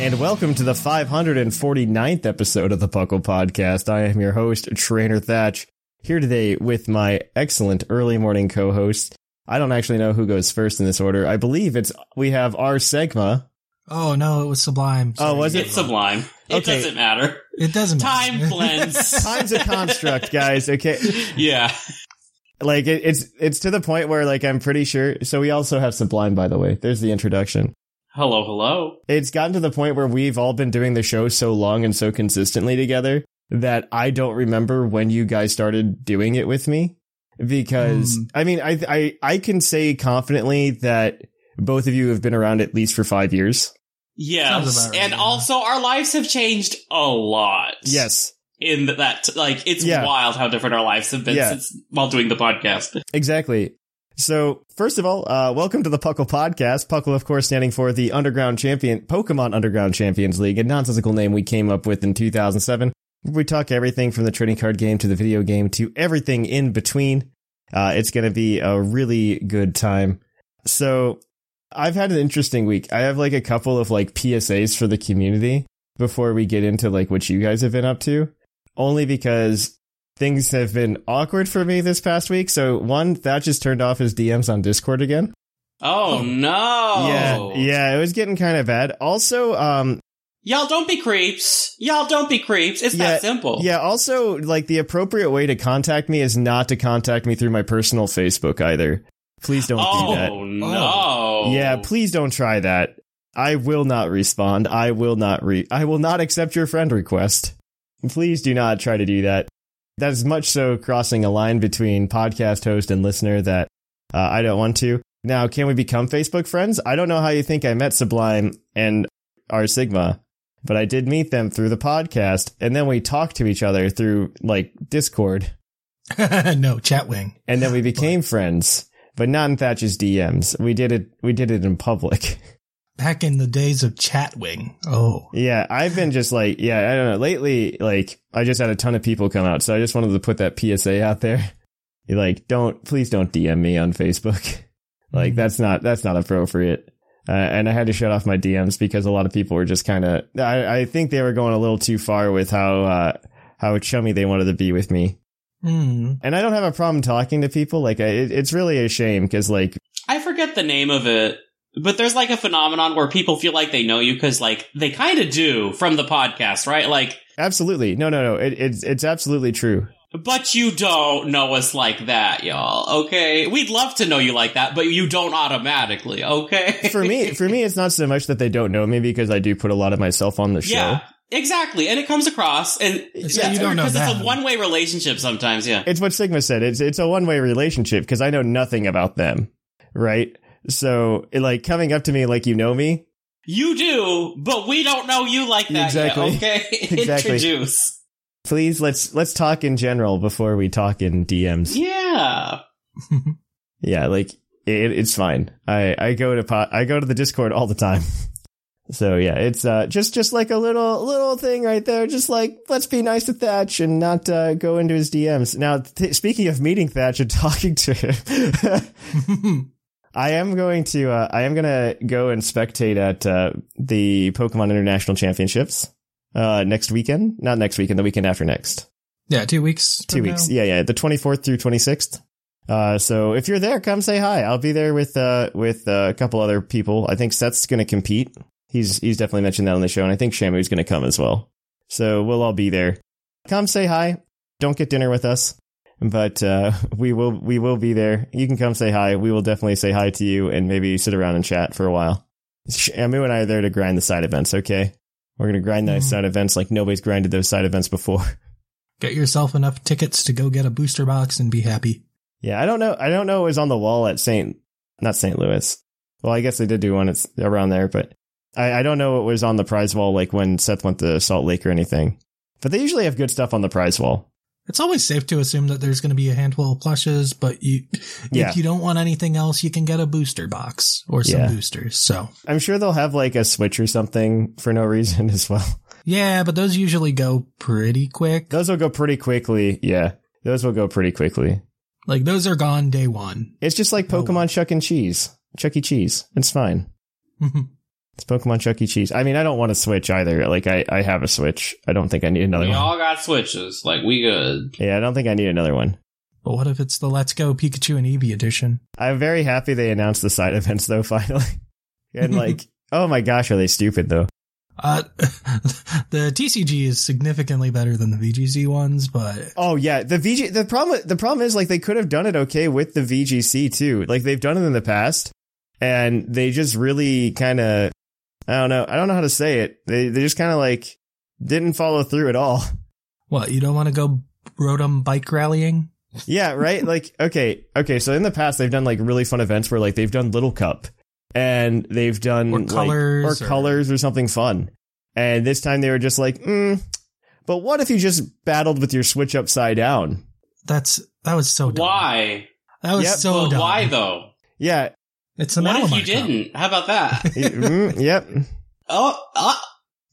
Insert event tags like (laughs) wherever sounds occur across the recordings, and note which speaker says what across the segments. Speaker 1: And welcome to the 549th episode of the Puckle Podcast. I am your host, Trainer Thatch, here today with my excellent early morning co host. I don't actually know who goes first in this order. I believe it's we have our Segma.
Speaker 2: Oh no, it was Sublime.
Speaker 1: Oh, was it?
Speaker 3: It's sublime. It
Speaker 1: Okay.
Speaker 3: doesn't matter.
Speaker 2: It doesn't matter.
Speaker 3: Time
Speaker 1: (laughs) (laughs)
Speaker 3: blends.
Speaker 1: Time's a construct, guys. Okay.
Speaker 3: yeah.
Speaker 1: Like it, it's it's to the point where like I'm pretty sure so we also have Sublime by the way. There's the introduction.
Speaker 3: Hello, hello.
Speaker 1: It's gotten to the point where we've all been doing the show so long and so consistently together that I don't remember when you guys started doing it with me. Because
Speaker 2: Hmm.
Speaker 1: I mean, I I I can say confidently that both of you have been around at least for five years.
Speaker 2: Sounds
Speaker 3: Yes.
Speaker 2: about right,
Speaker 3: And
Speaker 2: yeah.
Speaker 3: also, our lives have changed a lot.
Speaker 1: Yes,
Speaker 3: In that- that, like, it's
Speaker 1: Yeah.
Speaker 3: wild how different our lives have been
Speaker 1: Yeah.
Speaker 3: since while doing the podcast.
Speaker 1: exactly. So first of all, uh, welcome to the Puckle Podcast. Puckle, of course, standing for the Underground Champion Pokemon Underground Champions League, a nonsensical name we came up with in 2007. We talk everything from the trading card game to the video game to everything in between. Uh, it's going to be a really good time. So I've had an interesting week. I have like a couple of like PSAs for the community before we get into like what you guys have been up to, only because things have been awkward for me this past week. So one, Thatch just turned off his DMs on Discord again.
Speaker 3: Oh, no.
Speaker 1: Yeah, yeah, it was getting kind of bad. Also, um,
Speaker 3: Y'all don't be creeps. Y'all don't be creeps. It's
Speaker 1: Yeah,
Speaker 3: that simple.
Speaker 1: Yeah, also, like, the appropriate way to contact me is not to contact me through my personal Facebook either. Please don't do that.
Speaker 3: Oh, no.
Speaker 1: Yeah, please don't try that. I will not respond. I will not re I will not accept your friend request. Please do not try to do that. That is much so crossing a line between podcast host and listener that uh, I don't want to. Now, can we become Facebook friends? I don't know how you think I met Sublime and R Sigma, but I did meet them through the podcast and then we talked to each other through like Discord
Speaker 2: (laughs) no, Chatwing.
Speaker 1: and then we became friends, but not in Thatch's DMs. We did it we did it in public. (laughs)
Speaker 2: Back in the days of Chatwing. Oh.
Speaker 1: Yeah, I've been just like, yeah, I don't know. Lately, like, I just had a ton of people come out, so I just wanted to put that PSA out there. (laughs) You're like, don't, please don't DM me on Facebook. (laughs)
Speaker 4: Mm-hmm.
Speaker 1: like, that's not, that's not appropriate. Uh, and I had to shut off my DMs because a lot of people were just kind of, I, I think they were going a little too far with how, uh, how chummy they wanted to be with me.
Speaker 2: Hmm. (laughs)
Speaker 1: And I don't have a problem talking to people. Like, I, it, it's really a shame because, like,
Speaker 3: I forget the name of it, but there's like a phenomenon where people feel like they know you because, like, they kind of do from the podcast, right? Like,
Speaker 1: absolutely. No, no, no. It, it's, it's absolutely true.
Speaker 3: But you don't know us like that, y'all. Okay, we'd love to know you like that, but you don't automatically. Okay,
Speaker 1: for
Speaker 3: (laughs)
Speaker 1: me, for me, it's not so much that they don't know me because I do put a lot of myself on the show.
Speaker 3: yeah, exactly, and it comes across, and
Speaker 2: So you don't know
Speaker 3: because it's
Speaker 2: that.
Speaker 3: a one-way relationship sometimes. Yeah,
Speaker 1: It's what Sigma said. It's it's a one way relationship because I know nothing about them, right? So, it, like coming up to me like you know me,
Speaker 3: you do, but we don't know you like that.
Speaker 1: Exactly.
Speaker 3: Yet, okay, (laughs)
Speaker 1: Exactly.
Speaker 3: introduce.
Speaker 1: please let's let's talk in general before we talk in DMs. Yeah,
Speaker 3: Yeah,
Speaker 1: like it, it's fine. I I go to po- I go to the Discord all the time. (laughs) So yeah, it's uh just just like a little little thing right there. Just like let's be nice to Thatch and not uh, go into his DMs. Now, th- speaking of meeting Thatch and (laughs) talking to him. (laughs) I am going to uh, I am gonna go and spectate at uh, the Pokemon International Championships uh, next weekend. Not next weekend, the weekend after next.
Speaker 2: yeah, two weeks.
Speaker 1: Two weeks. Yeah, yeah. The twenty fourth through twenty sixth. Uh, so if you're there, come say hi. I'll be there with uh, with uh, a couple other people. I think Seth's gonna compete. He's he's definitely mentioned that on the show, and I think Shamu's gonna come as well. So we'll all be there. Come say hi. Don't get dinner with us but uh, (laughs) we will we will be there. You can come say hi. We will definitely say hi to you and maybe sit around and chat for a while. Shamu and I are there to grind the side events. Okay, we're gonna grind those
Speaker 2: Mhm.
Speaker 1: side events like nobody's grinded those side events before.
Speaker 2: Get yourself enough tickets to go get a booster box and be happy.
Speaker 1: Yeah, I don't know. I don't know. It was on the wall at Saint, not St. Louis. Well, I guess they did do one. It's around there, but I, I don't know what was on the prize wall like when Seth went to Salt Lake or anything, but they usually have good stuff on the prize wall.
Speaker 4: It's always safe to assume that there's going to be a handful of plushes, but you,
Speaker 1: Yeah.
Speaker 4: if you don't want anything else, you can get a booster box or some
Speaker 1: Yeah.
Speaker 4: boosters. So
Speaker 1: I'm sure they'll have like a switch or something for no (laughs) reason as well.
Speaker 4: yeah, but those usually go pretty quick.
Speaker 1: Those will go pretty quickly. Yeah, those will go pretty quickly.
Speaker 4: Like those are gone day one.
Speaker 1: It's just like
Speaker 4: Oh.
Speaker 1: Pokemon Chuck and Cheese, Chuck E. Cheese. It's fine.
Speaker 4: Mm-hmm.
Speaker 1: It's Pokemon Chuck E. Cheese. I mean, I don't want to switch either. Like, I, I have a Switch. I don't think I need another
Speaker 3: We
Speaker 1: one.
Speaker 3: all got switches. Like we good.
Speaker 1: yeah, I don't think I need another one.
Speaker 4: but what if it's the Let's Go Pikachu and Eevee edition?
Speaker 1: I'm very happy they announced the side (laughs) events though, finally. and (laughs) like, oh my gosh, are they stupid though?
Speaker 4: Uh, (laughs) the TCG is significantly better than the VGZ ones, but
Speaker 1: Oh yeah, the VG. The problem. The problem is like they could have done it okay with the VGC too. Like they've done it in the past, and they just really kind of. I don't know. I don't know how to say it. They they just kind of like didn't follow through at all. (laughs)
Speaker 4: what you don't want to go Rotom bike rallying? (laughs)
Speaker 1: yeah, right? Like, okay, okay. So in the past, they've done like really fun events where like they've done Little Cup and they've done
Speaker 4: Or
Speaker 1: like,
Speaker 4: colors
Speaker 1: or,
Speaker 4: or-
Speaker 1: colors or something fun. And this time they were just like, mm, but what if you just battled with your Switch upside down?
Speaker 4: That's that was so dumb.
Speaker 3: Why?
Speaker 4: That was
Speaker 1: Yep,
Speaker 4: so
Speaker 3: But
Speaker 4: dumb.
Speaker 3: why though?
Speaker 1: Yeah.
Speaker 4: It's an
Speaker 3: what if you
Speaker 4: Alamar cup.
Speaker 3: didn't? How about that? (laughs)
Speaker 4: (laughs)
Speaker 1: Mm, yep.
Speaker 3: oh, uh,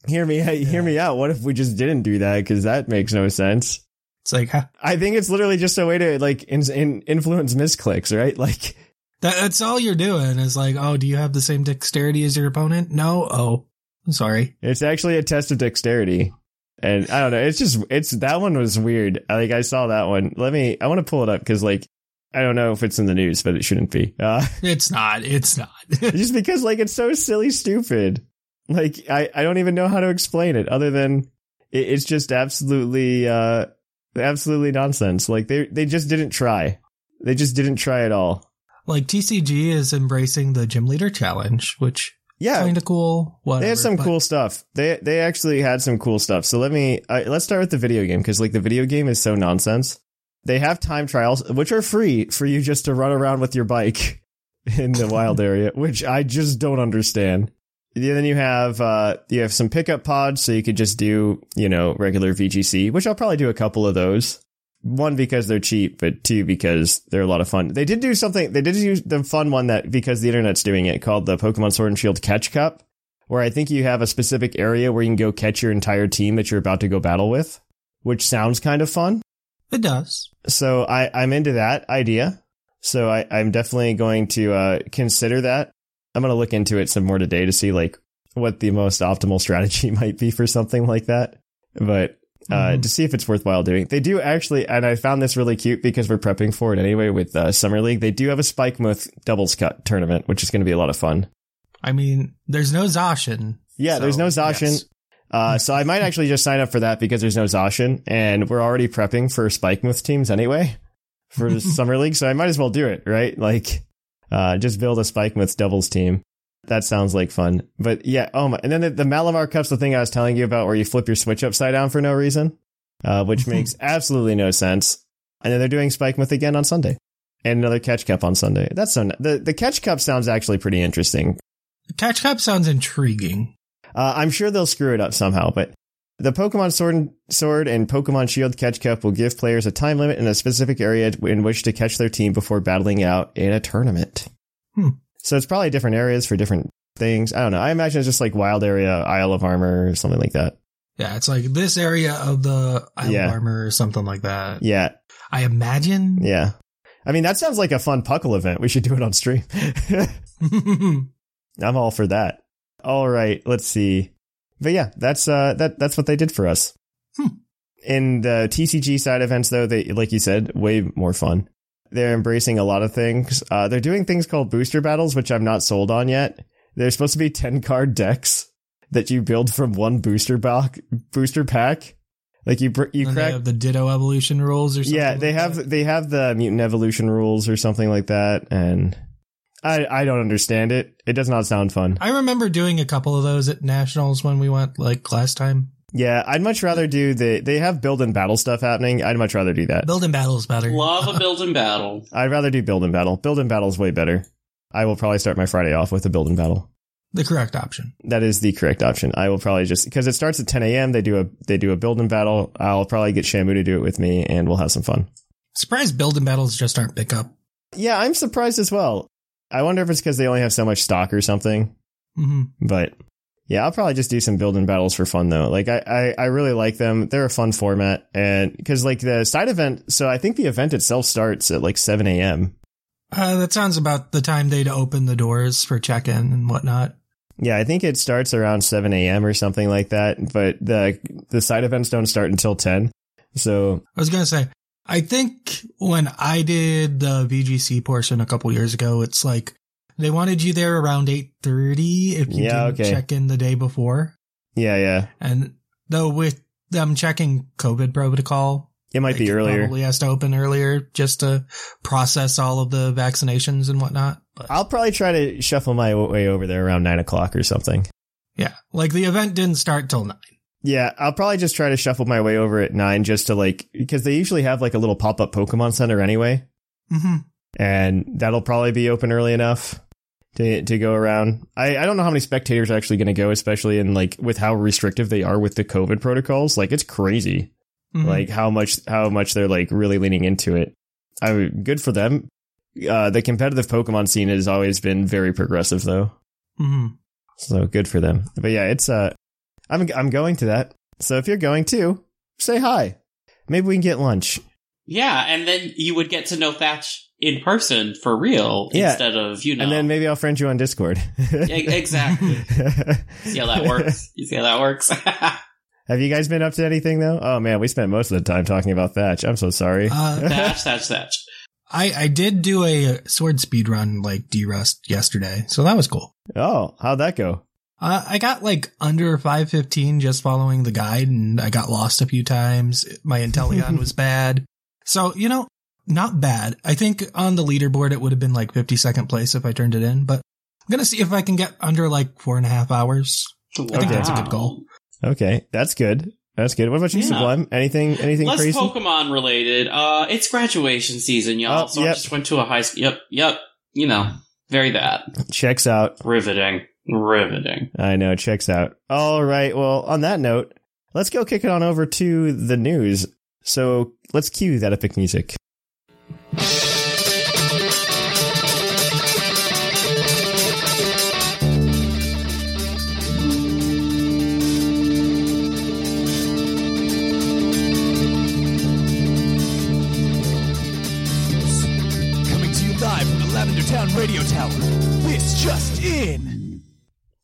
Speaker 1: Hear me, hear me out. What if we just didn't do that? Because that makes no sense.
Speaker 4: It's like (laughs) huh,
Speaker 1: I think it's literally just a way to like in, in influence misclicks, right? (laughs) Like,
Speaker 4: that, that's all you're doing is like, oh, do you have the same dexterity as your opponent? No. Oh, I'm sorry.
Speaker 1: It's actually a test of dexterity. And I don't know. It's just it's that one was weird. I- Like I saw that one. Let me. I want to pull it up because like I don't know if it's in the news, but it shouldn't be. Uh, (laughs)
Speaker 4: It's not. It's not. (laughs)
Speaker 1: just because like it's so silly, stupid. Like I I don't even know how to explain it other than it, it's just absolutely uh absolutely nonsense. Like they they just didn't try. They just didn't try at all.
Speaker 4: like TCG is embracing the gym leader challenge, which
Speaker 1: Yeah,
Speaker 4: kind of cool. Whatever,
Speaker 1: they had some
Speaker 4: but-
Speaker 1: cool stuff. They they actually had some cool stuff. So let me I let's start with the video game because like the video game is so nonsense. They have time trials which are free for you just to run around with your bike (laughs) in
Speaker 4: (laughs)
Speaker 1: the wild area, which I just don't understand. Yeah, then you have uh you have some pickup pods, so you could just do you know regular VGC, which I'll probably do a couple of those. One because they're cheap, but two because they're a lot of fun. They did do something. They did do the fun one that because the internet's doing it called the Pokemon Sword and Shield Catch Cup where I think you have a specific area where you can go catch your entire team that you're about to go battle with, which sounds kind of fun.
Speaker 4: It does.
Speaker 1: So I, I'm into that idea. So I, I'm definitely going to uh, consider that. I'm going to look into it some more today to see like what the most optimal strategy (laughs) might be for something like that. But uh,
Speaker 4: Mhm.
Speaker 1: to see if it's worthwhile doing, they do actually, and I found this really cute because we're prepping for it anyway with uh, summer league. They do have a Spike Moth doubles cut tournament, which is going to be a lot of fun.
Speaker 4: I mean, there's no Zacian.
Speaker 1: Yeah,
Speaker 4: so,
Speaker 1: there's no Zacian.
Speaker 4: yes. (laughs)
Speaker 1: Uh, so I might actually just sign up for that because there's no Zacian, and we're already prepping for Spike Moth teams anyway
Speaker 4: (laughs)
Speaker 1: for the summer league. So I might as well do it, right? Like, uh, just build a Spike Moth doubles team. That sounds like fun. But yeah, oh my! And then the, the Malamar Cup's the thing I was telling you about, where you flip your switch upside down for no reason,
Speaker 4: (laughs)
Speaker 1: uh, which makes absolutely no sense. And then they're doing Spike Moth again on Sunday, and another Catch Cup on Sunday. That's so n the the Catch Cup sounds actually pretty interesting
Speaker 4: Catch Cup sounds intriguing.
Speaker 1: uh, I'm sure they'll screw it up somehow, but the Pokemon Sword and, Sword and Pokemon Shield Catch Cup will give players a time limit in a specific area in which to catch their team before battling it out in a tournament.
Speaker 4: Hmm.
Speaker 1: So it's probably different areas for different things. I don't know. I imagine it's just like Wild Area, Isle of Armor, or something like that.
Speaker 4: Yeah, it's like this area of the Isle
Speaker 1: Yeah.
Speaker 4: of Armor or something like that.
Speaker 1: Yeah,
Speaker 4: I imagine.
Speaker 1: yeah. I mean, that sounds like a fun Puckle event. We should do it on stream. (laughs)
Speaker 4: (laughs)
Speaker 1: I'm all for that. All right, let's see. But yeah, that's uh that that's what they did for us.
Speaker 4: Hmm.
Speaker 1: In the TCG side events though, they like you said, way more fun. They're embracing a lot of things. Uh they're doing things called booster battles, which I'm not sold on yet. They're supposed to be 10 card decks that you build from one booster box booster pack. Like you br- you
Speaker 4: And they
Speaker 1: crack
Speaker 4: have the Ditto evolution rules or something.
Speaker 1: yeah, they
Speaker 4: like
Speaker 1: have
Speaker 4: that.
Speaker 1: they have the mutant evolution rules or something like that and I I don't understand it. It does not sound fun.
Speaker 4: I remember doing a couple of those at nationals when we went like last time.
Speaker 1: Yeah, I'd much rather do the. They have build and battle stuff happening. I'd much rather do that.
Speaker 4: Building battles better.
Speaker 3: love a build and battle.
Speaker 1: I'd rather do build and battle. Build and battle's way better. I will probably start my Friday off with a build and battle.
Speaker 4: the correct option.
Speaker 1: That is the correct option. I will probably just because it starts at 10 a.m. They do a they do a build and battle. I'll probably get Shamu to do it with me, and we'll have some fun.
Speaker 4: Surprised build and battles just aren't pickup.
Speaker 1: Yeah, I'm surprised as well. I wonder if it's because they only have so much stock or something.
Speaker 4: Mm-hmm.
Speaker 1: But yeah, I'll probably just do some build and battles for fun though. Like I, I, I really like them. They're a fun format, and because like the side event. So I think the event itself starts at like 7 a.m.
Speaker 4: Uh, that sounds about the time they'd open the doors for check in and whatnot.
Speaker 1: Yeah, I think it starts around 7 a.m. or something like that. But the the side events don't start until 10. So
Speaker 4: I was gonna say, I think when I did the VGC portion a couple years ago, it's like they wanted you there around eight thirty if you
Speaker 1: Yeah,
Speaker 4: didn't
Speaker 1: okay.
Speaker 4: check in the day before.
Speaker 1: yeah, yeah,
Speaker 4: And though with them checking COVID protocol,
Speaker 1: it might
Speaker 4: they
Speaker 1: be earlier.
Speaker 4: Probably has to open earlier just to process all of the vaccinations and whatnot. But
Speaker 1: I'll probably try to shuffle my way over there around nine o'clock or something.
Speaker 4: yeah, like the event didn't start till nine.
Speaker 1: Yeah, I'll probably just try to shuffle my way over at nine just to like because they usually have like a little pop up Pokemon Center anyway,
Speaker 4: Mm-hmm.
Speaker 1: and that'll probably be open early enough to to go around. I, I don't know how many spectators are actually going to go, especially in like with how restrictive they are with the COVID protocols. Like it's crazy,
Speaker 3: Mm-hmm.
Speaker 1: like how much how much they're like really leaning into it. I mean, good for them. Uh, the competitive Pokemon scene has always been very progressive though.
Speaker 4: hmm
Speaker 1: So good for them. But yeah, it's uh I'm I'm going to that. So if you're going too, say hi. Maybe we can get lunch.
Speaker 3: Yeah, and then you would get to know Thatch in person for real
Speaker 1: Yeah.
Speaker 3: instead of you know.
Speaker 1: And then maybe I'll friend you on Discord.
Speaker 3: (laughs)
Speaker 1: (laughs)
Speaker 3: E- (laughs) exactly. See how that works. You see how that works. (laughs)
Speaker 1: Have you guys been up to anything though? Oh man, we spent most of the time talking about Thatch. I'm so sorry.
Speaker 4: Uh,
Speaker 3: thatch, thatch, thatch.
Speaker 4: I I did do a sword speed run like D Rust yesterday, so that was cool.
Speaker 1: oh, how'd that go?
Speaker 4: Uh, I got like under 515 just following the guide and I got lost a few times. My Inteleon was bad. So, you know, not bad. I think on the leaderboard it would have been like 52nd place if I turned it in, but I'm going to see if I can get under like four and a half hours. I think that's a good goal.
Speaker 1: Okay, that's good. That's good. What about you,
Speaker 3: Yeah.
Speaker 1: Sublime? Anything anything
Speaker 3: Less
Speaker 1: crazy?
Speaker 3: Pokemon related. Uh, it's graduation season, y'all.
Speaker 1: Oh,
Speaker 3: so I
Speaker 1: yep.
Speaker 3: just went to a high school. Yep, yep. You know, very that
Speaker 1: Checks out.
Speaker 3: riveting, riveting.
Speaker 1: I know. Checks out. All right. Well, on that note, let's go kick it on over to the news. So let's cue that epic music.
Speaker 5: Coming to you live from the Lavender Town Radio Tower. This just in.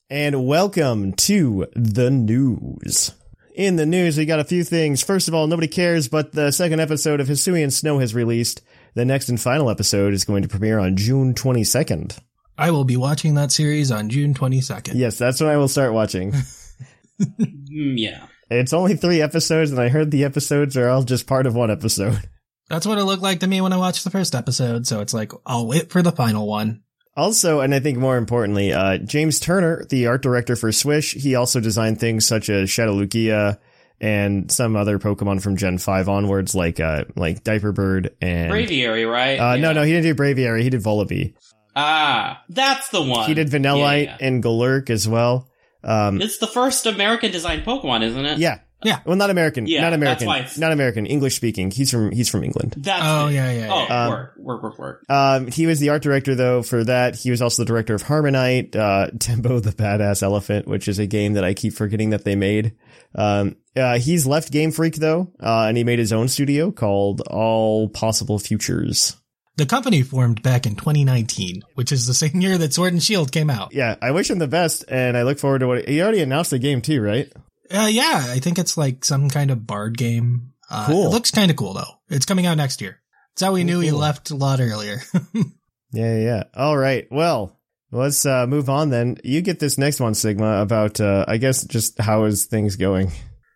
Speaker 1: And welcome to the news. In the news, we got a few things. First of all, nobody cares, but the second episode of Hisui and Snow has released. The next and final episode is going to premiere on June 22nd.
Speaker 4: I will be watching that series on June 22nd.
Speaker 1: Yes, that's when I will start watching.
Speaker 3: Mm, yeah.
Speaker 1: it's only three episodes, and I heard the episodes are all just part of one episode. (laughs)
Speaker 4: That's what it looked like to me when I watched the first episode. So it's like, I'll wait for the final one.
Speaker 1: Also, and I think more importantly, uh, James Turner, the art director for Swish, he also designed things such as Shadow Lugia and some other Pokemon from Gen Five onwards, like uh, like Diaper Bird and.
Speaker 3: Braviary, right?
Speaker 1: Uh, No,
Speaker 3: Yeah.
Speaker 1: no, he didn't do Braviary. He did Volibee.
Speaker 3: Ah, that's the one.
Speaker 1: He did Vanillite
Speaker 3: Yeah, yeah.
Speaker 1: and Galurk as well. Um,
Speaker 3: It's the first American designed Pokemon, isn't it?
Speaker 1: yeah,
Speaker 4: Yeah.
Speaker 1: Well, not American.
Speaker 3: Yeah,
Speaker 1: not
Speaker 3: that's
Speaker 1: American.
Speaker 3: why it's-
Speaker 1: Not American. English speaking. He's from he's from England.
Speaker 3: That's
Speaker 4: Oh,
Speaker 3: it.
Speaker 4: yeah, yeah, yeah.
Speaker 3: Oh,
Speaker 1: Um,
Speaker 3: work, work, work, work.
Speaker 1: Um, he was the art director though for that. He was also the director of Harmonite, uh, (laughs) Tembo the Badass Elephant, which is a game that I keep forgetting that they made. Um, uh, he's left Game Freak though, uh, and he made his own studio called All Possible Futures.
Speaker 4: The company formed back in 2019, which is the (laughs) same year that Sword and Shield came out.
Speaker 1: Yeah, I wish him the best, and I look forward to what he already announced the game too, right?
Speaker 4: Uh, yeah, I think it's like some kind of bard game. Uh,
Speaker 1: Cool.
Speaker 4: It looks kind of cool though. It's coming out next year. That's how we knew he
Speaker 1: cool.
Speaker 4: left a lot earlier. (laughs)
Speaker 1: Yeah, yeah, yeah. All right. Well, let's uh, move on then. You get this next one, Sigma, about uh, I guess just how is things going?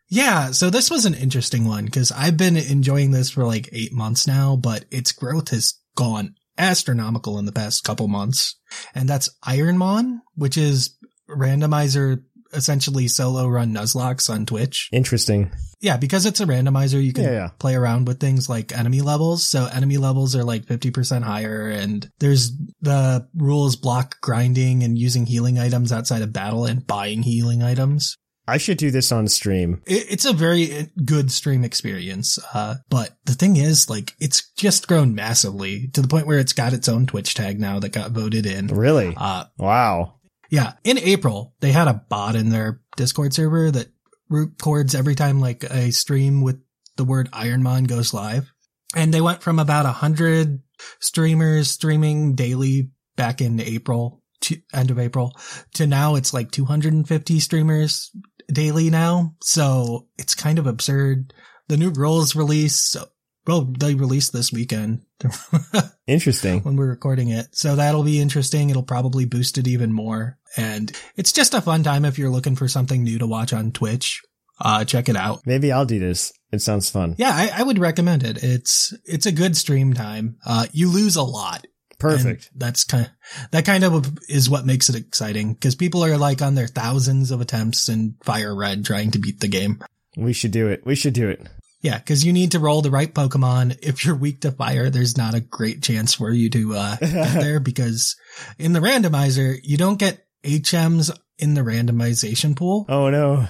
Speaker 4: yeah, so this was an interesting one because I've been enjoying this for like eight months now, but its growth has gone astronomical in the past couple months. And that's Ironmon, which is randomizer essentially solo run Nuzlocks on Twitch.
Speaker 1: Interesting.
Speaker 4: Yeah, because it's a randomizer, you can
Speaker 1: Yeah, yeah.
Speaker 4: play around with things like enemy levels. So enemy levels are like 50% higher and there's the rules block grinding and using healing items outside of battle and buying healing items.
Speaker 1: I should do this on stream.
Speaker 4: It, it's a very good stream experience. Uh, but the thing is, like, it's just grown massively to the point where it's got its own Twitch tag now that got voted in.
Speaker 1: Really?
Speaker 4: Uh,
Speaker 1: Wow.
Speaker 4: yeah. In April, they had a bot in their Discord server that records every time like a stream with the word Ironmon goes live. And they went from about a hundred streamers streaming daily back in April to end of April to now it's like 250 streamers daily now. So it's kind of absurd. The new rules release. So, well, they released this weekend. (laughs)
Speaker 1: Interesting.
Speaker 4: when we're recording it. So that'll be interesting. It'll probably boost it even more. And it's just a fun time if you're looking for something new to watch on Twitch. Uh, check it out.
Speaker 1: Maybe I'll do this. It sounds fun.
Speaker 4: Yeah, I, I would recommend it. It's, it's a good stream time. Uh, you lose a lot. And
Speaker 1: Perfect.
Speaker 4: that's kind that kind of is what makes it exciting because people are like on their thousands of attempts in Fire Red trying to beat the game.
Speaker 1: We should do it. We should do it.
Speaker 4: Yeah, because you need to roll the right Pokemon. If you're weak to fire, there's not a great chance for you to uh, get there because in the randomizer, you don't get HMs in the randomization pool.
Speaker 1: Oh no.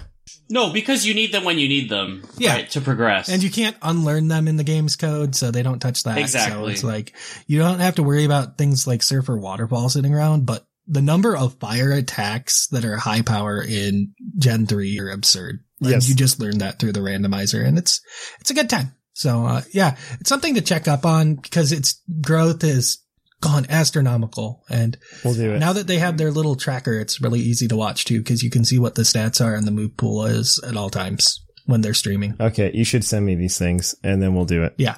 Speaker 3: No, because you need them when you need them.
Speaker 4: Yeah.
Speaker 3: Right, to progress.
Speaker 4: And you can't unlearn them in the game's code, so they don't touch that. So
Speaker 3: Exactly.
Speaker 4: it's like you don't have to worry about things like Surf or Waterfall sitting around, but the number of fire attacks that are high power in Gen 3 are absurd. And
Speaker 1: Yes.
Speaker 4: you just learned that through the randomizer and it's it's a good time. So uh, yeah, it's something to check up on because its growth is gone astronomical and
Speaker 1: We'll do it.
Speaker 4: now that they have their little tracker, it's really easy to watch too because you can see what the stats are and the move pool is at all times when they're streaming.
Speaker 1: Okay, you should send me these things and then we'll do
Speaker 4: (laughs)
Speaker 1: it.
Speaker 4: Yeah.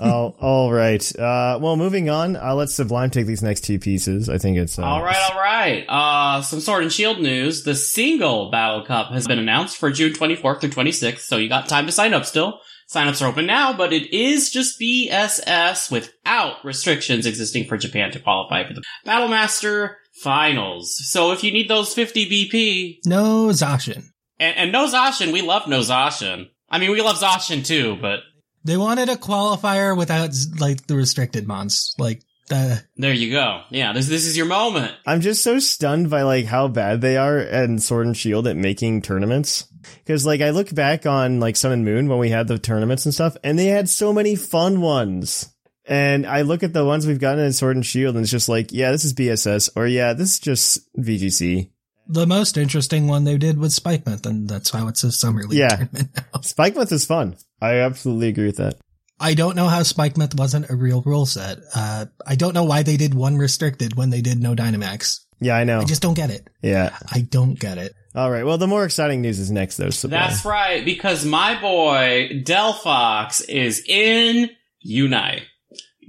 Speaker 1: oh, all right. Uh, well, moving on, uh, let Sublime take these next two pieces. I think it's. Uh,
Speaker 3: all right, all right. Uh, some Sword and Shield news. The single Battle Cup has been announced for June 24th through 26th, so you got time to sign up still. Signups are open now, but it is just BSS without restrictions existing for Japan to qualify for the Battlemaster Finals. So if you need those 50 BP,
Speaker 4: No Zacian.
Speaker 3: and, and no Zacian, we love no Zacian. I mean, we love Zacian too, but
Speaker 4: They wanted a qualifier without like the restricted mons, like the
Speaker 3: there you go. Yeah, this, this is your moment.
Speaker 1: I'm just so stunned by like how bad they are and Sword and Shield at making tournaments. Because like I look back on like Sun and Moon when we had the tournaments and stuff, and they had so many fun ones. And I look at the ones we've gotten in Sword and Shield, and it's just like, yeah, this is BSS, or yeah, this is just VGC.
Speaker 4: the most interesting one they did was Spike Month, and that's how it's a summer league
Speaker 1: Yeah.
Speaker 4: tournament now.
Speaker 1: Spike Month is fun. I absolutely agree with that.
Speaker 4: I don't know how Spike Month wasn't a real rule set. Uh, I don't know why they did one restricted when they did no Dynamax.
Speaker 1: Yeah, I know.
Speaker 4: I just don't get it.
Speaker 1: yeah.
Speaker 4: I don't get it.
Speaker 1: All right. Well, the more exciting news is next, though. So
Speaker 3: That's right, because my boy Del Fox is in Unite.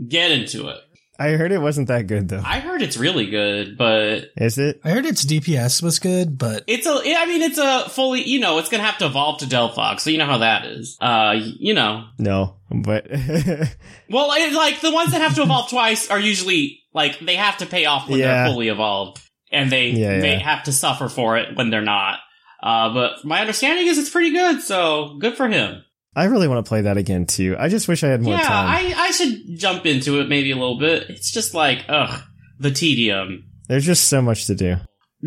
Speaker 3: Get into it.
Speaker 1: I heard it wasn't that good, though.
Speaker 3: I heard it's really good, but
Speaker 1: Is it?
Speaker 4: I heard its DPS was good, but
Speaker 3: it's a. I mean, it's a fully. You know, it's gonna have to evolve to Del Fox, so you know how that is. Uh, y- you know,
Speaker 1: No, but (laughs)
Speaker 3: well, it, like the ones that have to evolve (laughs) twice are usually like they have to pay off when
Speaker 1: Yeah.
Speaker 3: they're fully evolved, and they
Speaker 1: Yeah,
Speaker 3: they
Speaker 1: yeah.
Speaker 3: have to suffer for it when they're not. Uh, but my understanding is it's pretty good, so good for him.
Speaker 1: I really want to play that again too. I just wish I had more
Speaker 3: yeah,
Speaker 1: time.
Speaker 3: I, I should jump into it maybe a little bit. It's just like, ugh, the tedium.
Speaker 1: There's just so much to do.
Speaker 3: Uh,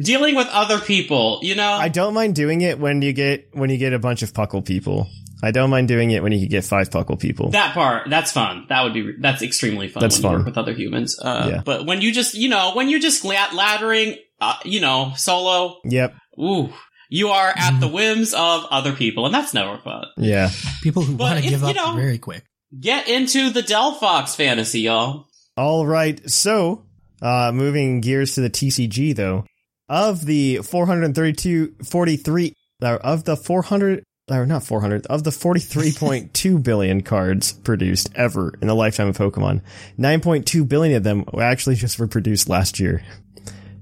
Speaker 3: Dealing with other people, you know?
Speaker 1: I don't mind doing it when you get when you get a bunch of puckle people. I don't mind doing it when you can get five puckle people.
Speaker 3: that part, that's fun. That would be, that's extremely fun
Speaker 1: That's
Speaker 3: when
Speaker 1: fun.
Speaker 3: you work with other humans. Uh,
Speaker 1: Yeah.
Speaker 3: But when you just, you know, when you're just la- laddering, uh, you know, solo,
Speaker 1: yep.
Speaker 3: ooh, you are
Speaker 1: (laughs)
Speaker 3: at the whims of other people, and that's never fun.
Speaker 1: Yeah.
Speaker 4: people who
Speaker 3: But
Speaker 4: want to
Speaker 3: if-
Speaker 4: give
Speaker 3: you
Speaker 4: up
Speaker 3: know-
Speaker 4: very quick.
Speaker 3: Get into the Del Fox fantasy, y'all.
Speaker 1: All right. So, uh, moving gears to the TCG though, of the 432, 43, uh, of the 400, or not 400, of the 43.2 billion cards produced ever in the lifetime of Pokemon, 9.2 billion of them were actually just were produced last year.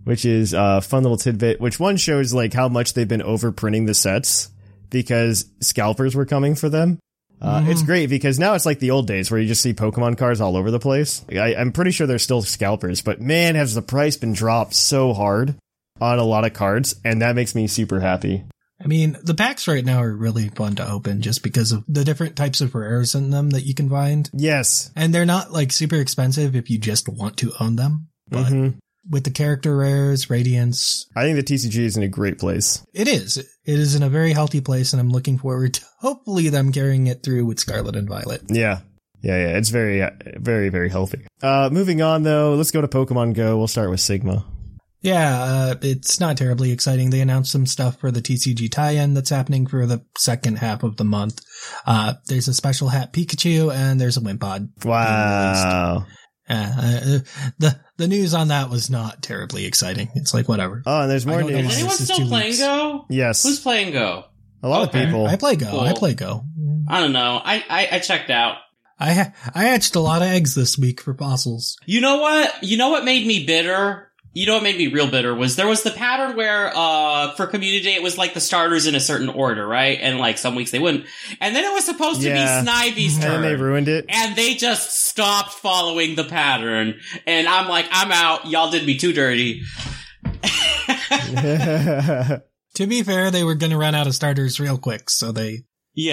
Speaker 1: Which is a fun little tidbit, which one shows like how much they've been overprinting the sets because scalpers were coming for them. Uh,
Speaker 3: Mm-hmm.
Speaker 1: It's great because now it's like the old days where you just see Pokemon cards all over the place. I, I'm pretty sure they're still scalpers, but man, has the price been dropped so hard. on a lot of cards, and that makes me super happy.
Speaker 4: I mean, the packs right now are really fun to open just because of the different types of rares in them that you can find.
Speaker 1: Yes.
Speaker 4: And they're not like super expensive if you just want to own them. But
Speaker 3: Mm-hmm.
Speaker 1: Mhm.
Speaker 4: with the character rares, Radiance,
Speaker 1: I think the TCG is in a great place.
Speaker 4: it is. It is in a very healthy place, and I'm looking forward to hopefully them carrying it through with Scarlet and Violet.
Speaker 1: Yeah. Yeah, yeah. It's very, uh, very, very healthy. Uh, moving on though, let's go to Pokemon Go. We'll start with Sigma.
Speaker 4: Yeah, uh, it's not terribly exciting. They announced some stuff for the TCG tie-in that's happening for the second half of the month. Uh, there's a special hat Pikachu and there's a Wimpod.
Speaker 1: Wow.
Speaker 4: Uh, uh, the the news on that was not terribly exciting. It's like whatever.
Speaker 1: Oh, and there's
Speaker 4: I
Speaker 1: more
Speaker 4: don't know
Speaker 3: Is
Speaker 4: why.
Speaker 1: news.
Speaker 3: anyone
Speaker 4: this is
Speaker 3: still
Speaker 4: two
Speaker 3: playing
Speaker 4: weeks.
Speaker 3: Go? Who's
Speaker 1: Yes.
Speaker 3: playing Go?
Speaker 1: A lot
Speaker 3: Okay.
Speaker 1: of people.
Speaker 4: I play Go. I
Speaker 3: Cool.
Speaker 4: play Go.
Speaker 3: I don't know. I, I, I checked out.
Speaker 4: I ha- I hatched a lot of eggs this week for fossils.
Speaker 3: You know what? You know what made me bitter? You know what made me real bitter was there was the pattern where uh for community day it was like the starters in a certain order, right? And like some weeks they wouldn't. And then it was supposed
Speaker 1: Yeah.
Speaker 3: to be Snivy's
Speaker 1: and then
Speaker 3: turn.
Speaker 1: they ruined it.
Speaker 3: and they just stopped following the pattern. And I'm like, I'm out. Y'all did me too dirty.
Speaker 4: To be fair, they were going to run out of starters real quick, so they
Speaker 3: Yeah,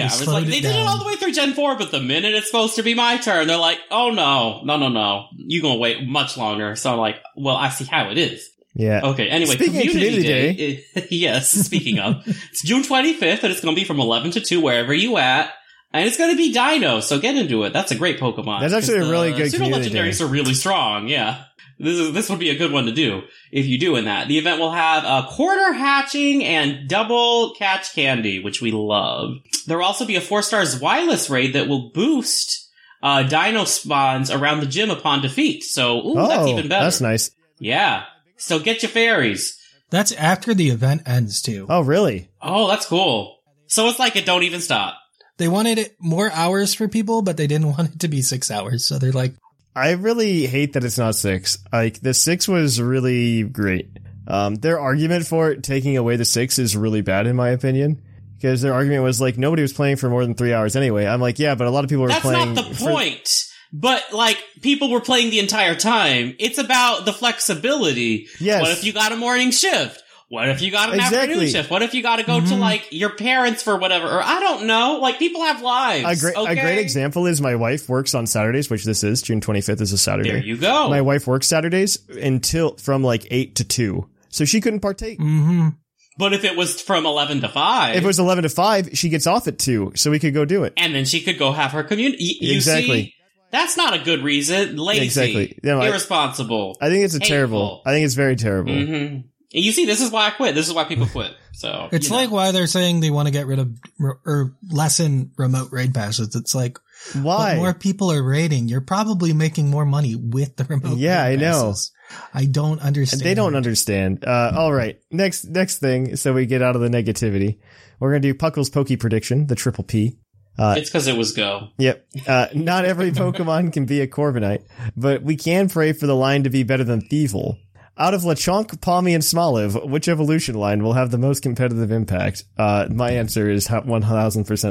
Speaker 4: They
Speaker 3: I was
Speaker 4: slowed
Speaker 3: like,
Speaker 4: it
Speaker 3: they did it
Speaker 4: down.
Speaker 3: all the way through Gen 4, but the minute it's supposed to be my turn, they're like, oh no, no, no, no. You're gonna wait much longer. So I'm like, well, I see how it is.
Speaker 1: (laughs) yeah.
Speaker 3: Okay, anyway,
Speaker 1: Speaking of
Speaker 3: Community,
Speaker 1: Community
Speaker 3: Day. i- (laughs) yes, speaking of. It's June 25th, and it's going to be from 11 to 2, wherever you at. And it's going to be Dino, so get into it. That's a great Pokemon.
Speaker 1: That's actually a
Speaker 3: 'cause
Speaker 1: really
Speaker 3: the
Speaker 1: good
Speaker 3: Pseudo
Speaker 1: Community Day.
Speaker 3: legendaries are really strong, yeah. This, is, this would be a good one to do if you do in that. The event will have a quarter hatching and double catch candy, which we love. There will also be a four star Zwilus raid that will boost uh, Dino spawns around the gym upon defeat. So, ooh,
Speaker 1: oh,
Speaker 3: that's even better.
Speaker 1: that's nice.
Speaker 3: Yeah. So get your fairies.
Speaker 4: That's after the event ends too.
Speaker 1: Oh, really?
Speaker 3: Oh, that's cool. So it's like it don't even stop.
Speaker 4: They wanted it more hours for people, but they didn't (laughs) want it to be six hours. So they're like,
Speaker 1: I really hate that it's not six. Like the six was really great. Um, their argument for it taking away the six is really bad in my opinion. Because their argument was like nobody was playing for more than three hours anyway. I'm like, yeah, but a lot of people were
Speaker 3: That's
Speaker 1: playing.
Speaker 3: not the
Speaker 1: for-
Speaker 3: point. But like people were playing the entire time. It's about the flexibility.
Speaker 1: Yes.
Speaker 3: What if you got a morning shift? What if you got an afternoon
Speaker 1: Exactly. Mm-hmm.
Speaker 3: shift? What if you got to go to like your parents for whatever? Or I don't know. Like people have
Speaker 1: a
Speaker 3: lives.
Speaker 1: great a
Speaker 3: okay?
Speaker 1: great example is my wife works on Saturdays, which this is June 25th is a Saturday.
Speaker 3: There you go.
Speaker 1: My wife works Saturdays until from like eight to two, so she couldn't partake.
Speaker 3: Mm.
Speaker 4: mm-hmm.
Speaker 3: but if it was from eleven to five,
Speaker 1: If it was eleven to five, she gets off at two, so we could go do it.
Speaker 3: and then she could go have her community. You
Speaker 1: Exactly.
Speaker 3: see, that's not a good reason. Lazy,
Speaker 1: Exactly. You know, I-
Speaker 3: irresponsible.
Speaker 1: I think it's a terrible.
Speaker 3: Hateful.
Speaker 1: I think it's very terrible.
Speaker 3: hmm And you see, this is why I quit. This is why people quit. So
Speaker 4: it's
Speaker 3: you know.
Speaker 4: like why they're saying they want to get rid of re- or lessen remote raid passes. It's like,
Speaker 1: Why?
Speaker 4: but more people are raiding. You're probably making more money with the remote.
Speaker 1: Yeah,
Speaker 4: raid
Speaker 1: I know.
Speaker 4: passes. I don't understand.
Speaker 1: They don't understand. Uh, all right, next next thing. So we get out of the negativity. We're gonna do Puckle's Pokey prediction, the triple P.
Speaker 3: it's because it was go.
Speaker 1: Yep. Uh, not every Pokemon can be a Corviknight, but we can pray for the line to be better than Thievul. Out of Lechonk, Palmy, and Smoliv, which evolution line will have the most competitive impact? Uh, my answer is hu- 1000%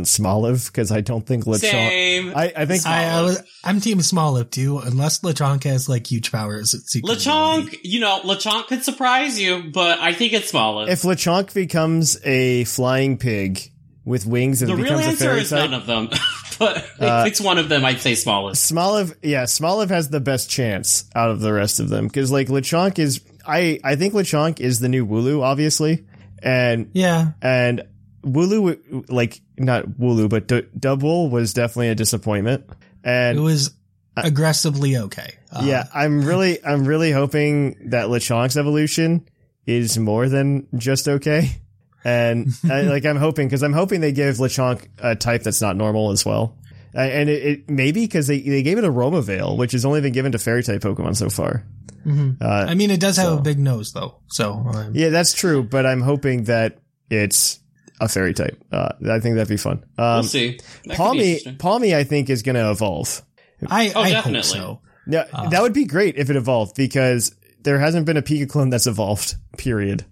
Speaker 1: Smoliv, because I don't think Lechonk.
Speaker 3: Same.
Speaker 1: I, I think
Speaker 4: I, I was, I'm team Smoliv too, unless Lechonk has like huge powers. At secret ability.
Speaker 3: Lechonk, you know, Lechonk could surprise you, but I think it's Smoliv.
Speaker 1: if Lechonk becomes a flying pig with wings and
Speaker 3: the real
Speaker 1: becomes a
Speaker 3: answer
Speaker 1: fairy Uh,
Speaker 3: is
Speaker 1: type,
Speaker 3: none of them, (laughs) but if it's one of them, I'd say Smoliv.
Speaker 1: Smoliv, yeah, Smoliv has the best chance out of the rest of them because like Lechonk is, I I think Lechonk is the new Wooloo, obviously, and
Speaker 4: Yeah.
Speaker 1: and Wooloo like not Wooloo but D- Dubwool was definitely a disappointment,
Speaker 4: It
Speaker 1: and
Speaker 4: was aggressively okay. Uh,
Speaker 1: Uh, yeah,
Speaker 3: Uh-huh. (laughs)
Speaker 1: I'm really I'm really hoping that Lechonk's evolution is more than just okay, and
Speaker 3: (laughs)
Speaker 1: I, like I'm hoping because I'm hoping they give Lechonk a type that's not normal as well. Uh, And it, it maybe because they, they gave it a Roma Veil, which has only been given to fairy type Pokemon so far.
Speaker 4: mhm.
Speaker 1: Uh,
Speaker 4: I mean, it does have
Speaker 1: so-
Speaker 4: a big nose though. So, um,
Speaker 1: yeah, that's true, but I'm hoping that it's a fairy type. Uh, I think that'd be fun. Um,
Speaker 3: we'll see. That could be
Speaker 1: Palmy,
Speaker 3: interesting.
Speaker 1: Palmy, I think is going to evolve.
Speaker 4: I,
Speaker 3: Oh,
Speaker 4: I
Speaker 3: definitely.
Speaker 4: hope so.
Speaker 1: No, that would be great if it evolved because there hasn't been a Pika clone that's evolved. (laughs) Period.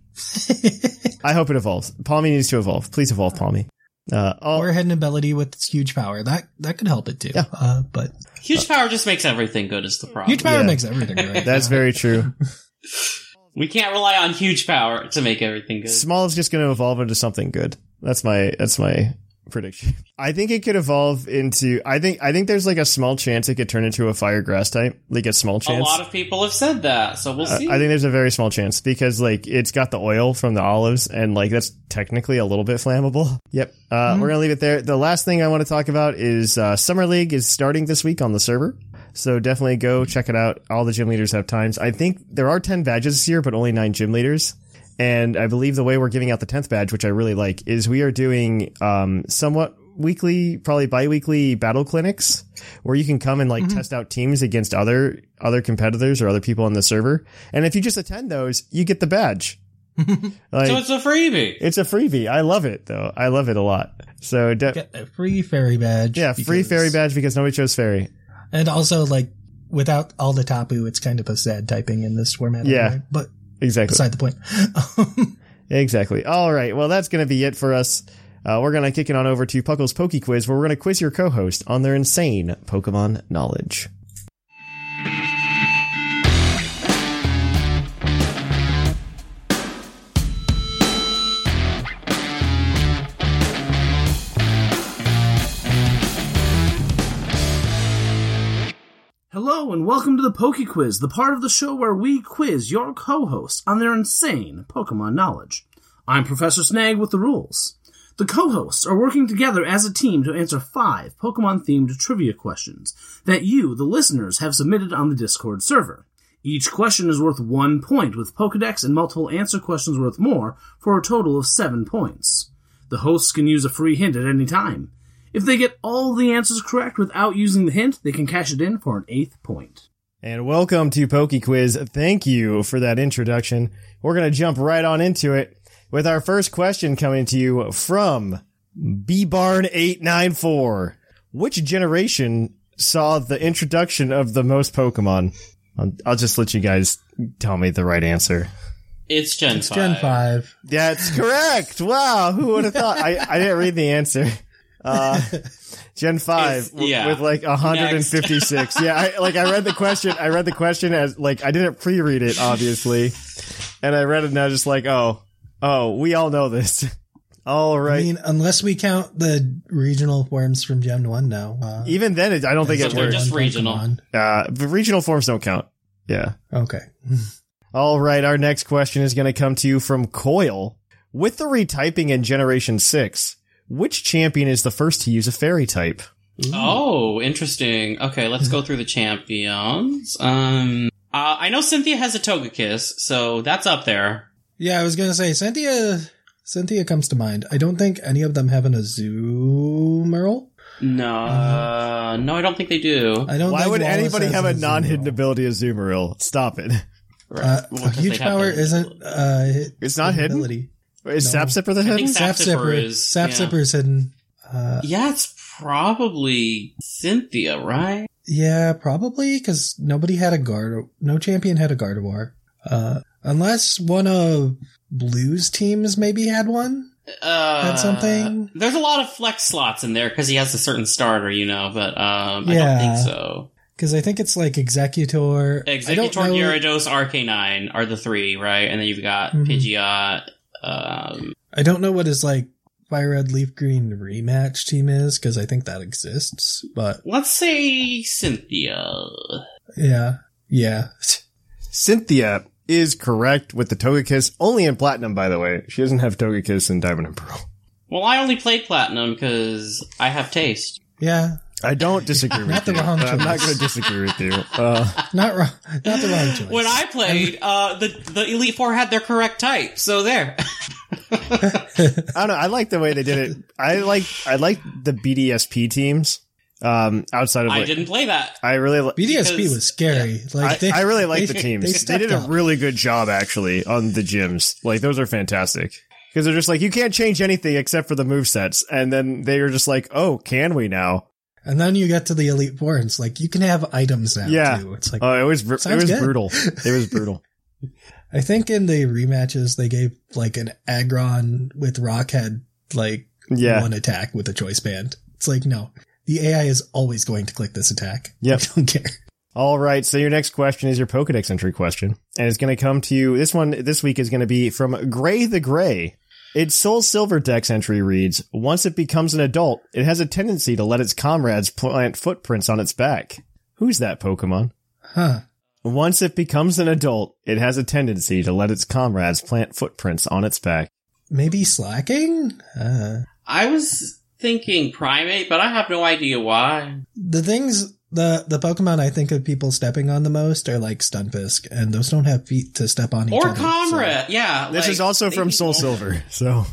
Speaker 1: I hope it evolves. Palmy needs to evolve. Please evolve, Palmy. Uh,
Speaker 4: Or
Speaker 1: oh,
Speaker 4: hidden ability with its huge power that that could help it too. Uh, but
Speaker 3: Huge power just makes everything good. Is the problem?
Speaker 4: huge power
Speaker 1: (laughs) Yeah.
Speaker 4: makes everything right.
Speaker 1: that's very true.
Speaker 3: We can't rely on huge power to make everything good.
Speaker 1: Small is just going to evolve into something good. That's my that's my prediction. I think it could evolve into. I think I think there's like a small chance it could turn into a fire grass type. Like a small
Speaker 3: A
Speaker 1: chance.
Speaker 3: lot of people have said that, so we'll
Speaker 1: Uh,
Speaker 3: see.
Speaker 1: I think there's a very small chance because like it's got the oil from the olives and like that's technically a little bit flammable. (laughs) Yep. Uh,
Speaker 3: Mm-hmm.
Speaker 1: We're gonna leave it there. The last thing I want to talk about is uh, summer league is starting this week on the server, so definitely go check it out. All the gym leaders have times. I think there are ten badges this year, but only nine gym leaders. And I believe the way we're giving out the tenth badge, which I really like, is we are doing um, somewhat weekly, probably bi-weekly battle clinics where you can come and like test out teams against other other competitors or other people on the server. And if you just attend those, you get the badge. like
Speaker 3: so
Speaker 1: it's,
Speaker 3: it's a freebie.
Speaker 1: a freebie. I love it though. I love it a lot. So de-
Speaker 4: Get a free fairy badge.
Speaker 1: yeah, free
Speaker 4: because-
Speaker 1: fairy badge because nobody chose fairy.
Speaker 4: And also, like, without all the tapu, it's kind of a sad typing in this format.
Speaker 1: Yeah.
Speaker 4: anyway, but
Speaker 1: Exactly.
Speaker 4: beside the point. (laughs)
Speaker 1: Exactly. All right. Well, that's going to be it for us. Uh, we're going to kick it on over to Puckle's Poke Quiz, where we're going to quiz your co-host on their insane Pokemon knowledge.
Speaker 6: Hello and welcome to the Poke Quiz, the part of the show where we quiz your co-host on their insane Pokemon knowledge. I'm Professor Snag with the rules. The co-hosts are working together as a team to answer five Pokemon-themed trivia questions that you, the listeners, have submitted on the Discord server. Each question is worth one point, with Pokedex and multiple answer questions worth more, for a total of seven points. The hosts can use a free hint at any time. If they get all the answers correct without using the hint, they can cash it in for an eighth point.
Speaker 1: And welcome to Poke Quiz. Thank you for that introduction. We're going to jump right on into it with our first question coming to you from bbarn894. Which generation saw the introduction of the most Pokemon? I'll, I'll just let you guys tell me the right answer.
Speaker 3: It's Gen
Speaker 4: it's
Speaker 3: 5.
Speaker 4: Gen 5.
Speaker 1: That's correct. Wow. Who would have thought? I, I didn't read the answer. Uh, Gen 5
Speaker 3: It's-
Speaker 1: w-
Speaker 3: yeah.
Speaker 1: with like 156. yeah. I, like I read the question. I read the question as like, I didn't pre read it, obviously. And I read it and I was just like, oh, oh, we all know this. All right.
Speaker 4: I mean, unless we count the regional forms from Gen 1 now. Uh,
Speaker 1: Even then, it, I don't think
Speaker 3: So
Speaker 1: it
Speaker 3: they're
Speaker 1: works.
Speaker 3: just
Speaker 4: Pokemon.
Speaker 3: regional.
Speaker 1: uh, the regional forms don't count. Yeah.
Speaker 4: Okay.
Speaker 1: All right, our next question is going to come to you from Coil. With the retyping in Generation 6, which champion is the first to use a fairy type?
Speaker 3: Oh, interesting. Okay, let's go through the champions. Um, uh, I know Cynthia has a Togekiss, so that's up there.
Speaker 4: Yeah, I was gonna say Cynthia. Cynthia comes to mind. I don't think any of them have an Azumarill.
Speaker 3: No, uh, no, I don't think they do.
Speaker 4: I don't.
Speaker 1: Why
Speaker 4: think
Speaker 1: would
Speaker 4: Wallace
Speaker 1: anybody
Speaker 4: has
Speaker 1: have a
Speaker 4: an Azumarill.
Speaker 1: non-hidden ability as Azumarill? Stop it.
Speaker 4: Uh,
Speaker 3: Well, 'cause
Speaker 4: huge
Speaker 3: they'd have
Speaker 4: power
Speaker 3: to-
Speaker 4: isn't. Uh,
Speaker 1: (laughs) It's not hidden?
Speaker 4: Ability.
Speaker 1: Is
Speaker 4: No.
Speaker 1: Sapsipper the hidden?
Speaker 3: think
Speaker 4: Sap
Speaker 3: Sap Zipper
Speaker 4: Zipper
Speaker 3: is-
Speaker 4: Sap
Speaker 3: yeah.
Speaker 4: Zipper is hidden. Uh,
Speaker 3: Yeah, it's probably Cynthia, right?
Speaker 4: yeah, probably because nobody had a guard. No champion had a Gardevoir. Uh, unless one of Blue's teams maybe had one.
Speaker 3: Uh,
Speaker 4: That's something-
Speaker 3: There's a lot of flex slots in there because he has a certain starter, you know. But um, I don't
Speaker 4: Yeah.
Speaker 3: think so.
Speaker 4: Because I think it's like Executor. I don't
Speaker 3: Executor,
Speaker 4: know-
Speaker 3: Gyarados, Arcanine are the three, right? And then you've got
Speaker 4: Mhm.
Speaker 3: Pidgeot. Um,
Speaker 4: I don't know what his like fire red leaf green rematch team is because I think that exists. But
Speaker 3: let's say Cynthia.
Speaker 4: yeah, yeah, (laughs)
Speaker 1: Cynthia is correct with the Togekiss, only in Platinum, by the way. She doesn't have Togekiss in Diamond and Pearl.
Speaker 3: Well, I only played Platinum because I have taste.
Speaker 4: yeah.
Speaker 1: I don't disagree (laughs) with
Speaker 4: Not the
Speaker 1: you.
Speaker 4: wrong
Speaker 1: but I'm not
Speaker 4: choice.
Speaker 1: going to disagree with (laughs) you. Uh,
Speaker 4: Not wrong. Not the wrong choice.
Speaker 3: When I
Speaker 1: (laughs)
Speaker 3: played, uh, the the Elite Four had their correct type, so there.
Speaker 1: I don't know. I like the way they did it. I like I like the BDSP teams um, outside of
Speaker 3: I
Speaker 1: like,
Speaker 3: didn't play that.
Speaker 1: I really li-
Speaker 4: BDSP was scary.
Speaker 1: I,
Speaker 4: Like they,
Speaker 1: I really like the
Speaker 4: they-
Speaker 1: teams.
Speaker 4: They,
Speaker 1: They,
Speaker 4: stepped
Speaker 1: did a
Speaker 4: up.
Speaker 1: really good job actually on the gyms. Like those are fantastic. Because they're just like you can't change anything except for the move sets, and then they are just like, "Oh, can we now?"
Speaker 4: and then you get to the elite four, and it's like you can have items now.
Speaker 1: Yeah.
Speaker 4: too. it's like
Speaker 1: Oh, it was br- it
Speaker 4: Sounds
Speaker 1: was
Speaker 4: good. (laughs)
Speaker 1: brutal. It was brutal.
Speaker 4: I think in the rematches they gave like an Aggron with Rockhead like
Speaker 1: Yeah.
Speaker 4: one attack with a choice band. It's like no, the AI is always going to click this attack.
Speaker 1: Yep.
Speaker 4: (laughs) I don't care.
Speaker 1: All right. So your next question is your Pokedex entry question, and it's going to come to you. This one this week is going to be from Gray the Gray. Its Soul Silver Dex entry reads: Once it becomes an adult, it has a tendency to let its comrades plant footprints on its back. Who's that Pokemon?
Speaker 4: Huh.
Speaker 1: Once it becomes an adult, it has a tendency to let its comrades plant footprints on its back.
Speaker 4: Maybe slacking? Uh,
Speaker 3: I was thinking primate, but I have no idea why.
Speaker 4: the things, the, the Pokemon I think of people stepping on the most are like Stunfisk, and those don't have feet to step on each
Speaker 3: Or
Speaker 4: other, so-
Speaker 3: comrade, yeah.
Speaker 1: This
Speaker 3: like,
Speaker 1: is also
Speaker 3: they
Speaker 1: from
Speaker 3: can-
Speaker 1: Soul Silver, so
Speaker 3: That part,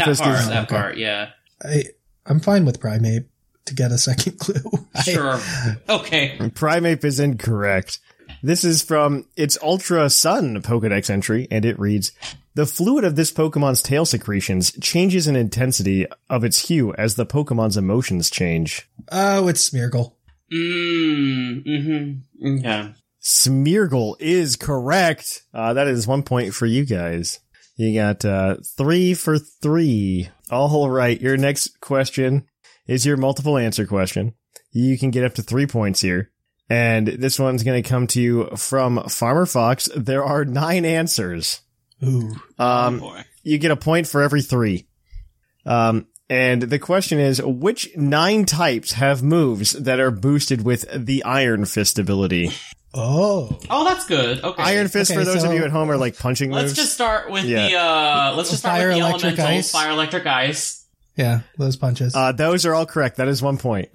Speaker 1: Stunfisk is
Speaker 3: that
Speaker 4: okay.
Speaker 3: part, yeah.
Speaker 4: I, I'm fine with Primate to get a second (laughs) clue. I-
Speaker 1: (laughs)
Speaker 3: Sure. okay.
Speaker 1: Primeape is incorrect. This is from its Ultra Sun Pokedex entry, and it reads The fluid of this Pokemon's tail secretions changes in intensity of its hue as the Pokemon's emotions change.
Speaker 4: oh, it's Smeargle.
Speaker 3: Mm, mm-hmm.
Speaker 1: Um,
Speaker 3: Okay.
Speaker 1: Smeargle is correct. Uh, that is one point for you guys. You got uh, three for three. All right, your next question is your multiple answer question. You can get up to three points here. And this one's going to come to you from Farmer Fox. There are nine answers.
Speaker 4: Ooh.
Speaker 1: Um,
Speaker 3: Oh, Boy.
Speaker 1: you get a point for every three. Um, and the question is, which nine types have moves that are boosted with the Iron Fist ability?
Speaker 4: Oh.
Speaker 3: Oh, that's good. Okay.
Speaker 1: Iron Fist,
Speaker 4: Okay,
Speaker 1: for those
Speaker 4: so-
Speaker 1: of you at home, are like punching
Speaker 3: Let's
Speaker 1: moves.
Speaker 3: just start with
Speaker 1: Yeah.
Speaker 3: the uh let's just start
Speaker 4: Fire,
Speaker 3: with the
Speaker 4: electric,
Speaker 3: elementals,
Speaker 4: ice.
Speaker 3: fire electric ice,
Speaker 4: Yeah, those punches.
Speaker 1: uh, those are all correct. That is one point.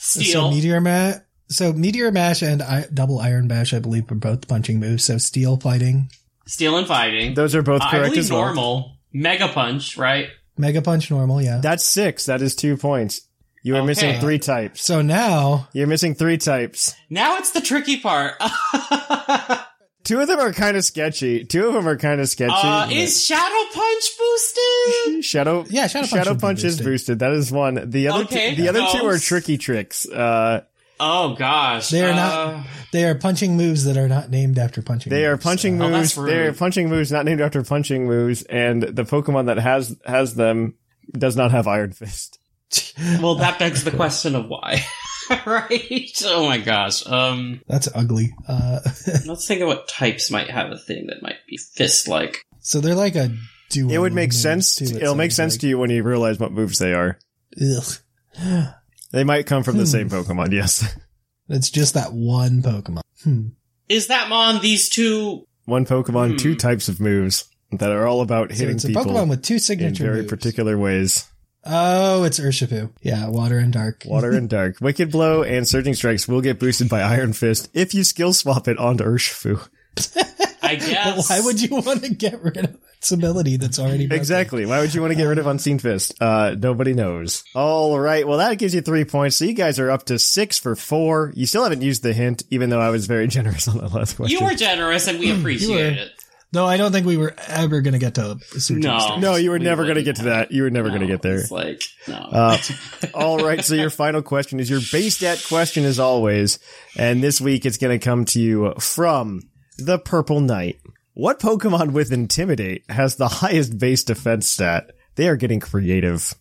Speaker 3: steel.
Speaker 4: So meteor ma So meteor mash and I- double iron bash, I believe, are both punching moves. So steel fighting,
Speaker 3: steel and fighting.
Speaker 1: Those are both
Speaker 3: Uh, I
Speaker 1: correct
Speaker 3: believe
Speaker 1: as well.
Speaker 3: normal. Mega punch, right?
Speaker 4: mega punch, normal. Yeah.
Speaker 1: That's six. That is two points. You are missing
Speaker 3: Okay.
Speaker 1: three types.
Speaker 4: so now
Speaker 1: You're missing three types.
Speaker 3: Now it's the tricky part. (laughs)
Speaker 1: Two of them are kind of sketchy. Two of them are kind of sketchy.
Speaker 3: uh, is shadow punch
Speaker 1: (laughs)
Speaker 3: boosted?
Speaker 1: Shadow,
Speaker 4: Yeah, Shadow Punch should be
Speaker 1: is
Speaker 4: boosted.
Speaker 1: boosted. That is one. The other,
Speaker 3: Okay,
Speaker 1: two, the other two are
Speaker 3: those-
Speaker 1: tricky tricks. Uh,
Speaker 3: Oh gosh,
Speaker 4: They are
Speaker 3: uh,
Speaker 4: not- they are punching moves that are not named after punching.
Speaker 1: They are
Speaker 4: moves.
Speaker 1: punching
Speaker 3: Oh,
Speaker 1: moves.
Speaker 3: that's
Speaker 1: they are
Speaker 3: rude.
Speaker 1: punching moves not named after punching moves, and the Pokemon that has has them does not have Iron Fist.
Speaker 3: Uh, Well, that begs the question of why, (laughs) right? Oh my gosh. Um,
Speaker 4: That's ugly. Uh, (laughs)
Speaker 3: let's think of what types might have a thing that might be fist-like.
Speaker 4: so they're like a duo.
Speaker 1: it would make
Speaker 4: of moves,
Speaker 1: sense.
Speaker 4: too,
Speaker 1: To,
Speaker 4: it
Speaker 1: it'll make sense
Speaker 4: sounds
Speaker 1: to you when you realize what moves they are.
Speaker 4: like. Ugh.
Speaker 1: They might come from the
Speaker 4: Hmm.
Speaker 1: same Pokemon. (laughs) Yes,
Speaker 4: It's just that one Pokemon. Hmm.
Speaker 3: Is that mon these two?
Speaker 1: one Pokemon,
Speaker 3: Hmm.
Speaker 1: two types of moves that are all about
Speaker 4: So
Speaker 1: hitting
Speaker 4: it's a
Speaker 1: people
Speaker 4: Pokemon with two
Speaker 1: in
Speaker 4: signature
Speaker 1: very
Speaker 4: moves.
Speaker 1: particular
Speaker 4: (laughs)
Speaker 1: ways.
Speaker 4: Oh, it's Urshifu. Yeah, water and dark.
Speaker 1: Water and Dark, Wicked Blow, and Surging Strikes will get boosted by Iron Fist if you skill swap it onto Urshifu.
Speaker 3: I
Speaker 1: (laughs)
Speaker 4: But (laughs)
Speaker 3: guess.
Speaker 4: why would you want to get rid of its ability that's already broken?
Speaker 1: Exactly. Why would you want to get rid of Unseen Fist? Uh, nobody knows. All right. Well, that gives you three points. So you guys are up to six for four. You still haven't used the hint, even though I was very (laughs) generous on that last question.
Speaker 3: You were generous, and we appreciate it.
Speaker 4: No, I don't think we were ever going to get to Surgeon
Speaker 3: No,
Speaker 1: no, you were
Speaker 3: We
Speaker 1: never going to
Speaker 3: wouldn't
Speaker 1: get to
Speaker 3: have.
Speaker 1: that. You were never going to
Speaker 3: No,
Speaker 1: get there.
Speaker 3: It's like no.
Speaker 1: Uh, (laughs) all right. So your final question is your base stat question, as always. And this week it's going to come to you from the Purple Knight. What Pokemon with Intimidate has the highest base defense stat? They are getting (laughs) creative.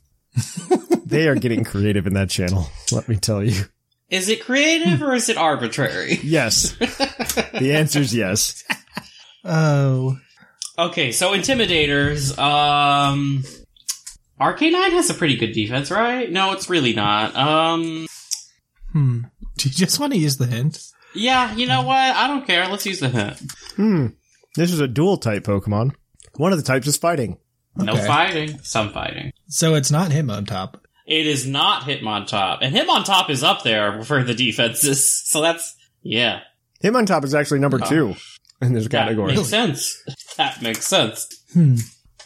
Speaker 1: they are getting creative in that channel. Let me tell you.
Speaker 3: Is it creative or is it arbitrary?
Speaker 1: Yes. the answer is yes.
Speaker 4: Oh,
Speaker 3: Okay, so intimidators. Um, Arcanine has a pretty good defense, right? No, it's really not. Um,
Speaker 4: hmm. (laughs) Do you just want to use the hint?
Speaker 3: yeah, you know what? I don't care. Let's use the hint.
Speaker 1: Hmm. This is a dual type Pokemon. One of the types is fighting.
Speaker 3: No
Speaker 4: Okay.
Speaker 3: fighting, some fighting.
Speaker 4: So it's not him on top.
Speaker 3: It is not Hitmontop, and Hitmontop is up there for the defenses. (laughs) So that's yeah,
Speaker 1: Him on top is actually number
Speaker 3: Oh.
Speaker 1: two in this
Speaker 3: that
Speaker 1: category.
Speaker 3: makes sense. (laughs) That makes sense.
Speaker 4: Hmm.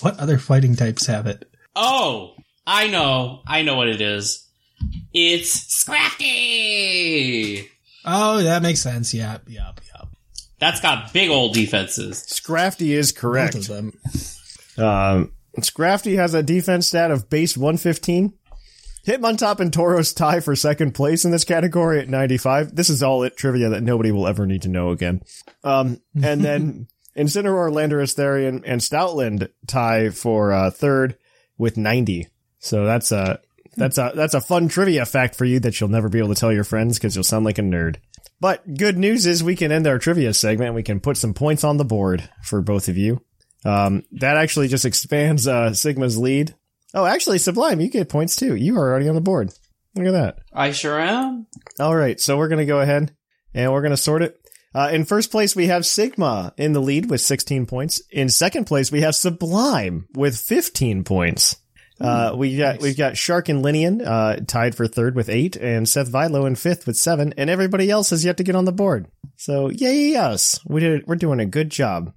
Speaker 4: What other fighting types have it?
Speaker 3: Oh, I know. I know what it is. It's Scrafty!
Speaker 4: Oh, that makes sense. Yep, yep, yep.
Speaker 3: That's got big old defenses.
Speaker 1: Scrafty is
Speaker 4: Both
Speaker 1: correct.
Speaker 4: of them.
Speaker 1: Um, Scrafty has a defense stat of base 115. Hitmontop and Tauros tie for second place in this category at 95. This is all it trivia that nobody will ever need to know again. Um, and then Incineroar, Landorus, Therian, and Stoutland tie for uh, third with 90. So that's a that's a that's a fun trivia fact for you that you'll never be able to tell your friends because you'll sound like a nerd. But good news is we can end our trivia segment. We can put some points on the board for both of you. Um, that actually just expands uh, Sigma's lead. Oh, actually, Sublime, you get points too. You are already on the board. Look at that.
Speaker 3: I sure am.
Speaker 1: All right, so we're going to go ahead and we're going to sort it. Uh, in first place, we have Sigma in the lead with 16 points. In second place, we have Sublime with 15 points. Uh, we got we've got Shark and Linian uh, tied for third with eight, and Seth Vilo in fifth with seven, and everybody else has yet to get on the board. So yay us! We did we're doing a good job.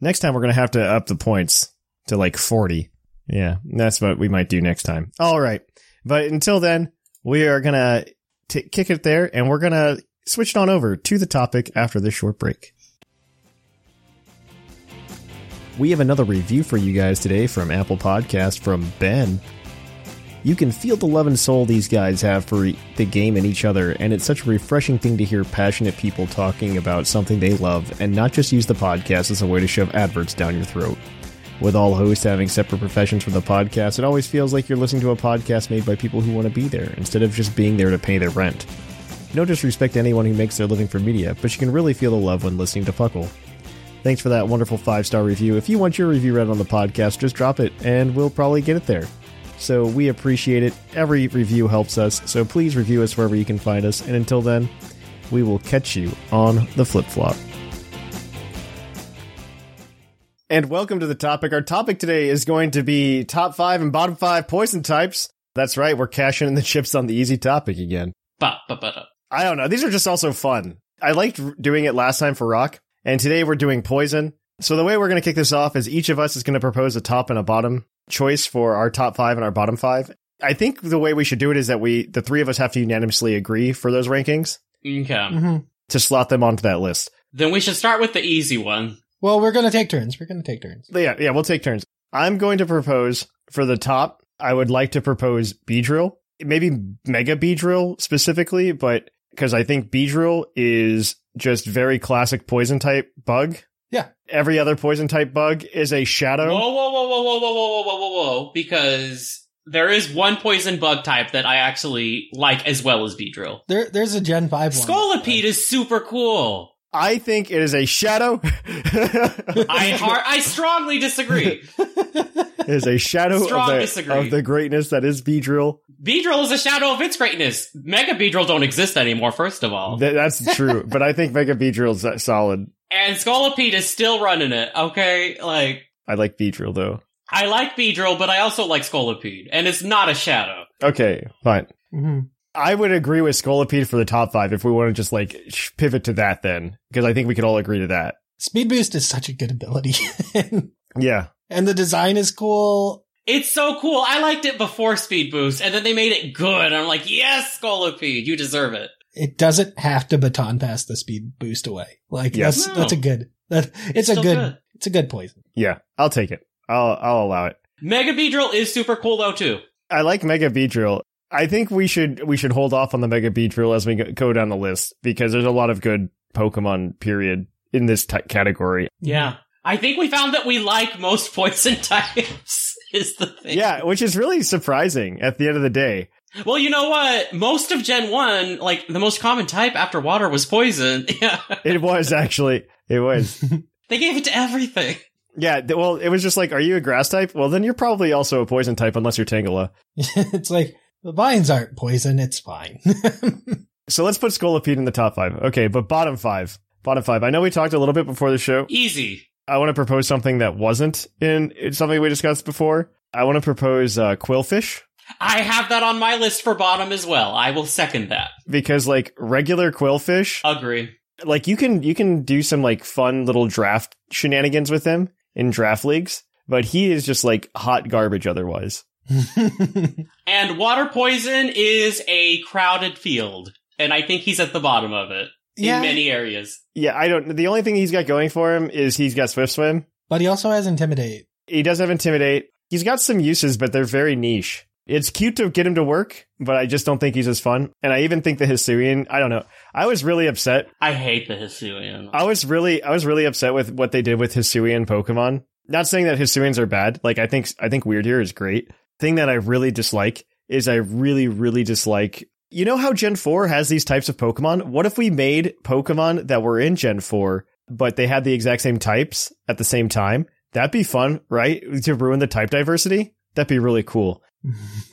Speaker 1: Next time we're gonna have to up the points to like 40. Yeah, that's what we might do next time. All right, but until then, we are gonna t- kick it there, and we're gonna switch it on over to the topic after this short break. We have another review for you guys today from Apple Podcast from Ben. You can feel the love and soul these guys have for e- the game and each other, and it's such a refreshing thing to hear passionate people talking about something they love and not just use the podcast as a way to shove adverts down your throat. With all hosts having separate professions from the podcast, it always feels like you're listening to a podcast made by people who want to be there instead of just being there to pay their rent. No disrespect to anyone who makes their living for media, but you can really feel the love when listening to Puckle. Thanks for that wonderful five star review. If you want your review read on the podcast, just drop it and we'll probably get it there. So we appreciate it. Every review helps us. So please review us wherever you can find us. And until then, we will catch you on the flip flop. And welcome to the topic. Our topic today is going to be top five and bottom five poison types. That's right, we're cashing in the chips on the easy topic again.
Speaker 3: Ba, ba, ba, da.
Speaker 1: I don't know. These are just also fun. I liked r- doing it last time for rock, and today we're doing poison. So the way we're going to kick this off is each of us is going to propose a top and a bottom choice for our top five and our bottom five. I think the way we should do it is that we, the three of us, have to unanimously agree for those rankings
Speaker 3: Okay.
Speaker 2: Mm-hmm.
Speaker 1: to slot them onto that list.
Speaker 3: Then we should start with the easy one.
Speaker 4: Well, we're gonna take turns. We're gonna take turns.
Speaker 1: Yeah, yeah, we'll take turns. I'm going to propose for the top. I would like to propose Beedrill, maybe Mega Beedrill specifically, but because I think Beedrill is just very classic poison type bug.
Speaker 4: Yeah.
Speaker 1: Every other poison type bug is a shadow.
Speaker 3: Whoa, whoa, whoa, whoa, whoa, whoa, whoa, whoa, whoa, whoa, whoa. Because there is one poison bug type that I actually like as well as Beedrill.
Speaker 4: There, there's a Gen Five one.
Speaker 3: Scolipede is super cool.
Speaker 1: I think it is a
Speaker 3: (laughs)
Speaker 1: shadow. it
Speaker 3: I har- I strongly disagree.
Speaker 1: is a shadow of
Speaker 3: Strong
Speaker 1: the,
Speaker 3: disagree.
Speaker 1: of the greatness that is Beedrill.
Speaker 3: Beedrill is a shadow of its greatness. Mega Beedrill don't exist anymore, first of all.
Speaker 1: Th- that's true, but I think Mega Beedrill's that solid.
Speaker 3: and Scolipede is still running it, okay? Like,
Speaker 1: I like Beedrill though.
Speaker 3: I like Beedrill, but I also like Scolipede, and it's not a shadow.
Speaker 1: Okay, fine.
Speaker 4: hmm
Speaker 1: I would agree with Scolipede for the top five if we want to just like sh- pivot to that then, because I think we could all agree to that.
Speaker 4: Speed boost is such a good ability, (laughs) and,
Speaker 1: Yeah.
Speaker 4: the design is cool.
Speaker 3: It's so cool. I liked it before Speed Boost, and then they made it good. I'm like, yes, Scolipede, you deserve it.
Speaker 4: It doesn't have to baton pass the speed boost away. Like
Speaker 1: Yes.
Speaker 4: that's
Speaker 3: No.
Speaker 4: that's a good. That it's, a
Speaker 3: still
Speaker 4: good,
Speaker 3: good.
Speaker 4: It's a good poison. (laughs)
Speaker 1: Yeah. I'll take it. I'll, I'll allow it.
Speaker 3: Mega Beedrill is super cool though too.
Speaker 1: I like Mega Beedrill. I think we should, we should hold off on the Mega Beedrill as we go- go down the list because there's a lot of good Pokemon period in this t- category.
Speaker 3: Yeah. I think we found that we like most (laughs) poison types is the thing.
Speaker 1: Yeah. Which is really surprising at the end of the day.
Speaker 3: Well, you know what? Most of Gen 1, like the most common type after water was poison. (laughs) Yeah.
Speaker 1: It was actually, it was.
Speaker 3: They gave it to everything.
Speaker 1: Yeah. th- Well, it was just like, are you a grass type? Well, then you're probably also a poison type unless you're Tangela.
Speaker 4: it's like the vines aren't poison. It's fine. (laughs)
Speaker 1: So let's put Scolipede in the top five. Okay, but bottom five. Bottom five. I know we talked a little bit before the show.
Speaker 3: Easy.
Speaker 1: I want to propose something that wasn't in it's something we discussed before. I want to propose uh, Quillfish
Speaker 3: I have that on my list for bottom as well. I will second that.
Speaker 1: because like regular Quillfish,
Speaker 3: Agree.
Speaker 1: like you can you can do some like fun little draft shenanigans with him in draft leagues, but he is just like hot garbage otherwise.
Speaker 3: And water poison is a crowded field. And I think he's at the bottom of it in many areas.
Speaker 1: Yeah, I don't. The only thing he's got going for him is he's got Swift Swim.
Speaker 4: but he also has intimidate. (laughs)
Speaker 1: He does have intimidate. He's got some uses, but they're very niche. It's cute to get him to work, but I just don't think he's as fun. And I even think the Hisuian, I don't know. I was really upset.
Speaker 3: I hate the Hisuian.
Speaker 1: I was really I was really upset with what they did with Hisuian Pokemon. Not saying that Hisuians are bad. Like I think I think Weird here is great. Thing that I really dislike is I really, really dislike You know how Gen 4 has these types of Pokemon? What if we made Pokemon that were in Gen 4, but they had the exact same types at the same time? That'd be fun, right? To ruin the type diversity? That'd be really cool.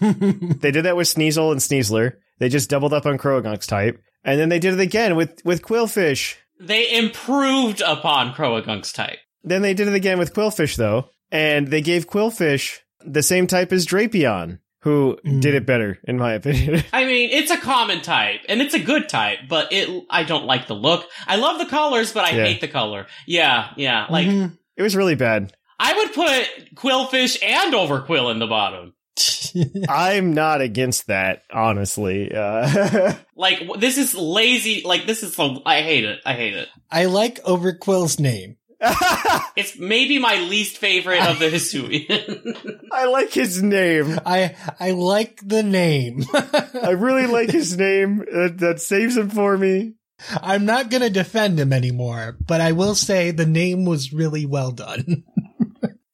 Speaker 1: they did that with Sneasel and Sneasler. They just doubled up on Croagunk's type. And then they did it again with, with Quillfish.
Speaker 3: They improved upon Croagunk's type.
Speaker 1: Then they did it again with Quillfish, though. And they gave Quillfish the same type as Drapion, who
Speaker 4: Hmm.
Speaker 1: did it better, in my (laughs) opinion.
Speaker 3: I mean, it's a common type, and it's a good type, but it I don't like the look. I love the colors, but I
Speaker 1: Yeah. Mm-hmm.
Speaker 3: hate the color. Yeah, yeah. Like
Speaker 4: Mhm.
Speaker 1: it was really bad.
Speaker 4: (laughs)
Speaker 3: I would put Quillfish and Overquill in the bottom.
Speaker 1: I'm not against that, honestly. Uh, (laughs)
Speaker 3: Like w- this is lazy. Like this is so. I hate it. I hate it.
Speaker 4: I like Overquill's name.
Speaker 1: I
Speaker 3: It's maybe my least favorite
Speaker 1: (laughs)
Speaker 3: of the Hisuian. (laughs)
Speaker 1: like his name.
Speaker 4: I I like the name. (laughs)
Speaker 1: I really like his name. That, that saves him for me.
Speaker 4: I'm not gonna defend him anymore, but I will say the name was really well done. (laughs)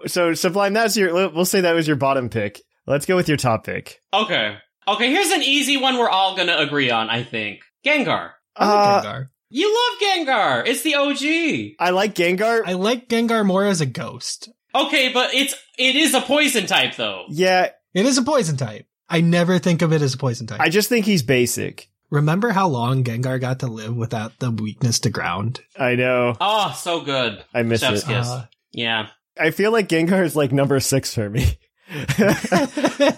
Speaker 1: So Sublime, that's your. We'll say that was your bottom pick. Let's go with your top pick.
Speaker 3: okay. Okay. Here's an easy one we're all gonna agree on. I think Gengar.
Speaker 1: Uh,
Speaker 4: Gengar.
Speaker 3: You love Gengar. It's the OG.
Speaker 1: I like Gengar.
Speaker 4: I like Gengar more as a ghost.
Speaker 3: Okay, but it's it is a poison type though.
Speaker 1: yeah,
Speaker 4: It is a poison type. I never think of it as a poison type.
Speaker 1: I just think he's basic.
Speaker 4: Remember how long Gengar got to live without the weakness to ground?
Speaker 1: I know.
Speaker 3: Oh, so good.
Speaker 1: I miss
Speaker 3: Chef's
Speaker 1: it.
Speaker 3: kiss. Yeah.
Speaker 1: I feel like Gengar is like number six for me. (laughs)
Speaker 4: Uh,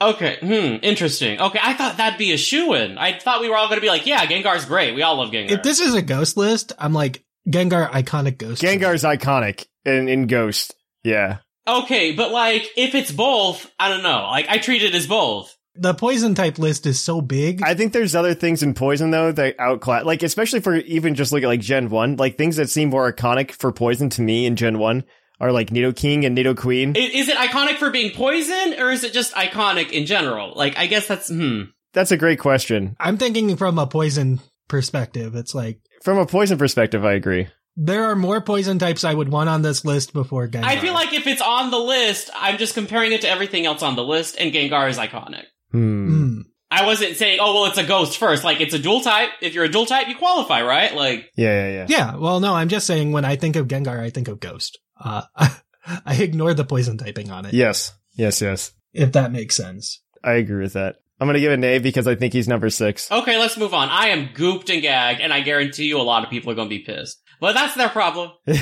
Speaker 3: Okay. Hmm. Interesting. Okay. I thought that'd be a shoe in. I thought we were all going to be like, yeah, Gengar's great. We all love Gengar.
Speaker 4: if this is a ghost list, I'm like Gengar iconic ghost.
Speaker 1: Gengar's iconic in, in Ghost. Yeah.
Speaker 3: okay. But like, if it's both, I don't know. Like, I treat it as both.
Speaker 4: The poison type list is so big.
Speaker 1: I think there's other things in Poison though that outclass, like especially for even just look at like Gen One, like things that seem more iconic for Poison to me in Gen One are like Nido King and Nido Queen.
Speaker 3: I- Is it iconic for being poison or is it just iconic in general? Like, I guess that's, hmm.
Speaker 1: That's a great question.
Speaker 4: I'm thinking from a poison perspective. It's like
Speaker 1: From a Poison perspective, I agree.
Speaker 4: there are more poison types I would want on this list before Gengar.
Speaker 3: I feel like if it's on the list, I'm just comparing it to everything else on the list and Gengar is iconic.
Speaker 1: Hmm.
Speaker 4: Mm.
Speaker 3: I wasn't saying, oh, well, it's a ghost first. Like, it's a dual type. If you're a dual type, you qualify, right? Like,
Speaker 1: Yeah, yeah, yeah.
Speaker 4: Yeah, well, no, I'm just saying when I think of Gengar, I think of Ghost. Uh, (laughs) I ignore the poison typing on it,
Speaker 1: Yes, yes, yes.
Speaker 4: if that makes sense.
Speaker 1: I agree with that. I'm gonna give it an A because I think he's number six. (laughs)
Speaker 3: Okay, let's move on. I am gooped and gagged, and I guarantee you a lot of people are going to be pissed. But that's their problem.
Speaker 1: they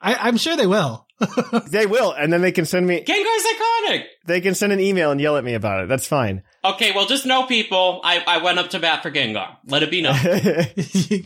Speaker 4: I, I'm sure they will. (laughs)
Speaker 1: will, and then they can send me.
Speaker 3: Gengar's iconic!
Speaker 1: They can send an email and yell at me about it. That's fine. (laughs)
Speaker 3: Okay, well, just know, people, I, I went up to bat for Gengar. Let it be known.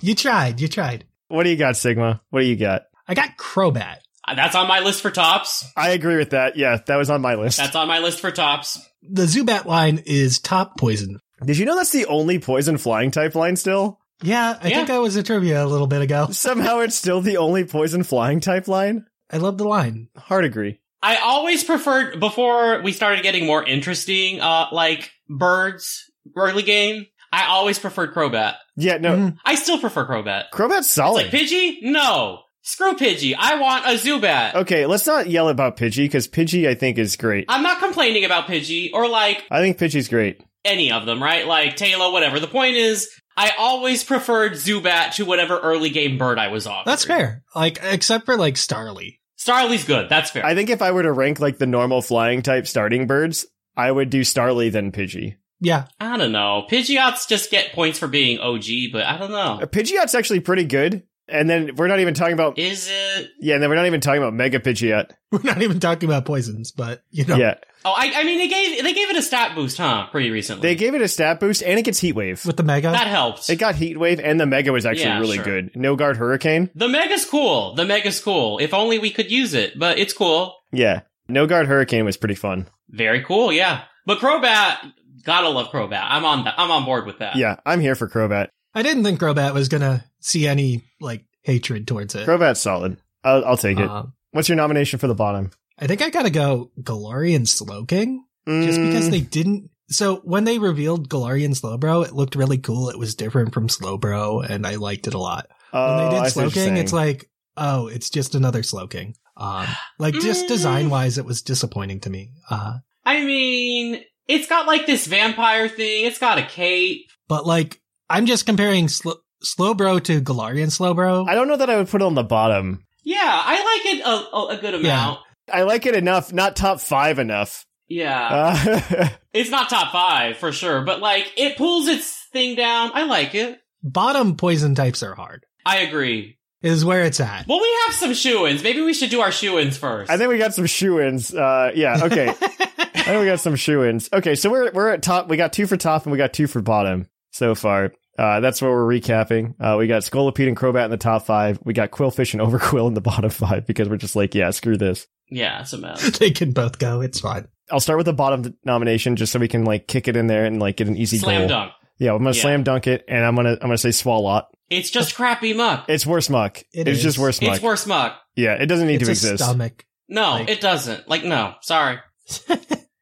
Speaker 4: you tried, you tried.
Speaker 1: what do you got, Sigma? What do you got?
Speaker 4: I got Crobat.
Speaker 3: that's on my list for tops.
Speaker 1: I agree with that. Yeah, that was on my list.
Speaker 3: That's on my list for tops.
Speaker 4: The Zubat line is top poison.
Speaker 1: Did you know that's the only poison flying type line still?
Speaker 4: Yeah, I
Speaker 3: Yeah.
Speaker 4: think that was a trivia a little bit ago.
Speaker 1: Somehow it's still the only poison flying type line?
Speaker 4: I love the line.
Speaker 1: Hard agree.
Speaker 3: I always preferred, before we started getting more interesting, uh, like, birds early game, I always preferred Crobat.
Speaker 1: Yeah, no.
Speaker 4: Mhm.
Speaker 3: I still prefer Crobat.
Speaker 1: Crobat's
Speaker 3: It's
Speaker 1: solid.
Speaker 3: like, Pidgey? No. Screw Pidgey. I want a Zubat.
Speaker 1: okay, let's not yell about Pidgey because Pidgey I think is great.
Speaker 3: I'm not complaining about Pidgey or like
Speaker 1: I think Pidgey's great.
Speaker 3: any of them, right? Like Taylor, whatever. The point is, I always preferred Zubat to whatever early game bird I was on.
Speaker 4: That's fair. Like, except for like Starly.
Speaker 3: Starly's good. That's fair.
Speaker 1: I think if I were to rank like the normal flying type starting birds, I would do Starly then Pidgey.
Speaker 4: Yeah. (laughs)
Speaker 3: I don't know. Pidgeots just get points for being OG, but I don't
Speaker 1: Uh,
Speaker 3: know.
Speaker 1: Pidgeot's actually pretty good. And then we're not even talking about
Speaker 3: Is it?
Speaker 1: yeah, and then we're not even talking about Mega Pidgeot.
Speaker 4: We're not even talking about poisons, but you know.
Speaker 1: Yeah.
Speaker 3: Oh, I, I mean, they gave they gave it a stat boost, huh? Pretty recently.
Speaker 1: They gave it a stat boost and it gets Heat Wave.
Speaker 4: With the Mega.
Speaker 3: that helped.
Speaker 1: It got Heat Wave and the Mega was actually
Speaker 3: Yeah,
Speaker 1: really
Speaker 3: sure.
Speaker 1: good. No Guard Hurricane.
Speaker 3: the mega's cool. The mega's cool. If only we could use it, but it's cool.
Speaker 1: Yeah. No Guard Hurricane was pretty fun.
Speaker 3: Very cool. Yeah. But Crobat, gotta love Crobat. I'm on that. I'm on board with that.
Speaker 1: Yeah, I'm here for Crobat.
Speaker 4: I didn't think Crobat was gonna see any like hatred towards it.
Speaker 1: Crobat's solid. I'll, I'll take it.
Speaker 4: Um,
Speaker 1: What's your nomination for the bottom?
Speaker 4: I think I gotta go Galarian Slowking. Just because
Speaker 1: Mm,
Speaker 4: they didn't so when they revealed Galarian Slowbro, it looked really cool. It was different from Slowbro, and I liked it a lot. when
Speaker 1: oh,
Speaker 4: they
Speaker 1: I
Speaker 4: did
Speaker 1: see what you're
Speaker 4: Slowking, it's
Speaker 1: saying.
Speaker 4: like, oh, it's just another Slowking. Um, like just
Speaker 3: Mm.
Speaker 4: design wise, it was disappointing to me. Uh,
Speaker 3: I mean, It's got like this vampire thing. It's got a cape.
Speaker 4: But like, I'm just comparing Slo- Slowbro to Galarian Slowbro.
Speaker 1: I don't know that I would put it on the bottom.
Speaker 3: Yeah, I like it a, a, a good amount.
Speaker 1: I like it enough, not top five enough.
Speaker 3: Yeah.
Speaker 1: Uh, (laughs)
Speaker 3: it's not top five for sure, but like it pulls its thing down. I like it.
Speaker 4: Bottom poison types are hard.
Speaker 3: I agree.
Speaker 4: Is where it's at.
Speaker 3: Well, we have some shoe ins. Maybe we should do our shoe ins first.
Speaker 1: I think we got some shoe ins. Uh, yeah, okay. I think we got some shoe ins. Okay, so we're we're at top. We got two for top and we got two for bottom so far. Uh, that's what we're recapping. Uh, we got Scolipede and Crobat in the top five. We got Quillfish and Overquill in the (laughs) bottom five because we're just like, yeah, screw this.
Speaker 3: yeah, it's a
Speaker 4: (laughs)
Speaker 3: mess.
Speaker 4: they can both go. It's fine.
Speaker 1: I'll start with the bottom nomination just so we can like kick it in there and like get an easy
Speaker 3: Slam
Speaker 1: goal.
Speaker 3: dunk.
Speaker 1: Yeah, I'm gonna
Speaker 3: Yeah.
Speaker 1: slam dunk it, and I'm gonna I'm gonna say Swalot.
Speaker 3: It's just crappy muck.
Speaker 1: It's worse muck.
Speaker 4: It
Speaker 1: it's
Speaker 4: is.
Speaker 1: just worse muck.
Speaker 3: It's worse muck.
Speaker 1: yeah, it doesn't need
Speaker 4: it's
Speaker 1: to
Speaker 4: a
Speaker 1: exist.
Speaker 4: stomach.
Speaker 3: No,
Speaker 4: Like-
Speaker 3: it doesn't. Like, no, sorry.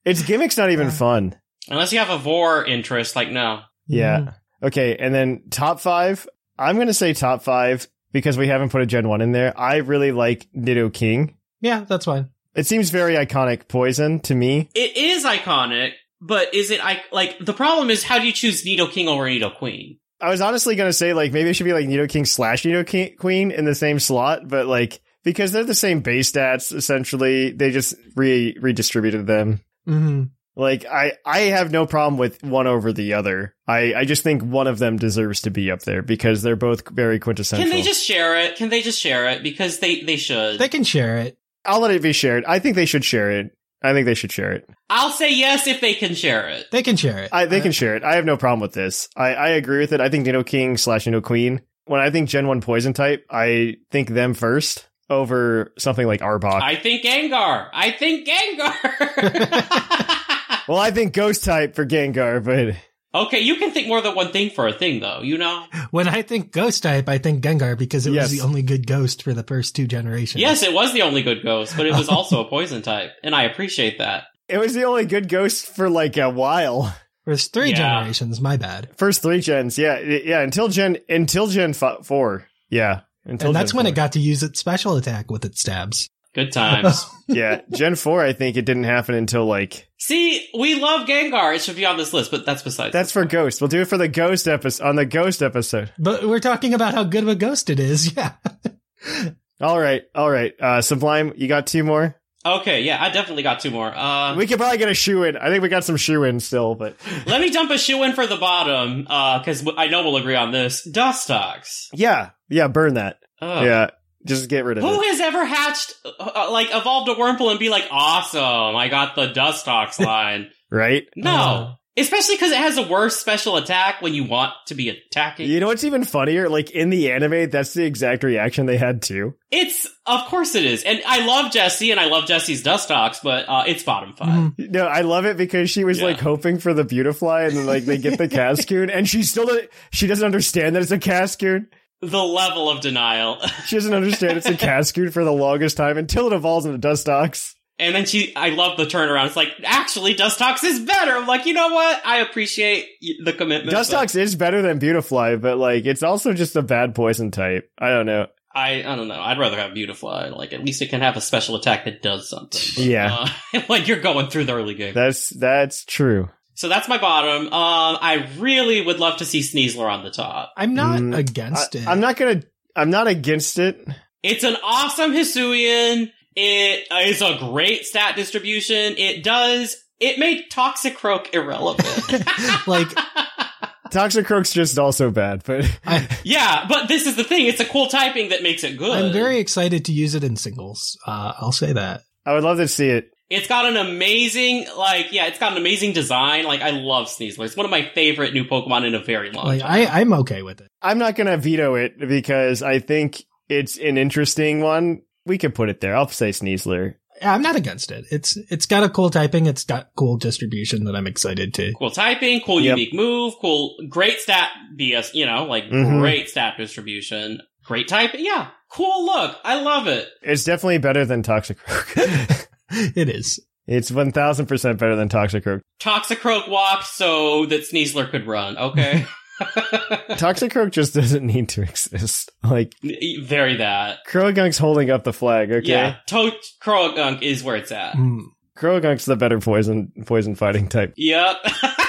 Speaker 1: Its gimmick's not even
Speaker 4: Yeah.
Speaker 1: fun.
Speaker 3: Unless you have a vor interest, like, no.
Speaker 1: Yeah.
Speaker 4: Mm-hmm. Mm.
Speaker 1: Okay, and then top five. I'm gonna say top five because we haven't put a Gen One in there. I really like Nido King.
Speaker 4: Yeah, that's fine.
Speaker 1: It seems very iconic poison to me.
Speaker 3: It is iconic, but is it, I- like, the problem is how do you choose Needle King over Needle Queen?
Speaker 1: I was honestly gonna say like maybe it should be like Nido King slash Nido King- Queen in the same slot, but like because they're the same base stats essentially, they just re redistributed them.
Speaker 4: hmm
Speaker 1: Like I, I have no problem with one over the other. I, I just think one of them deserves to be up there because they're both very quintessential.
Speaker 3: Can they just share it? Can they just share it? Because they, they should.
Speaker 4: They can share it.
Speaker 1: I'll let it be shared. I think they should share it. I think they should share it.
Speaker 3: I'll say yes if they can share it.
Speaker 4: They can share it.
Speaker 1: I they can share it. I have no problem with this. I, I agree with it. I think Nino King slash Nino Queen. When I think Gen One Poison type, I think them first over something like Arbok.
Speaker 3: I think Gengar. I think Gengar.
Speaker 1: well, I think Ghost type for Gengar, but
Speaker 3: okay, you can think more than one thing for a thing, though. You know.
Speaker 4: When I think ghost type, I think Gengar because it
Speaker 1: Yes.
Speaker 4: was the only good ghost for the first two generations.
Speaker 3: Yes, it was the only good ghost, but it was also a poison type, and I appreciate that.
Speaker 1: it was the only good Ghost for like a while.
Speaker 4: There's three
Speaker 3: Yeah.
Speaker 4: generations, my bad.
Speaker 1: First three gens, yeah, i- yeah. Until Gen until Gen f- four, yeah. Until
Speaker 4: and that's
Speaker 1: Gen
Speaker 4: when
Speaker 1: four.
Speaker 4: it got to use its special attack with its stabs.
Speaker 3: Good times.
Speaker 4: (laughs)
Speaker 1: yeah, Gen four. I think it didn't happen until like
Speaker 3: See, we love Gengar. It should be on this list, but that's besides.
Speaker 1: that's for Ghost. We'll do it for the Ghost episode on the Ghost episode.
Speaker 4: But we're talking about how good of a ghost it is. (laughs) Yeah.
Speaker 1: All right, all right. Uh, Sublime, you got two more.
Speaker 3: okay, yeah, I definitely got two more. Uh,
Speaker 1: We could probably get a shoe in. I think we got some shoe in still,
Speaker 3: (laughs)
Speaker 1: but
Speaker 3: let me dump a shoe in for the bottom, because w I I know we'll agree on this. Dustox.
Speaker 1: yeah, yeah. Burn that.
Speaker 3: Ugh.
Speaker 1: Yeah, just get rid of
Speaker 3: Who
Speaker 1: it.
Speaker 3: has ever hatched, uh, uh, like, evolved a Wurmple and be like, awesome, I got the
Speaker 1: (laughs)
Speaker 3: Dustox line?
Speaker 1: Right.
Speaker 3: No.
Speaker 4: Uh.
Speaker 3: Especially because it has a worse special attack when you want to be attacking.
Speaker 1: You know what's even funnier? Like in the anime, that's the exact reaction they had too.
Speaker 3: It's, of course it is. And I love Jesse and I love Jesse's Dustox, but uh, it's bottom 5
Speaker 4: Mhm.
Speaker 1: No, I love it because she was
Speaker 3: Yeah.
Speaker 1: like hoping for the Beautifly, and then like they
Speaker 3: (laughs)
Speaker 1: get the Cascoon, and she still doesn't, she doesn't understand that it's a Cascoon.
Speaker 3: The level of denial. (laughs)
Speaker 1: She doesn't understand it's a Cascoon for the longest time until it evolves into Dustox.
Speaker 3: and then she, I love the turnaround. It's like, actually, Dustox is better. I'm like, you know what? I appreciate y- the commitment.
Speaker 1: Dustox is better than Beautifly, but like it's also just a bad poison type. I don't know.
Speaker 3: but I, I don't know. I'd rather have Beautifly. Like, at least it can have a special attack that does something. But,
Speaker 1: Yeah.
Speaker 3: uh, (laughs) like, you're going through the early game.
Speaker 1: That's that's true.
Speaker 3: So that's my bottom. Um, I really would love to see Sneasler on the top.
Speaker 4: I'm not
Speaker 1: Mm,
Speaker 4: against it.
Speaker 1: I, am not (laughs) gonna. I'm not against it.
Speaker 3: It's an awesome Hisuian. It is a great stat distribution. It does. It made Toxicroak
Speaker 4: (laughs)
Speaker 3: irrelevant.
Speaker 4: (laughs) like
Speaker 1: Toxicroak's just also bad, but (laughs)
Speaker 4: I,
Speaker 3: yeah, but this is the thing. It's a cool typing that makes it good.
Speaker 4: I'm very excited to use it in singles. Uh, I'll say that.
Speaker 1: I would love to see it.
Speaker 3: It's got an amazing, like, yeah, it's got an amazing design. Like, I love Sneasler. It's one of my favorite new Pokemon in a very long
Speaker 4: Like
Speaker 3: time.
Speaker 4: I, I'm okay with it.
Speaker 1: I'm not gonna veto it because I think it's an interesting one. We could put it there. I'll say Sneasler.
Speaker 4: I'm not against it. It's it's got a cool typing. It's got cool distribution that I'm excited to. (laughs)
Speaker 3: Cool typing, cool
Speaker 1: Yep.
Speaker 3: unique move, cool, great stat BS, you know, like,
Speaker 1: Mhm.
Speaker 3: great stat distribution, great type. Yeah, cool look. I love it.
Speaker 1: It's definitely better than Toxicroak. (laughs)
Speaker 4: It is.
Speaker 1: it's one thousand percent better than Toxicroak.
Speaker 3: Toxicroak walked so that Sneasler could
Speaker 1: (laughs)
Speaker 3: run. Okay. (laughs)
Speaker 1: Toxicroak just doesn't need to (laughs) exist. Like
Speaker 3: Very that.
Speaker 1: Croagunk's holding up the flag. Okay,
Speaker 3: Yeah. Toad Croagunk is where it's at.
Speaker 4: Mm.
Speaker 1: Croagunk's the better poison poison fighting type.
Speaker 3: Yep. (laughs)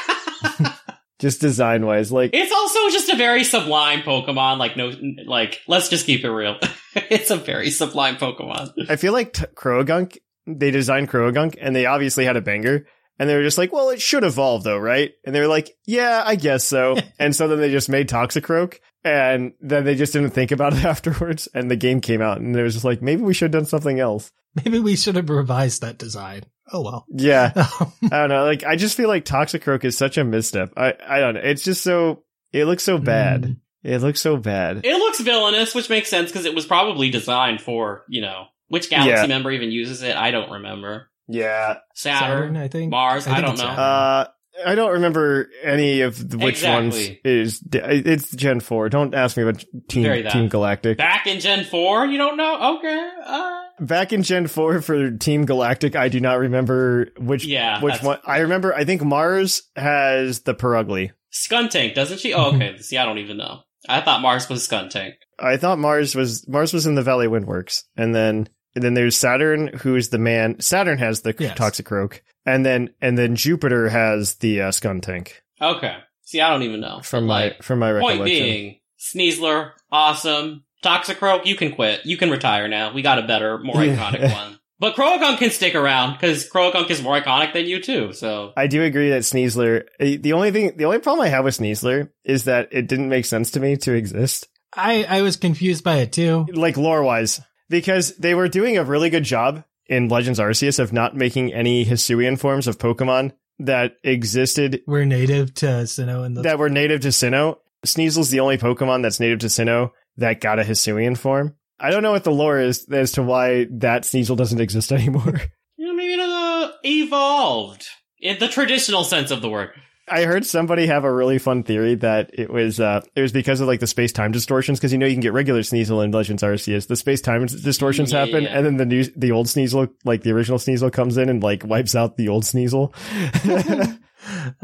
Speaker 1: Just design wise. Like
Speaker 3: it's also just a very sublime Pokemon. Like no, like let's just keep it real. (laughs) it's a very sublime Pokemon.
Speaker 1: I feel like t- Croagunk, they designed Croagunk and they obviously had a banger. And they were just like, well, it should evolve though, right? And they were like, yeah, I guess so. and so then they just made Toxicroak and then they just didn't think about it (laughs) afterwards. And the game came out and it was just like, maybe we should have done something else.
Speaker 4: Maybe we should have revised that design. Oh well. (laughs)
Speaker 1: Yeah.
Speaker 4: Oh,
Speaker 1: I don't know. Like, I just feel like Toxicroak is such a misstep. I, I don't know. It's just so, it looks so bad.
Speaker 4: Mm.
Speaker 1: It looks so bad.
Speaker 3: It looks villainous, which makes sense because it was probably designed for you know which galaxy
Speaker 1: Yeah.
Speaker 3: member even uses it. I don't remember.
Speaker 1: yeah.
Speaker 3: Saturn,
Speaker 4: I think.
Speaker 3: Mars. I,
Speaker 4: think
Speaker 3: don't
Speaker 4: it's
Speaker 3: know.
Speaker 4: Saturn.
Speaker 1: Uh, I don't remember any of the, which ones
Speaker 3: Exactly.
Speaker 1: is. It's Gen Four. Don't ask me about
Speaker 3: Very
Speaker 1: Team
Speaker 3: that.
Speaker 1: Team Galactic.
Speaker 3: Back in Gen Four, you don't know? Okay. Uh,
Speaker 1: Back in Gen Four for Team Galactic, I do not remember which.
Speaker 3: Yeah,
Speaker 1: which
Speaker 3: that's-
Speaker 1: one? I remember. I think Mars has the Perugly.
Speaker 3: Skuntank, doesn't she?
Speaker 1: Mm-hmm.
Speaker 3: Oh, okay. See, I don't even know. I thought Mars was Skuntank.
Speaker 1: I thought Mars was Mars was in the Valley Windworks, and then and then there's Saturn, who's the man. Saturn has the
Speaker 4: Yes.
Speaker 1: Toxicroak, and then and then Jupiter has the uh, Skuntank.
Speaker 3: Okay. See, I don't even know.
Speaker 1: From
Speaker 3: But,
Speaker 1: my
Speaker 3: like,
Speaker 1: from my
Speaker 3: point
Speaker 1: recollection,
Speaker 3: being, Sneasler, awesome. Toxicroak, you can quit. You can retire now. We got a better, more
Speaker 1: Yeah. (laughs)
Speaker 3: iconic one. But Croagunk can stick around because Croagunk is more iconic than you too. So
Speaker 1: I do agree that Sneasler. eh, The only thing, the only problem I have with Sneasler is that it didn't make sense to me to exist,
Speaker 4: I I was confused by it too.
Speaker 1: like lore wise, because they were doing a really good job in Legends Arceus of not making any Hisuian forms of Pokemon that existed
Speaker 4: We're native to Sinnoh and the
Speaker 1: that were native to Sinnoh. Sneasel's the only Pokemon that's native to Sinnoh that got a Hisuian form. I don't know what the lore is as to why that Sneasel doesn't exist (laughs) anymore.
Speaker 3: you know, maybe it uh, evolved in the traditional sense of the word.
Speaker 1: I heard somebody have a really fun theory that it was uh, it was because of like the space time distortions because you know you can get regular Sneasel in Legends Arceus. The space time distortions
Speaker 3: Yeah,
Speaker 1: happen,
Speaker 3: yeah.
Speaker 1: and then the new the old Sneasel like the original Sneasel comes in and like wipes out the old
Speaker 3: (laughs)
Speaker 1: Sneasel.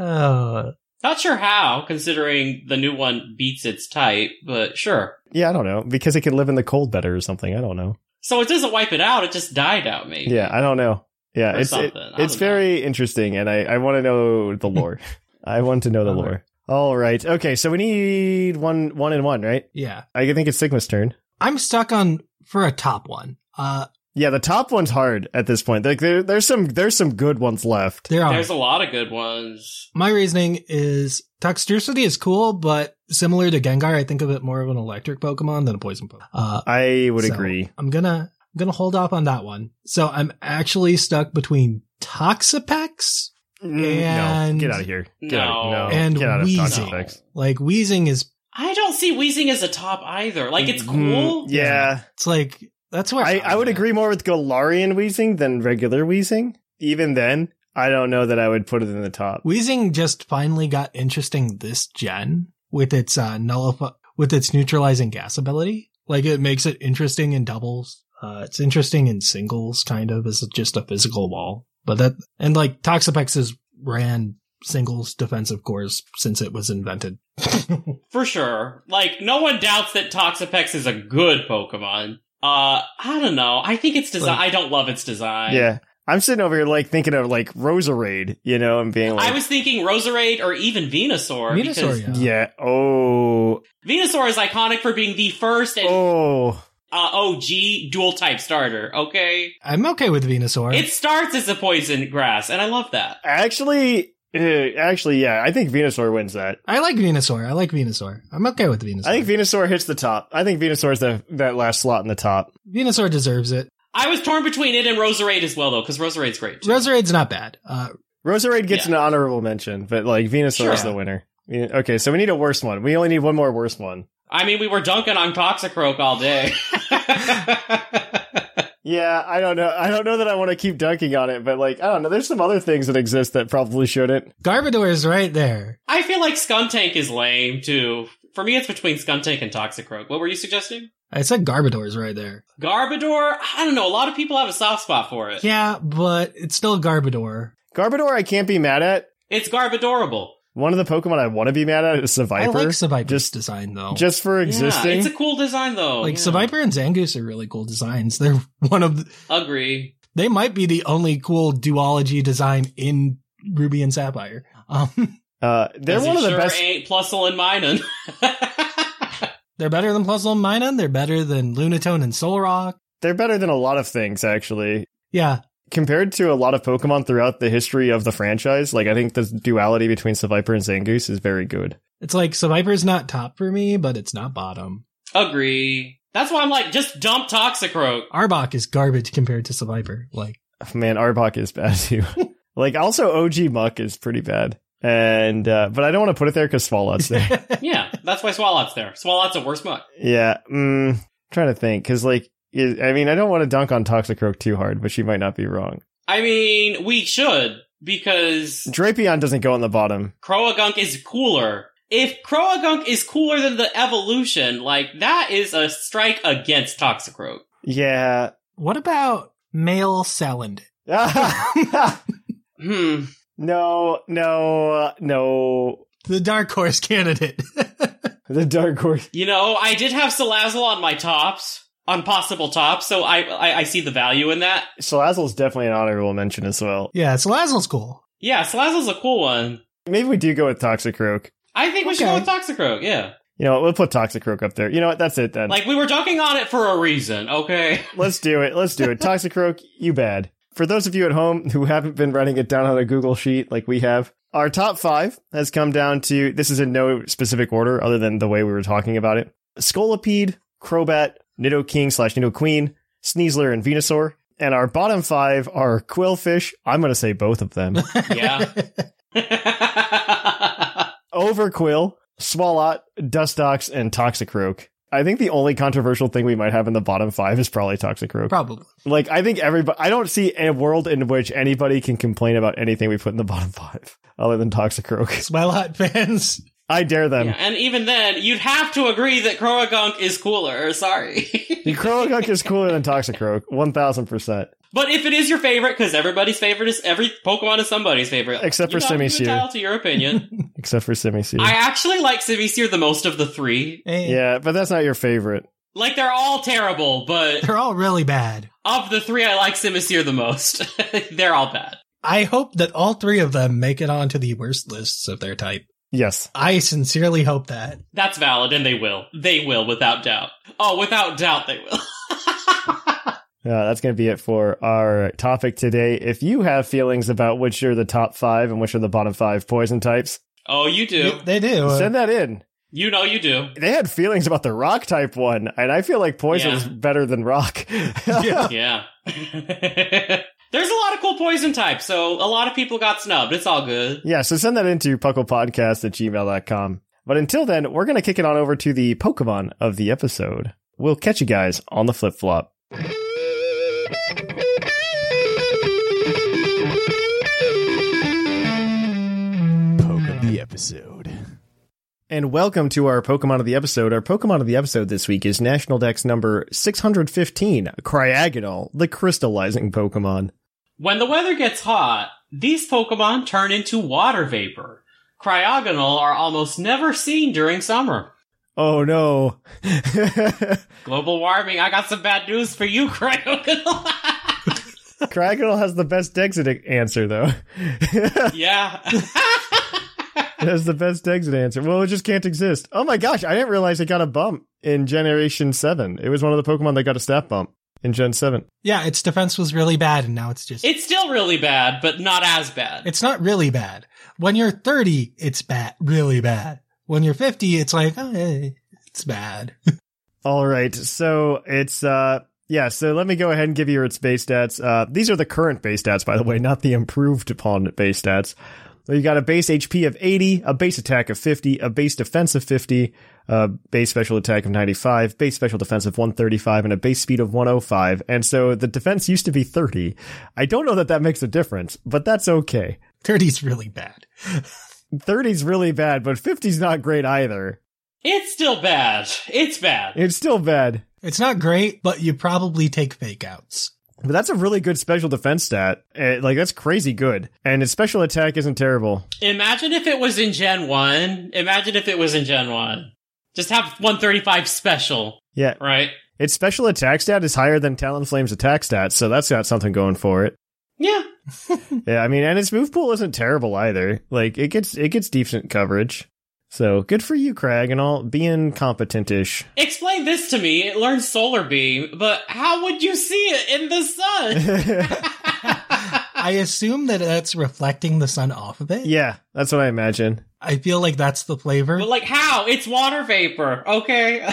Speaker 4: Oh,
Speaker 3: Not sure how, considering the new one beats its type, but sure.
Speaker 1: yeah, I don't know because it can live in the cold better or something. I don't know.
Speaker 3: So it doesn't wipe it out; it just died out, maybe.
Speaker 1: Yeah, I don't know. Yeah,
Speaker 3: Or
Speaker 1: it's it-
Speaker 3: something. I don't
Speaker 1: it's very interesting, and I I want to know
Speaker 3: (laughs)
Speaker 1: the lore. I want to know the
Speaker 4: All
Speaker 1: lore.
Speaker 4: right.
Speaker 1: All right. Okay, so we need one one and one, right?
Speaker 4: yeah.
Speaker 1: I think it's Sigma's turn.
Speaker 4: I'm stuck on for a top one. Uh,
Speaker 1: Yeah, the top one's hard at this point. Like there, there's some there's some good ones left.
Speaker 4: there are
Speaker 3: There's a lot of good ones.
Speaker 4: my reasoning is toxicity is cool, but similar to Gengar, I think of it more of an electric Pokemon than a poison Pokemon. Uh,
Speaker 1: I would
Speaker 4: so
Speaker 1: agree.
Speaker 4: I'm gonna I'm gonna hold off on that one. So I'm actually stuck between Toxapex
Speaker 1: no,
Speaker 4: and-
Speaker 1: get out of here. Get
Speaker 3: No.
Speaker 1: out, no.
Speaker 4: and
Speaker 1: get out of
Speaker 4: Wheezing.
Speaker 1: Toxapex.
Speaker 4: Like Wheezing is
Speaker 3: I don't see Weezing as a top either. Like it's
Speaker 1: Mm,
Speaker 3: cool.
Speaker 1: yeah,
Speaker 4: it's like that's where
Speaker 1: I, I would agree more with Galarian Wheezing than regular Wheezing. Even then, I don't know that I would put it in the top.
Speaker 4: Wheezing just finally got interesting this gen with its uh nullify with its neutralizing gas ability. Like it makes it interesting in doubles. Uh it's interesting in singles kind of as just a physical wall. But that and like Toxapex has ran singles defensive cores since it was invented.
Speaker 3: For sure. Like, no one doubts that Toxapex is a good Pokemon. Uh, I don't know. I think it's design. I don't love its design.
Speaker 1: Yeah. I'm sitting over here like thinking of like Roserade, you know, and being like
Speaker 3: I was thinking Roserade or even Venusaur.
Speaker 4: Venusaur, yeah.
Speaker 1: Yeah. Oh.
Speaker 3: Because Venusaur is iconic for being the first and
Speaker 1: Oh.
Speaker 3: uh, OG dual type starter, okay?
Speaker 4: I'm okay with Venusaur.
Speaker 3: It starts as a poison grass, and I love that.
Speaker 1: Actually, eh, actually, yeah. I think Venusaur wins that.
Speaker 4: I like Venusaur. I like Venusaur. I'm okay with Venusaur.
Speaker 1: I think Venusaur hits the top. I think Venusaur is the that last slot in the top.
Speaker 4: Venusaur deserves it.
Speaker 3: I was torn between it and Roserade as well, though, because Roserade's great. Too.
Speaker 4: Reserade's not bad. Uh
Speaker 1: Roserade gets
Speaker 3: Yeah.
Speaker 1: an honorable mention, but like Venusaur is
Speaker 3: Sure.
Speaker 1: the winner. Ve- Okay, so we need a worse one. We only need one more worse one.
Speaker 3: I mean, we were dunking on Toxicroak
Speaker 4: (laughs)
Speaker 3: all day. (laughs)
Speaker 1: Yeah, I don't know. I don't know that I want to keep dunking on it, but like I don't know. There's some other things that exist that probably shouldn't.
Speaker 4: Garbodor is right there.
Speaker 3: I feel like Skuntank is lame too. For me, it's between Skuntank and Toxicroak. What were you suggesting?
Speaker 4: I said Garbodor is right there.
Speaker 3: Garbodor? I don't know. A lot of people have a soft spot for it.
Speaker 4: Yeah, but it's still Garbodor.
Speaker 1: Garbodor, I can't be mad at.
Speaker 3: It's Garbodorable.
Speaker 1: One of the Pokemon I want to be mad at is Seviper.
Speaker 4: I like Seviper's
Speaker 1: Just-
Speaker 4: design though.
Speaker 1: just for
Speaker 3: Yeah,
Speaker 1: existing.
Speaker 3: it's a cool design though.
Speaker 4: like
Speaker 3: yeah.
Speaker 4: Seviper and Zangoose are really cool designs. They're one of the,
Speaker 3: Agree.
Speaker 4: They might be the only cool duology design in Ruby and Sapphire. Um, (laughs)
Speaker 1: Uh, they're
Speaker 3: 'Cause it
Speaker 1: one of the
Speaker 3: sure
Speaker 1: best.
Speaker 3: Ain't Plusle and Minun.
Speaker 4: they're better than Puzzle and Minun. They're better than Lunatone and Solrock.
Speaker 1: They're better than a lot of things, actually.
Speaker 4: Yeah,
Speaker 1: Compared to a lot of Pokemon throughout the history of the franchise, like I think the duality between Seviper and Zangoose is very good. (laughs)
Speaker 4: it's like Survivor's not top for me, but it's not bottom.
Speaker 3: (laughs) Agree. That's why I'm like, just dump Toxicroak.
Speaker 4: Arbok is garbage compared to Survivor. Like, (laughs)
Speaker 1: Man, Arbok is bad too. (laughs) like also OG Muck is pretty bad. And uh, but I don't want to put it there because
Speaker 4: (laughs)
Speaker 1: Swallott's there.
Speaker 3: Yeah, that's why Swalot's there. Swalot's a worse muck.
Speaker 1: yeah, mm, trying to think because like is, I mean I don't want to dunk on Toxicroak too hard, but she might not be wrong.
Speaker 3: I mean, we should, because
Speaker 1: Drapion doesn't go on the bottom.
Speaker 3: Croagunk is cooler. If Croagunk is cooler than the evolution, like, that is a strike against Toxicroak.
Speaker 1: Yeah. (laughs)
Speaker 4: what about male Saland?
Speaker 3: Hmm.
Speaker 1: no, no, uh, no.
Speaker 4: The dark horse candidate. (laughs)
Speaker 1: The dark horse.
Speaker 3: You know, I did have Salazzle on my tops, on possible tops, so I, I, I see the value in that.
Speaker 1: Salazzle's definitely an honorable mention as well.
Speaker 4: yeah, so Lazzle's cool.
Speaker 3: Yeah, Salazzle's a cool one.
Speaker 1: Maybe we do go with Toxicroak.
Speaker 3: I think we should go
Speaker 4: Okay.
Speaker 3: with Toxicroak, yeah.
Speaker 1: You know, what, we'll put Toxicroak up there. You know what? That's it then.
Speaker 3: Like, we were dunking on it for a reason, okay?
Speaker 1: Let's do it. Let's do it. Toxicroak, you bad. For those of you at home who haven't been writing it down on a Google sheet like we have, our top five has come down to this is in no specific order other than the way we were talking about it. Scolipede, Crobat, Nidoking slash Nidoqueen, Sneasler, and Venusaur. And our bottom five are Quillfish. I'm going to say both of them.
Speaker 3: Yeah. (laughs)
Speaker 1: Overquill, Swalot, Dustox, and Toxicroak. I think the only controversial thing we might have in the bottom five is probably Toxicroak.
Speaker 4: Probably.
Speaker 1: Like I think everybody, I don't see a world in which anybody can complain about anything we put in the (laughs) bottom five, other than Toxicroak. (laughs)
Speaker 4: Swalot (laughs) fans.
Speaker 1: I dare them.
Speaker 3: Yeah, and even then, you'd have to agree that Croagunk is cooler. Sorry. (laughs)
Speaker 1: The Croagunk is cooler than Toxicroak, one thousand percent.
Speaker 3: but if it is your favorite, because everybody's favorite is every Pokemon is somebody's favorite,
Speaker 1: Except for
Speaker 3: you know, I'm
Speaker 1: Simisear.
Speaker 3: entitled to
Speaker 1: (laughs)
Speaker 3: your opinion.
Speaker 1: Except for Simisear.
Speaker 3: I actually like Simisear the most of the three.
Speaker 4: Eh,
Speaker 1: yeah, but that's not your favorite.
Speaker 3: Like they're all terrible, but
Speaker 4: They're all really bad.
Speaker 3: of the three, I like Simisear the most. (laughs) they're all bad.
Speaker 4: I hope that all three of them make it onto the worst lists of their type.
Speaker 1: Yes,
Speaker 4: I sincerely hope that.
Speaker 3: That's valid, and they will. They will, without doubt. Oh, without doubt, they will. (laughs)
Speaker 1: uh, that's going to be it for our topic today. If you have feelings about which are the top five and which are the bottom five poison types,
Speaker 3: Oh, you do.
Speaker 4: They do.
Speaker 1: send that in.
Speaker 3: You know you do.
Speaker 1: They had feelings about the rock type one, and I feel like poison's
Speaker 3: Yeah.
Speaker 1: better than rock. (laughs)
Speaker 3: yeah. (laughs) There's a lot of cool poison types, so a lot of people got snubbed. It's all good.
Speaker 1: Yeah, so send that into pucklepodcast at gmail.com. But until then, we're going to kick it on over to the Pokemon of the episode. We'll catch you guys on the flip flop.
Speaker 5: Poke of the episode.
Speaker 1: And welcome to our Pokemon of the episode. Our Pokemon of the episode this week is National Dex number 615, Cryagonal, the crystallizing Pokemon.
Speaker 3: When the weather gets hot, these Pokemon turn into water vapor. Cryogonal are almost never seen during summer.
Speaker 1: Oh no. (laughs)
Speaker 3: Global warming, I got some bad news for you, (laughs) Cryogonal. (laughs)
Speaker 1: Cryagonal has the best Dexit answer though. it
Speaker 3: yeah.
Speaker 1: has the best Dexit answer. Well, it just can't exist. Oh my gosh, I didn't realize it got a bump in Generation 7. It was one of the Pokemon that got a stat bump in Gen 7.
Speaker 4: yeah, its defense was really bad and now it's just
Speaker 3: it's still really bad, but not as bad.
Speaker 4: it's not really bad. When you're 30, it's bad, really bad. When you're 50, it's like, oh, eh, it's bad. (laughs)
Speaker 1: All right. So it's uh yeah, so let me go ahead and give you its base stats. Uh these are the current base stats, by the way, not the improved upon base stats. So you got a base HP of 80, a base attack of 50, a base defense of 50, a base special attack of 95, base special defense of 135, and a base speed of 105. And so the defense used to be 30. I don't know that that makes a difference, but that's okay.
Speaker 4: 30's really bad.
Speaker 1: 30's really bad, but 50's not great either.
Speaker 3: It's still bad. It's bad.
Speaker 1: It's still bad.
Speaker 4: It's not great, but you probably take fake outs.
Speaker 1: But that's a really good special defense stat. Eh, like that's crazy good. And its special attack isn't terrible.
Speaker 3: Imagine if it was in Gen 1. Imagine if it was in Gen 1. Just have 135 special,
Speaker 1: Yeah.
Speaker 3: right?
Speaker 1: Its special attack stat is higher than Talonflame's attack stat, so that's got something going for it.
Speaker 3: Yeah.
Speaker 1: Yeah, I mean, and its move pool isn't terrible either. Like it gets it gets decent coverage. So good for you, Crag, and all being competent-ish.
Speaker 3: Explain this to me. It learns solar beam, but how would you see it in the sun?
Speaker 4: I assume that that's reflecting the sun off of it.
Speaker 1: yeah, that's what I imagine.
Speaker 4: I feel like that's the flavor
Speaker 3: but like how? It's water vapor. Okay.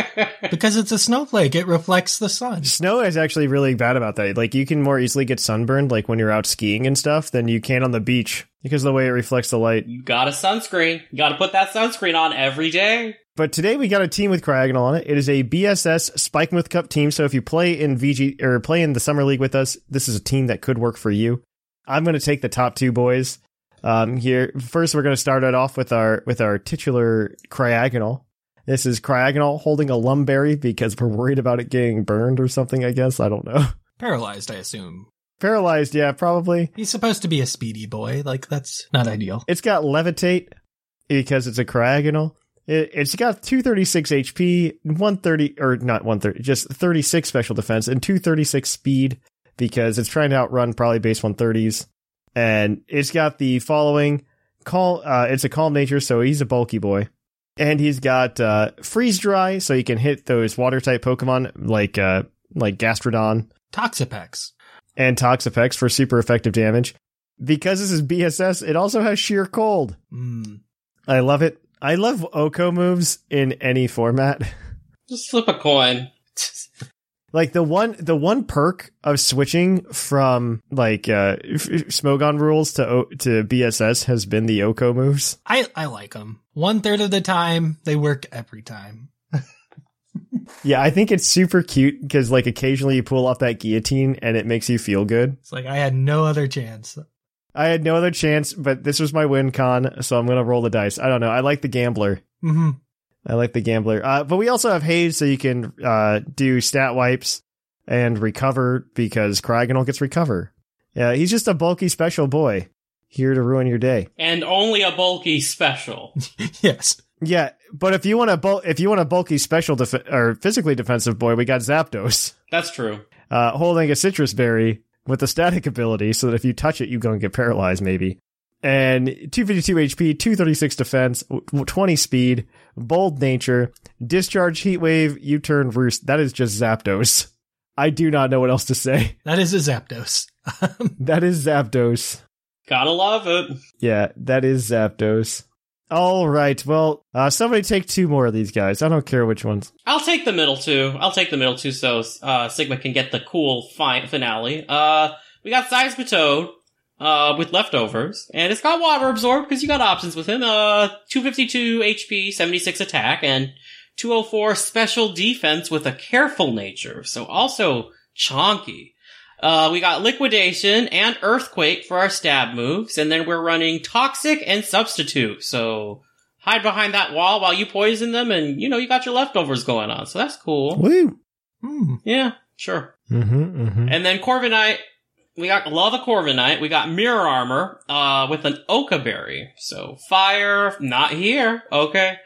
Speaker 3: (laughs)
Speaker 4: because it's a snowflake. It reflects the sun.
Speaker 1: Snow is actually really bad about that. Like you can more easily get sunburned, like when you're out skiing and stuff, than you can on the beach because of the way it reflects the light.
Speaker 3: you got a sunscreen. You got to put that sunscreen on every day.
Speaker 1: But today we got a team with Cryagonal on it. It is a BSS Spikemouth Cup team. So if you play in VG or play in the summer league with us, this is a team that could work for you. I'm going to take the top two boys um, here. First, we're going to start it off with our with our titular Cryagonal. This is Cryagonal holding a lumberry because we're worried about it getting burned or something. I guess I don't know. (laughs)
Speaker 4: Paralyzed, I assume.
Speaker 1: Paralyzed, yeah, probably.
Speaker 4: He's supposed to be a speedy boy. Like that's not ideal.
Speaker 1: It's got levitate because it's a cryagonal. It, it's got 236 HP, 130 or not 130, just 36 special defense and 236 speed because it's trying to outrun probably base 130s. And it's got the following call. Uh, it's a calm nature, so he's a bulky boy. And he's got uh, freeze dry, so he can hit those water type Pokemon like uh, like Gastrodon
Speaker 4: Toxapex.
Speaker 1: and Toxapex for super effective damage. Because this is BSS, it also has sheer cold.
Speaker 4: Mm.
Speaker 1: I love it. I love Oko moves in any format. (laughs)
Speaker 3: Just flip a coin.
Speaker 1: like the one, the one perk of switching from like uh, f- f- Smogon rules to o- to BSS has been the Oko moves.
Speaker 4: I I like them. One third of the time, they work every time.
Speaker 1: Yeah, I think it's super cute because like occasionally you pull off that guillotine and it makes you feel good.
Speaker 4: It's like I had no other chance.
Speaker 1: I had no other chance, but this was my win con, so I'm gonna roll the dice. I don't know. I like the gambler.
Speaker 4: hmm
Speaker 1: I like the gambler. Uh, but we also have haze, so you can uh, do stat wipes and recover because Cryagonal gets recover. Yeah, he's just a bulky special boy here to ruin your day.
Speaker 3: And only a bulky special.
Speaker 4: (laughs) Yes.
Speaker 1: Yeah, but if you want a bul- if you want a bulky special def- or physically defensive boy, we got Zapdos
Speaker 3: That's true.
Speaker 1: uh, holding a citrus berry with a static ability, so that if you touch it, you go and get paralyzed, maybe. And 252 HP, 236 defense, w- w- 20 speed, bold nature, discharge, heat wave, U turn, roost. That is just Zapdos. I do not know what else to say. (laughs)
Speaker 4: That is a Zapdos.
Speaker 1: That is Zapdos.
Speaker 3: Gotta love it.
Speaker 1: Yeah, that is Zapdos. All right. Well, uh, somebody take two more of these guys. I don't care which ones.
Speaker 3: I'll take the middle two. I'll take the middle two so uh, Sigma can get the cool fi- finale. Uh, we got Seismitoad uh, with leftovers, and it's got water absorb because you got options with him. Uh, 252 HP, 76 attack, and 204 special defense with a careful nature, so also chonky. Uh, we got liquidation and earthquake for our stab moves, and then we're running toxic and substitute, so hide behind that wall while you poison them and you know you got your leftovers going on so that's cool
Speaker 1: Woo.
Speaker 4: Hmm.
Speaker 3: yeah sure
Speaker 1: Mm-hmm, mm-hmm.
Speaker 3: and then corviknight we got love a corviknight we got mirror armor uh with an oka berry so fire not here okay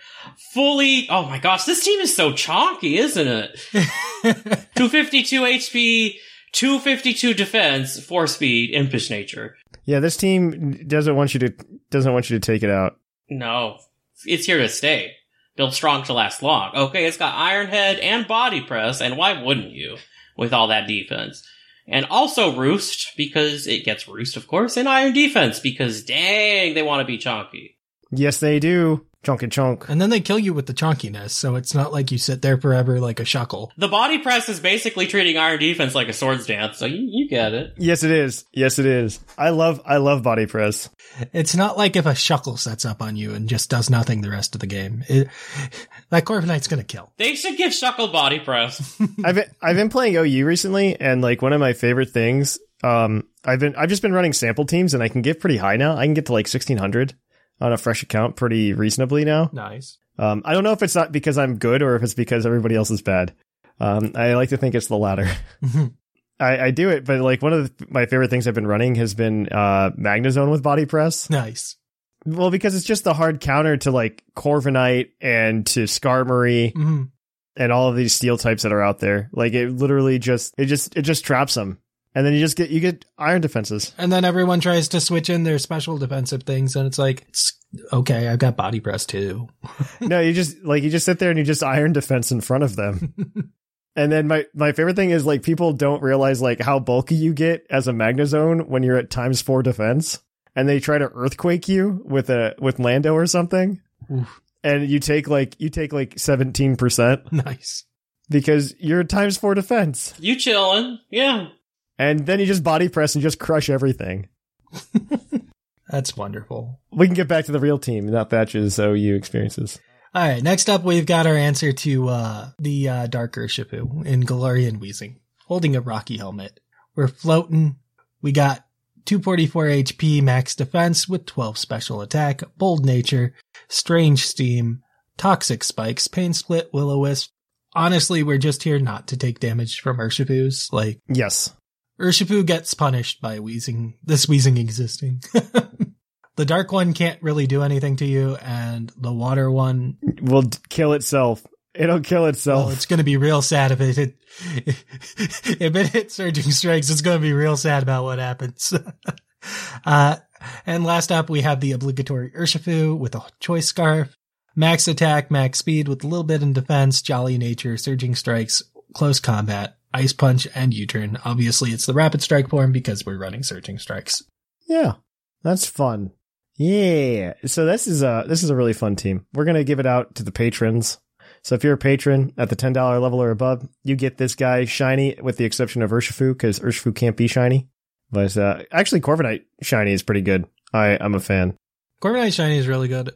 Speaker 3: fully oh my gosh this team is so chonky isn't it 252 hp 252 defense 4 speed impish nature
Speaker 1: Yeah, this team doesn't want you to doesn't want you to take it out.
Speaker 3: No. It's here to stay. Built strong to last long. Okay, it's got iron head and body press, and why wouldn't you with all that defense? And also roost, because it gets roost, of course, and iron defense, because dang, they want to be chonky.
Speaker 1: Yes, they do. Chunk and chunk.
Speaker 4: And then they kill you with the chonkiness, so it's not like you sit there forever like a shuckle.
Speaker 3: The body press is basically treating iron defense like a swords dance, so you, you get it.
Speaker 1: Yes, it is. Yes, it is. I love I love body press.
Speaker 4: It's not like if a shuckle sets up on you and just does nothing the rest of the game. It, (laughs) that Corviknight's gonna kill.
Speaker 3: They should give Shuckle body press.
Speaker 1: I've been, I've been playing OU recently, and like one of my favorite things. Um, I've been I've just been running sample teams, and I can get pretty high now. I can get to like sixteen hundred on a fresh account pretty reasonably now.
Speaker 4: Nice.
Speaker 1: Um, I don't know if it's not because I'm good or if it's because everybody else is bad. Um, I like to think it's the latter. (laughs)
Speaker 4: Mhm.
Speaker 1: I, I do it, but like one of the, my favorite things I've been running has been uh, Magnazone with body press.
Speaker 4: Nice.
Speaker 1: Well, because it's just the hard counter to like Corviknight and to Skarmory
Speaker 4: hmm
Speaker 1: and all of these steel types that are out there. Like it literally just it just it just drops them, and then you just get you get iron defenses.
Speaker 4: And then everyone tries to switch in their special defensive things, and it's like, it's okay, I've got body press too. (laughs)
Speaker 1: no, you just like you just sit there and you just iron defense in front of them. And then my, my favorite thing is like people don't realize like how bulky you get as a magnazone when you're at times four defense, and they try to earthquake you with a with Lando or something,
Speaker 4: Oof.
Speaker 1: and you take like you take like seventeen percent
Speaker 4: Nice.
Speaker 1: because you're at times four defense,
Speaker 3: You chillin'? Yeah.
Speaker 1: and then you just body press and just crush everything.
Speaker 4: That's wonderful.
Speaker 1: We can get back to the real team, not Thatch's OU experiences.
Speaker 4: All right, next up, we've got our answer to uh, the uh, darker Shipu in Galarian Wheezing, holding a Rocky helmet. We're floating. We got 244 HP max defense with 12 special attack, bold nature, strange steam, toxic spikes, pain split, will o wisp. Honestly, we're just here not to take damage from Urshipus. Like,
Speaker 1: Yes,
Speaker 4: Urshifu gets punished by wheezing, this wheezing existing. (laughs) the dark one can't really do anything to you, and the water one
Speaker 1: will d- kill itself. It'll kill itself.
Speaker 4: well, it's going to be real sad if it hit, (laughs) if it hits surging strikes. It's going to be real sad about what happens. (laughs) uh, and last up, we have the obligatory Urshifu with a choice scarf, max attack, max speed with a little bit in defense, jolly nature, surging strikes, close combat, ice punch, and U-turn. Obviously, it's the rapid strike form because we're running surging strikes.
Speaker 1: (laughs) Yeah, that's fun. Yeah. So this is a this is a really fun team. We're gonna give it out to the patrons. So if you're a patron at the ten dollar level or above, you get this guy shiny, with the exception of Urshifu, because Urshifu can't be shiny. But uh, actually, Corviknight shiny is pretty good. I I'm a fan.
Speaker 4: Corviknight Shiny is really good.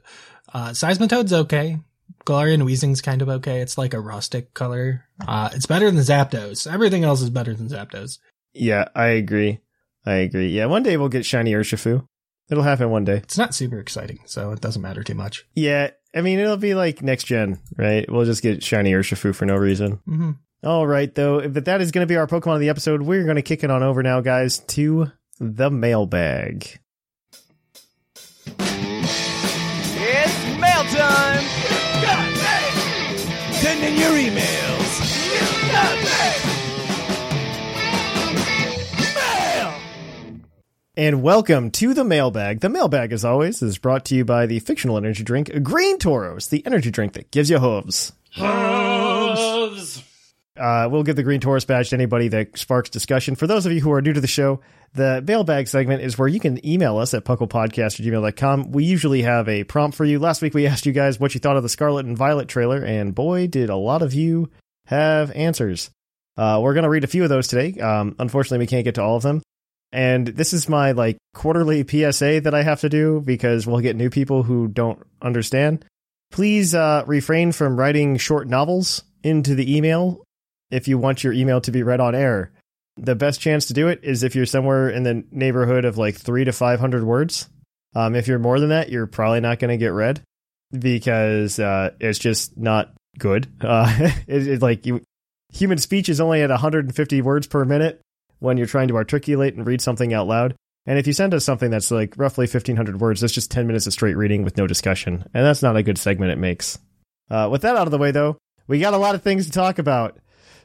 Speaker 4: Uh, Seismitoad's okay. Galarian Weezing's kind of okay. It's like a rustic color. Uh, it's better than Zapdos. Everything else is better than Zapdos.
Speaker 1: Yeah, I agree. I agree. Yeah, one day we'll get shiny Urshifu. It'll happen one day.
Speaker 4: It's not super exciting, so it doesn't matter too much.
Speaker 1: Yeah, I mean it'll be like next gen, right? We'll just get shiny Urshifu for no reason.
Speaker 4: hmm
Speaker 1: All right, though. But that is going to be our Pokemon of the episode. We're going to kick it on over now, guys, to the mailbag.
Speaker 5: It's mail time! Send in your emails! Mail!
Speaker 1: And welcome to the mailbag. The mailbag, as always, is brought to you by the fictional energy drink Green Toros, the energy drink that gives you hooves.
Speaker 3: Hooves.
Speaker 1: Uh, we'll give the Green Taurus badge to anybody that sparks discussion. For those of you who are new to the show, the mailbag segment is where you can email us at pucklepodcast@gmail.com. We usually have a prompt for you. Last week we asked you guys what you thought of the Scarlet and Violet trailer, and boy, did a lot of you have answers. Uh, we're going to read a few of those today. Um, unfortunately, we can't get to all of them. And this is my like quarterly PSA that I have to do because we'll get new people who don't understand. Please uh, refrain from writing short novels into the email if you want your email to be read on air. The best chance to do it is if you're somewhere in the neighborhood of like three to 500 words. Um, if you're more than that, you're probably not going to get read because uh, it's just not good. (laughs) Uh, it, it, like you, human speech is only at 150 words per minute when you're trying to articulate and read something out loud. And if you send us something that's like roughly 1,500 words, that's just 10 minutes of straight reading with no discussion. And that's not a good segment it makes. Uh, with that out of the way, though, we got a lot of things to talk about.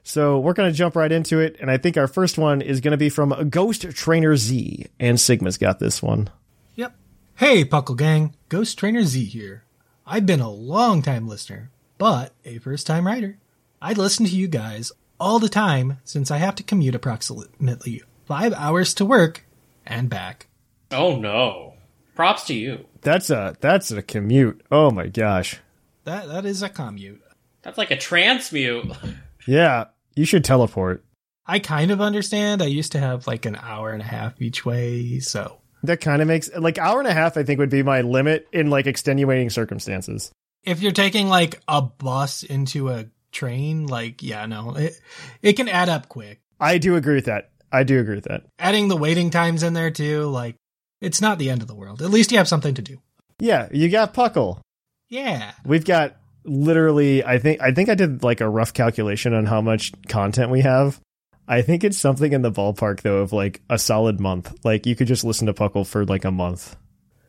Speaker 1: So we're going to jump right into it. And I think our first one is going to be from Ghost Trainer Z. And Sigma's got this one.
Speaker 4: Yep. Hey, Puckle Gang, Ghost Trainer Z here. I've been a long time listener, but a first time writer. I listen to you guys all the time since I have to commute approximately five hours to work and back.
Speaker 3: Oh no. Props to you.
Speaker 1: That's a that's a commute. Oh my gosh.
Speaker 4: That that is a commute.
Speaker 3: That's like a transmute. (laughs)
Speaker 1: Yeah, you should teleport.
Speaker 4: I kind of understand. I used to have like an hour and a half each way, so
Speaker 1: That kind of makes like hour and a half. I think would be my limit in like extenuating circumstances.
Speaker 4: if you're taking like a bus into a train, like yeah, no, it it can add up quick.
Speaker 1: I do agree with that. I do agree with that.
Speaker 4: Adding the waiting times in there too, like it's not the end of the world. At least you have something to do.
Speaker 1: Yeah, you got Puckle.
Speaker 4: Yeah,
Speaker 1: We've got literally I think I think I did like a rough calculation on how much content we have. I think it's something in the ballpark though of like a solid month. Like you could just listen to Puckle for like a month.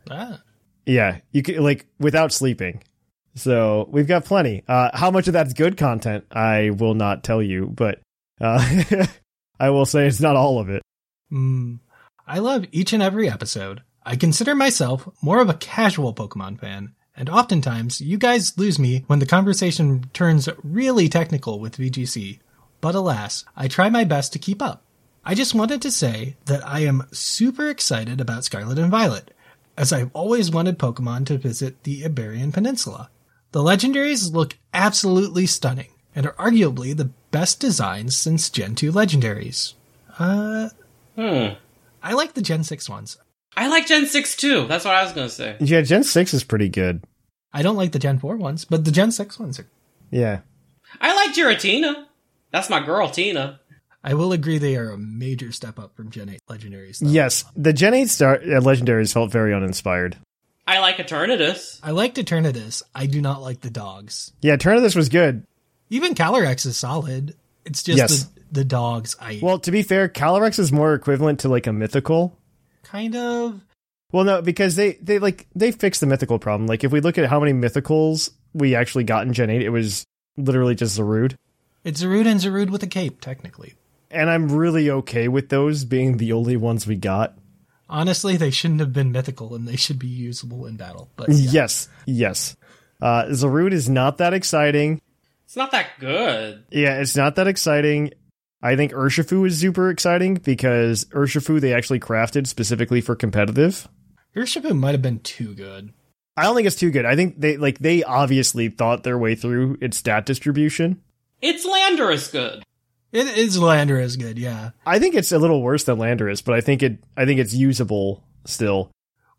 Speaker 4: ah,
Speaker 1: Yeah, you could like without sleeping. So we've got plenty. Uh, how much of that's good content, I will not tell you, but uh, (laughs) I will say it's not all of it.
Speaker 4: Mm, I love each and every episode. I consider myself more of a casual Pokemon fan, and oftentimes you guys lose me when the conversation turns really technical with VGC. But alas, I try my best to keep up. I just wanted to say that I am super excited about Scarlet and Violet, as I've always wanted Pokemon to visit the Iberian Peninsula. The legendaries look absolutely stunning and are arguably the best designs since Gen 2 legendaries. Uh,
Speaker 3: Hmm.
Speaker 4: I like the Gen 6 ones.
Speaker 3: I like Gen 6 too. That's what I was going to say.
Speaker 1: Yeah, Gen 6 is pretty good.
Speaker 4: I don't like the Gen 4 ones, but the Gen 6 ones are.
Speaker 1: Yeah.
Speaker 3: I like Giratina. That's my girl, Tina.
Speaker 4: I will agree they are a major step up from Gen 8 legendaries. though.
Speaker 1: Yes, the Gen 8 star- uh, legendaries felt very uninspired.
Speaker 3: I like Eternatus.
Speaker 4: I liked Eternatus. I do not like the dogs.
Speaker 1: Yeah, Turn of This was good.
Speaker 4: Even Calyrex is solid. It's just
Speaker 1: Yes.
Speaker 4: the, the dogs I
Speaker 1: Well, to be fair, Calyrex is more equivalent to like a mythical
Speaker 4: kind of.
Speaker 1: Well, no, because they they like they fixed the mythical problem. Like if we look at how many mythicals we actually got in Gen 8, it was literally just Zarud.
Speaker 4: It's Zerud and Zerud with a cape, technically.
Speaker 1: And I'm really okay with those being the only ones we got.
Speaker 4: Honestly, they shouldn't have been mythical and they should be usable in battle. But
Speaker 1: Yes. Yes. Uh Zarud is not that exciting.
Speaker 3: It's not that good.
Speaker 1: Yeah, it's not that exciting. I think Urshifu is super exciting because Urshifu they actually crafted specifically for competitive.
Speaker 4: Urshifu might have been too good.
Speaker 1: I don't think it's too good. I think they like they obviously thought their way through its stat distribution.
Speaker 3: It's Landorus good.
Speaker 4: It is Lander is good, yeah.
Speaker 1: I think it's a little worse than Landorus, but I think it I think it's usable still.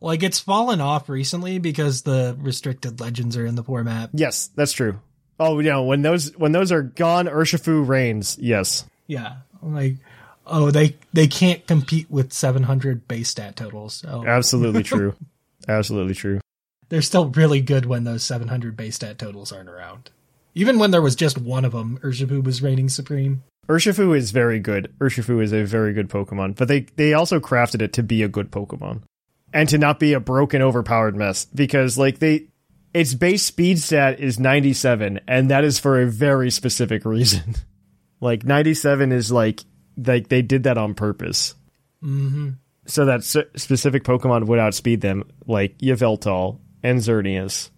Speaker 4: Like it's fallen off recently because the restricted legends are in the format.
Speaker 1: Yes, that's true. Oh, you know, when those when those are gone, Urshifu reigns. Yes.
Speaker 4: Yeah, like oh they they can't compete with 700 base stat totals. So
Speaker 1: Absolutely true. Absolutely true.
Speaker 4: they're still really good when those 700 base stat totals aren't around. Even when there was just one of them, Urshifu was reigning supreme.
Speaker 1: Urshifu is very good. Urshifu is a very good Pokemon, but they they also crafted it to be a good Pokemon and to not be a broken overpowered mess because like they its base speed stat is 97 and that is for a very specific reason. (laughs) like 97 is like like they did that on purpose.
Speaker 4: hmm
Speaker 1: so that s- specific Pokemon would outspeed them, like Yveltal and Xerneas.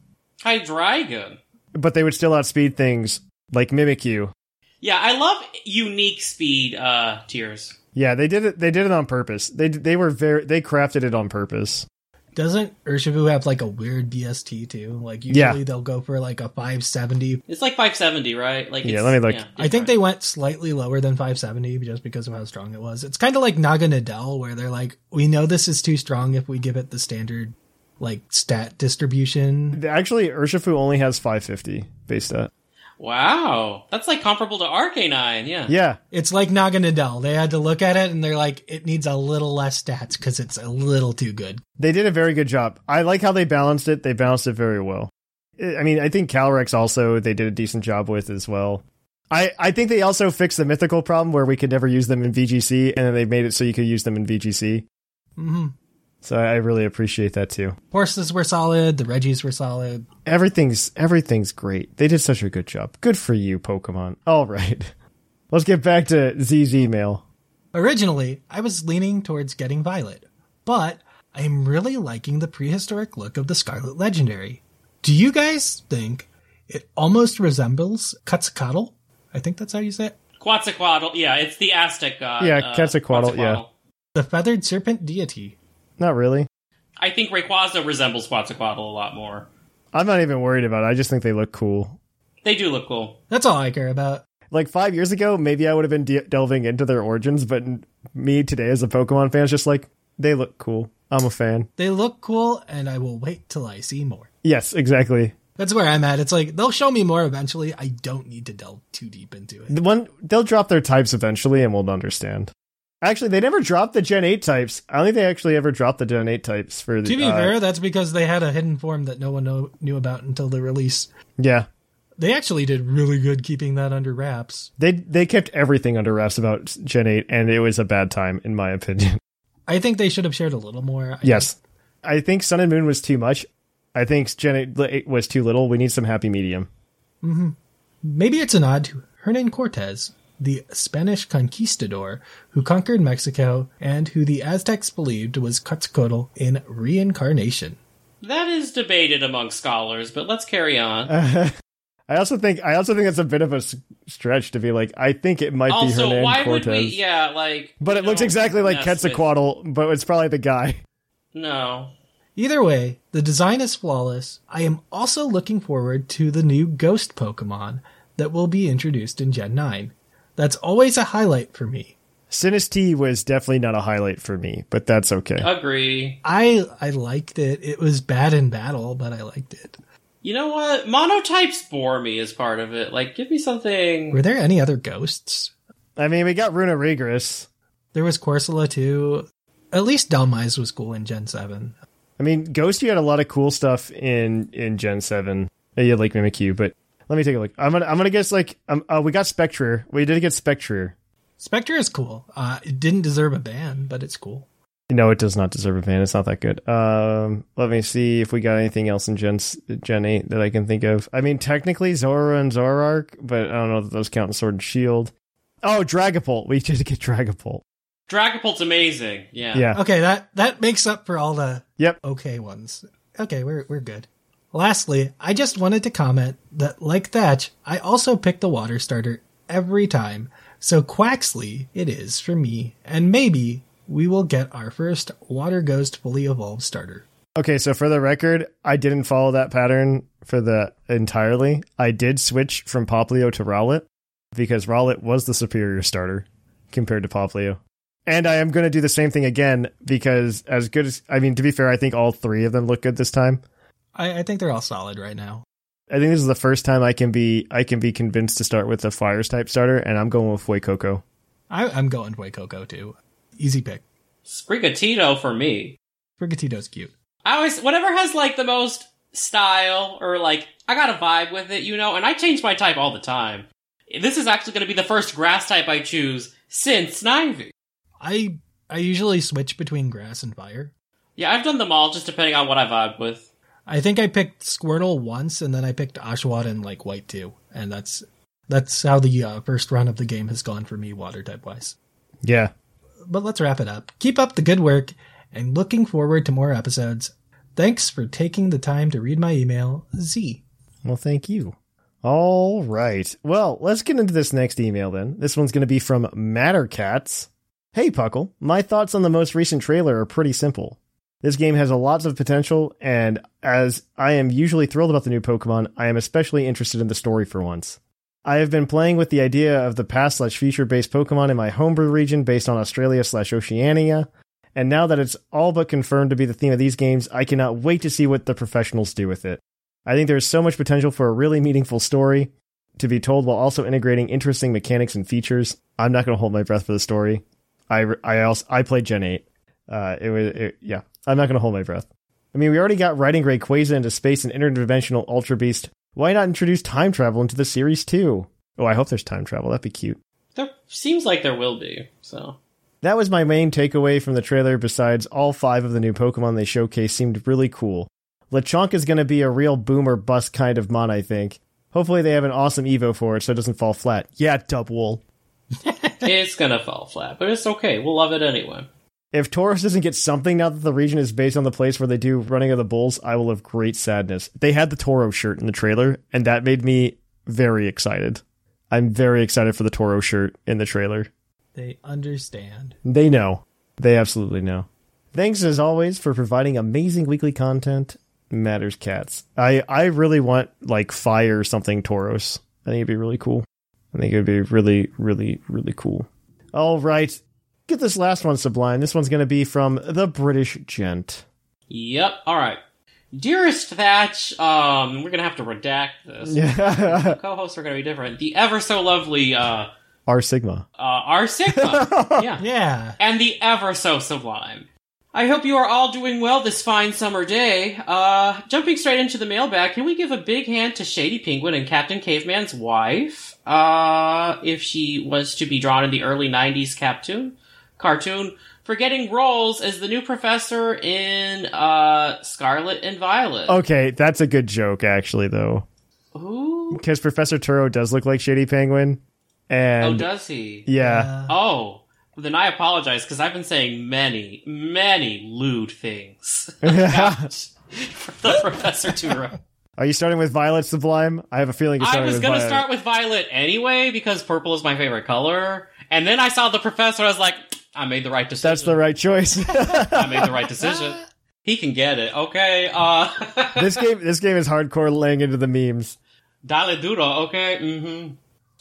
Speaker 3: Hydreigon.
Speaker 1: But they would still outspeed things like Mimikyu.
Speaker 3: Yeah, I love unique speed uh tiers.
Speaker 1: Yeah, they did it. They did it on purpose. They d- they were very they crafted it on purpose.
Speaker 4: Doesn't Urshifu have like a weird BST too? Like usually
Speaker 1: Yeah.
Speaker 4: they'll go for like a 570.
Speaker 3: It's like 570, right? Like
Speaker 1: Yeah,
Speaker 3: it's-
Speaker 1: let me look.
Speaker 4: I think
Speaker 3: different.
Speaker 4: they went slightly lower than 570 just because of how strong it was. It's kind of like Naga Nadell, where they're like, we know this is too strong if we give it the standard like stat distribution.
Speaker 1: Th- Actually, Urshifu only has 550 base stat.
Speaker 3: Wow. That's like comparable to Arcanine, yeah.
Speaker 1: Yeah,
Speaker 4: It's like Naga Nadell. They had to look at it and they're like, it needs a little less stats because it's a little too good.
Speaker 1: they did a very good job. I like how they balanced it. They balanced it very well. I I mean, I think Calyrex also they did a decent job with as well. I, I think they also fixed the mythical problem where we could never use them in VGC, and then they made it so you could use them in VGC.
Speaker 4: hmm
Speaker 1: So I really appreciate that too.
Speaker 4: Horses were solid. The Reggies were solid.
Speaker 1: Everything's everything's great. They did such a good job. Good for you, Pokemon. (laughs) All right. Let's get back to ZZ Mail.
Speaker 4: Originally, I was leaning towards getting Violet, but I'm really liking the prehistoric look of the Scarlet Legendary. Do you guys think it almost resembles Quetzalcoatl? I think that's how you say it.
Speaker 3: Quetzalcoatl, yeah, it's the Aztec god.
Speaker 1: Yeah,
Speaker 3: uh,
Speaker 1: Quetzalcoatl, yeah.
Speaker 4: The feathered serpent deity.
Speaker 1: Not really.
Speaker 3: I think Rayquaza resembles Quetzalcoatl a lot more.
Speaker 1: I'm not even worried about it. I just think they look cool.
Speaker 3: They do look cool.
Speaker 4: That's all I care about.
Speaker 1: Like five years ago, maybe I would have been de- delving into their origins, but n- me today as a Pokemon fan is just like, they look cool. I'm a fan.
Speaker 4: They look cool, and I will wait till I see more.
Speaker 1: Yes, exactly.
Speaker 4: That's where I'm at. It's like they'll show me more eventually. I don't need to delve too deep into it.
Speaker 1: The one they'll drop their types eventually, and we'll understand. Actually, they never dropped the Gen eight types. I don't think they actually ever dropped the Gen eight types for the.
Speaker 4: To be
Speaker 1: uh,
Speaker 4: fair, that's because they had a hidden form that no one know, knew about until the release.
Speaker 1: yeah,
Speaker 4: They actually did really good keeping that under wraps.
Speaker 1: They they kept everything under wraps about Gen 8, and it was a bad time, in my opinion. (laughs)
Speaker 4: I think they should have shared a little more. I-
Speaker 1: yes. I think Sun and Moon was too much. I think Gen it was too little. We need some happy medium.
Speaker 4: Maybe it's an nod to Hernan Cortez, the Spanish conquistador who conquered Mexico and who the Aztecs believed was Quetzalcoatl in reincarnation.
Speaker 3: That is debated among scholars, but let's carry on.
Speaker 1: I also think I also think it's a bit of a s- stretch to be like I think it might
Speaker 3: also,
Speaker 1: be Hernan
Speaker 3: why
Speaker 1: Cortez,
Speaker 3: would we? Yeah, like.
Speaker 1: but it
Speaker 3: we
Speaker 1: looks
Speaker 3: don't
Speaker 1: exactly like
Speaker 3: mess with-
Speaker 1: Quetzalcoatl, but it's probably the guy. (laughs)
Speaker 3: No.
Speaker 4: Either way, the design is flawless. I am also looking forward to the new ghost Pokemon that will be introduced in Gen 9. That's always a highlight for me.
Speaker 1: Sinistee was definitely not a highlight for me, but that's okay.
Speaker 3: Uh, Agree.
Speaker 4: I I liked it. It was bad in battle, but I liked it.
Speaker 3: You know what? Monotypes bore me as part of it. Like, give me something.
Speaker 4: Were there any other ghosts?
Speaker 1: I mean, we got Runa Regis.
Speaker 4: There was Corsola too. At least Delmise was cool in Gen 7.
Speaker 1: I mean, Ghost, you had a lot of cool stuff in in Gen Seven. Uh, You had like Mimikyu, but let me take a look. I'm gonna I'm gonna guess like um, uh, we got Spectre. We did get Spectre.
Speaker 4: Spectre is cool. Uh, it didn't deserve a ban, but it's cool.
Speaker 1: No, it does not deserve a ban. It's not that good. Um, let me see if we got anything else in Gen s- Gen Eight that I can think of. I mean, technically Zora and Zorark, but I don't know that those count in Sword and Shield. Oh, Dragapult. We did get Dragapult.
Speaker 3: Dragapult's amazing. Yeah.
Speaker 1: Yeah.
Speaker 4: Okay, that that makes up for all the
Speaker 1: Yep.
Speaker 4: okay ones. Okay, we're we're good. Lastly, I just wanted to comment that like Thatch, I also pick the water starter every time. So Quaxley it is for me, and maybe we will get our first water ghost fully evolved starter.
Speaker 1: Okay, so for the record, I didn't follow that pattern for the entirely. I did switch from Poplio to Rowlet because Rowlet was the superior starter compared to Poplio. And I am going to do the same thing again because as good as I mean to be fair, I think all three of them look good this time.
Speaker 4: I, I think they're all solid right now.
Speaker 1: I think this is the first time I can be I can be convinced to start with a fires type starter and I'm going with Fuecoco.
Speaker 4: I, I'm going Coco too. Easy pick.
Speaker 3: Sprigatito for me.
Speaker 4: Brigatito's cute.
Speaker 3: I always, whatever has like the most style or like, I got a vibe with it, you know, and I change my type all the time. This is actually going to be the first grass type I choose since Snivy.
Speaker 4: I I usually switch between grass and fire.
Speaker 3: Yeah, I've done them all just depending on what I vibe with.
Speaker 4: I think I picked Squirtle once, and then I picked Oshawott and like White too, and that's that's how the uh, first run of the game has gone for me, water type wise.
Speaker 1: Yeah.
Speaker 4: But let's wrap it up. Keep up the good work, and looking forward to more episodes. Thanks for taking the time to read my email, Z.
Speaker 1: Well, thank you. All right. Well, let's get into this next email then. This one's going to be from Mattercats. Hey, Puckle. My thoughts on the most recent trailer are pretty simple. This game has a lots of potential, and as I am usually thrilled about the new Pokemon, I am especially interested in the story for once. I have been playing with the idea of the past slash future based Pokemon in my homebrew region based on Australia slash Oceania, and now that it's all but confirmed to be the theme of these games, I cannot wait to see what the professionals do with it. I think there's so much potential for a really meaningful story to be told while also integrating interesting mechanics and features. I'm not going to hold my breath for the story. I I also I played Gen 8. Uh, it was it, yeah. I'm not going to hold my breath. I mean, we already got riding Rayquaza into space and interdimensional Ultra Beast. Why not introduce time travel into the series too? Oh, I hope there's time travel. That'd be cute.
Speaker 3: There seems like there will be, so.
Speaker 1: That was my main takeaway from the trailer, besides all five of the new Pokemon they showcased seemed really cool. Lechonk is going to be a real boom or bust kind of mon, I think. Hopefully they have an awesome Evo for it so it doesn't fall flat. Yeah, Dubwool.
Speaker 3: it's gonna fall flat, but it's okay. We'll love it anyway.
Speaker 1: If Taurus doesn't get something now that the region is based on the place where they do Running of the Bulls, I will have great sadness. They had the Toro shirt in the trailer, and that made me very excited. I'm very excited for the Toro shirt in the trailer.
Speaker 4: They understand.
Speaker 1: They know. They absolutely know. Thanks as always for providing amazing weekly content. Matters cats. I I really want like fire something Tauros. I think it'd be really cool. I think it'd be really really really cool. All right. Get this last one sublime. This one's going to be from the British gent. (laughs)
Speaker 3: Yep, alright. Dearest Thatch, um, we're gonna have to redact this.
Speaker 1: Yeah.
Speaker 3: Co hosts are gonna be different. The ever so lovely, uh,
Speaker 1: R Sigma.
Speaker 3: uh, R Sigma. yeah.
Speaker 4: Yeah.
Speaker 3: And the ever so sublime. I hope you are all doing well this fine summer day. Uh, jumping straight into the mailbag, can we give a big hand to Shady Penguin and Captain Caveman's wife? Uh, if she was to be drawn in the early 90s cartoon? Cartoon. for getting roles as the new professor in uh, Scarlet and Violet.
Speaker 1: Okay, that's a good joke actually, though,
Speaker 3: Ooh.
Speaker 1: because Professor Turo does look like Shady Penguin, and
Speaker 3: oh, does he?
Speaker 1: (laughs) yeah,
Speaker 3: Oh, well, then I apologize because I've been saying many, many lewd things (laughs) about the Professor Turo.
Speaker 1: are you starting with Violet Sublime? I have a feeling you're
Speaker 3: I
Speaker 1: starting
Speaker 3: was
Speaker 1: with
Speaker 3: gonna
Speaker 1: Violet.
Speaker 3: start with violet anyway because purple is my favorite color, and then I saw the professor. I was like, I made the right decision.
Speaker 1: That's the right
Speaker 3: (laughs)
Speaker 1: choice.
Speaker 3: I made the right decision. He can get it. Okay. Uh, (laughs)
Speaker 1: this game, this game is hardcore laying into the memes.
Speaker 3: Dale duro. Okay. Mm-hmm.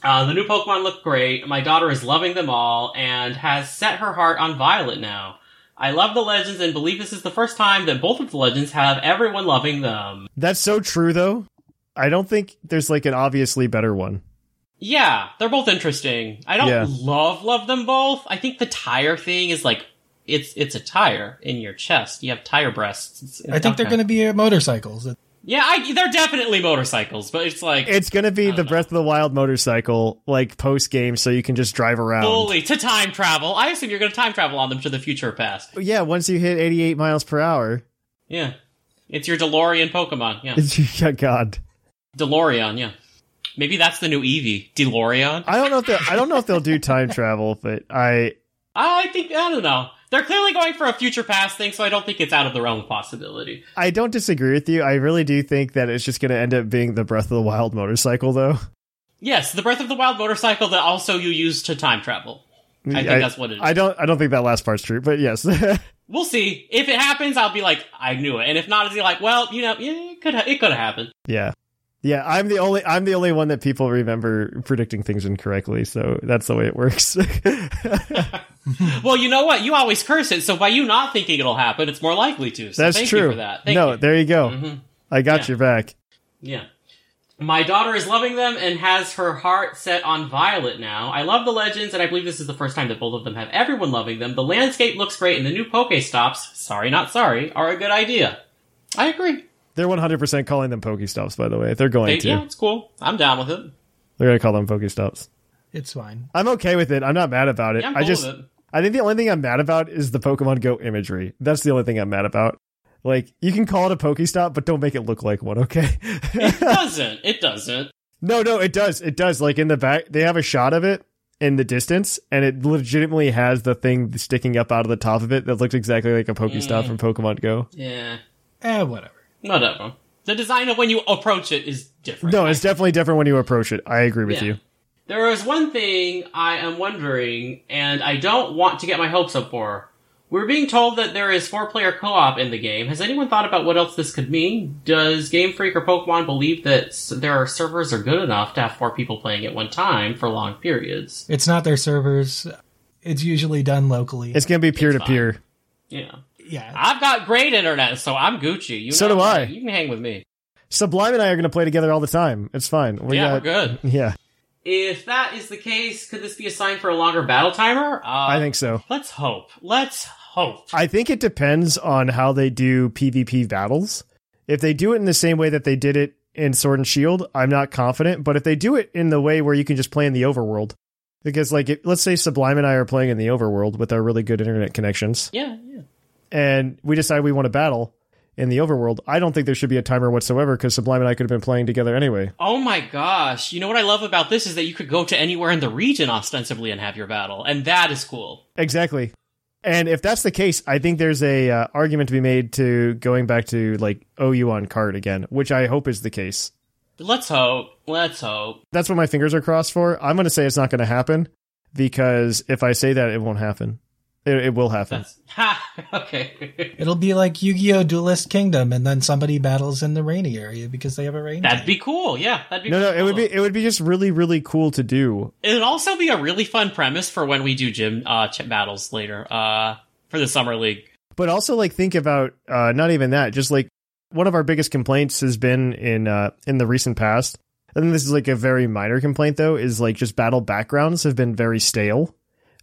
Speaker 3: Uh, the new Pokemon look great. My daughter is loving them all and has set her heart on Violet now. I love the legends and believe this is the first time that both of the legends have everyone loving them.
Speaker 1: That's so true, though. I don't think there's like an obviously better one.
Speaker 3: Yeah, they're both interesting. I don't
Speaker 1: Yeah.
Speaker 3: love love them both. I think the tire thing is like it's it's a tire in your chest. You have tire breasts. It's- it's
Speaker 4: I think they're
Speaker 3: okay.
Speaker 4: going to be uh, motorcycles.
Speaker 3: Yeah, I, they're definitely motorcycles, but it's like
Speaker 1: It's gonna be the Breath of the Wild motorcycle, like post game, so you can just drive around.
Speaker 3: fully to time travel. I assume you're going to time travel on them to the future or past.
Speaker 1: Yeah, once you hit 88 miles per hour, (laughs)
Speaker 3: Yeah, it's your DeLorean Pokemon. Yeah,
Speaker 1: it's, yeah, God,
Speaker 3: DeLorean. Yeah, maybe that's the new Eevee, DeLorean.
Speaker 1: I don't know if they, I don't know if they'll do time travel, but I
Speaker 3: I think I don't know. They're clearly going for a future past thing, so I don't think it's out of the realm of possibility.
Speaker 1: I don't disagree with you. I really do think that it's just gonna end up being the Breath of the Wild motorcycle, though.
Speaker 3: Yes, the Breath of the Wild motorcycle that also you use to time travel. I think that's what it is.
Speaker 1: I don't I don't think that last part's true, but yes, (laughs)
Speaker 3: We'll see. If it happens, I'll be like, I knew it. And if not, I'll be like, well, you know, yeah, it could ha- it could have happened.
Speaker 1: yeah, yeah. I'm the only I'm the only one that people remember predicting things incorrectly, so that's the way it works. (laughs)
Speaker 3: Well, you know what? You always curse it, so by you not thinking it'll happen, it's more likely to. So
Speaker 1: that's
Speaker 3: thank
Speaker 1: true.
Speaker 3: you for that. Thank
Speaker 1: no,
Speaker 3: you. Mm-hmm.
Speaker 1: there you go. I got
Speaker 3: Yeah.
Speaker 1: your back.
Speaker 3: Yeah. My daughter is loving them and has her heart set on Violet now. I love the legends, and I believe this is the first time that both of them have everyone loving them. The landscape looks great, and the new Pokestops, sorry not sorry, are a good idea. I agree.
Speaker 1: They're 100% calling them Pokestops, by the way. They're going
Speaker 3: They-
Speaker 1: to.
Speaker 3: yeah, it's cool. I'm down with it.
Speaker 1: They're going to call them Pokestops.
Speaker 4: It's fine.
Speaker 1: I'm okay with it. I'm not mad about it.
Speaker 3: Yeah, I'm
Speaker 1: I
Speaker 3: cool
Speaker 1: just,
Speaker 3: with it.
Speaker 1: I think the only thing I'm mad about is the Pokemon Go imagery. That's the only thing I'm mad about. Like, you can call it a Pokestop, but don't make it look like one, okay? (laughs)
Speaker 3: It doesn't. It doesn't.
Speaker 1: no, no, it does. It does. Like, in the back, they have a shot of it in the distance, and it legitimately has the thing sticking up out of the top of it that looks exactly like a Pokestop from
Speaker 3: Mm.
Speaker 1: Pokemon Go.
Speaker 3: Yeah.
Speaker 4: Eh, whatever.
Speaker 3: Whatever. The design of when you approach it is different.
Speaker 1: No, it's definitely different when you approach it. I agree with
Speaker 3: Yeah.
Speaker 1: you.
Speaker 3: There is one thing I am wondering, and I don't want to get my hopes up for. We're being told that there is four player co op in the game. Has anyone thought about what else this could mean? Does Game Freak or Pokemon believe that s- their servers are good enough to have four people playing at one time for long periods?
Speaker 4: It's not their servers. It's usually done locally.
Speaker 1: It's going to be peer to peer.
Speaker 3: Yeah.
Speaker 4: yeah.
Speaker 3: I've got great internet, so I'm Gucci. You
Speaker 1: So
Speaker 3: know
Speaker 1: do
Speaker 3: me.
Speaker 1: I.
Speaker 3: You can hang with me.
Speaker 1: Sublime and I are going to play together all the time. It's fine. We
Speaker 3: yeah,
Speaker 1: got-
Speaker 3: we're good.
Speaker 1: Yeah,
Speaker 3: If that is the case, could this be a sign for a longer battle timer? Uh,
Speaker 1: I think so.
Speaker 3: Let's hope. Let's hope.
Speaker 1: I think it depends on how they do PvP battles. If they do it in the same way that they did it in Sword and Shield, I'm not confident. But if they do it in the way where you can just play in the overworld, because like it, let's say Sublime and I are playing in the overworld with our really good internet connections,
Speaker 3: Yeah, yeah.
Speaker 1: and we decide we want to battle in the overworld, I don't think there should be a timer whatsoever because Sublime and I could have been playing together anyway.
Speaker 3: Oh my gosh. You know what I love about this is that you could go to anywhere in the region ostensibly and have your battle, and that is cool.
Speaker 1: Exactly. And if that's the case, I think there's a uh, argument to be made to going back to like OU on card again, which I hope is the case.
Speaker 3: Let's hope. Let's hope. (laughs)
Speaker 1: That's what my fingers are crossed for. I'm going to say it's not going to happen because if I say that, it won't happen. It, it will happen.
Speaker 3: That's ha okay.
Speaker 4: It'll be like Yu-Gi-Oh! Duelist Kingdom, and then somebody battles in the rainy area because they have a rain.
Speaker 3: That'd be cool, yeah. That'd be
Speaker 1: No, no,
Speaker 3: cool.
Speaker 1: it would be it would be just really really cool to do.
Speaker 3: It'd also be a really fun premise for when we do gym uh ch- battles later, uh for the summer league.
Speaker 1: But also like think about uh, not even that, just like one of our biggest complaints has been in uh, in the recent past. And this is like a very minor complaint though, is like just battle backgrounds have been very stale.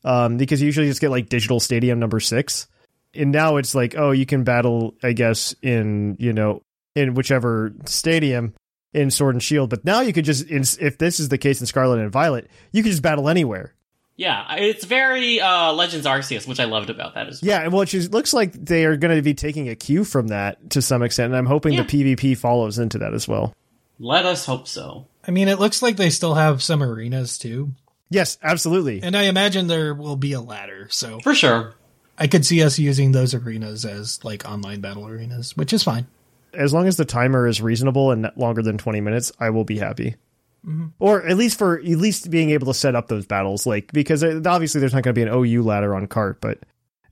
Speaker 1: Um, because you usually just get like digital stadium number six. And now it's like, oh, you can battle, I guess, in you know, in whichever stadium in Sword and Shield. But now you could just, in, if this is the case in Scarlet and Violet, you could just battle anywhere.
Speaker 3: Yeah, it's very uh, Legends Arceus, which I loved about that as well.
Speaker 1: Yeah, which is, looks like they are going to be taking a cue from that to some extent, and I'm hoping
Speaker 3: Yeah.
Speaker 1: the PvP follows into that as well.
Speaker 3: Let us hope so.
Speaker 4: I mean, it looks like they still have some arenas too.
Speaker 1: Yes, absolutely.
Speaker 4: And I imagine there will be a ladder, so
Speaker 3: For sure.
Speaker 4: I could see us using those arenas as like online battle arenas, which is fine.
Speaker 1: as long as the timer is reasonable and not longer than 20 minutes, I will be happy. Or at least for at least being able to set up those battles, like because uh, obviously there's not going to be an OU ladder on cart, but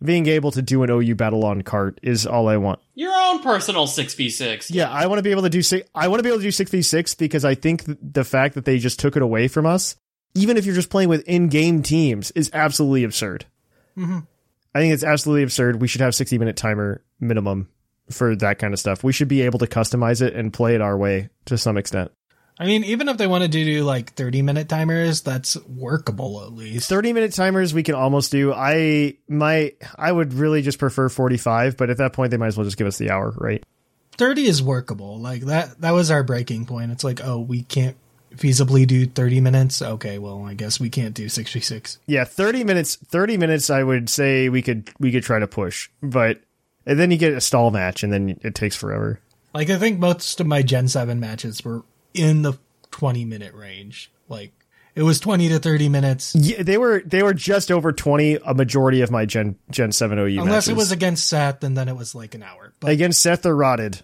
Speaker 1: being able to do an OU battle on cart is all I want.
Speaker 3: Your own personal 6v6.
Speaker 1: Yeah, I want to be able to do six. I want to be able to do six v six because I think th- the fact that they just took it away from us, even if you're just playing with in-game teams, is absolutely absurd. I think it's absolutely absurd. We should have sixty minute timer minimum for that kind of stuff. We should be able to customize it and play it our way to some extent.
Speaker 4: I mean, even if they wanted to do like 30 minute timers, that's workable at least.
Speaker 1: Thirty minute timers we can almost do. I my I would really just prefer forty five, but at that point they might as well just give us the hour, right?
Speaker 4: 30 is workable. Like that that was our breaking point. It's like, "Oh, we can't feasibly do 30 minutes." Okay, well, I guess we can't do 66.
Speaker 1: yeah 30 minutes 30 minutes i would say we could we could try to push but and then you get a stall match and then it takes forever
Speaker 4: Like I think most of my Gen 7 matches were in the 20 minute range. Like it was 20 to 30 minutes.
Speaker 1: yeah, they were they were just over 20 a majority of my gen gen 7 ou
Speaker 4: Unless
Speaker 1: matches.
Speaker 4: it was against Seth and then it was like an hour. But
Speaker 1: against seth or rotted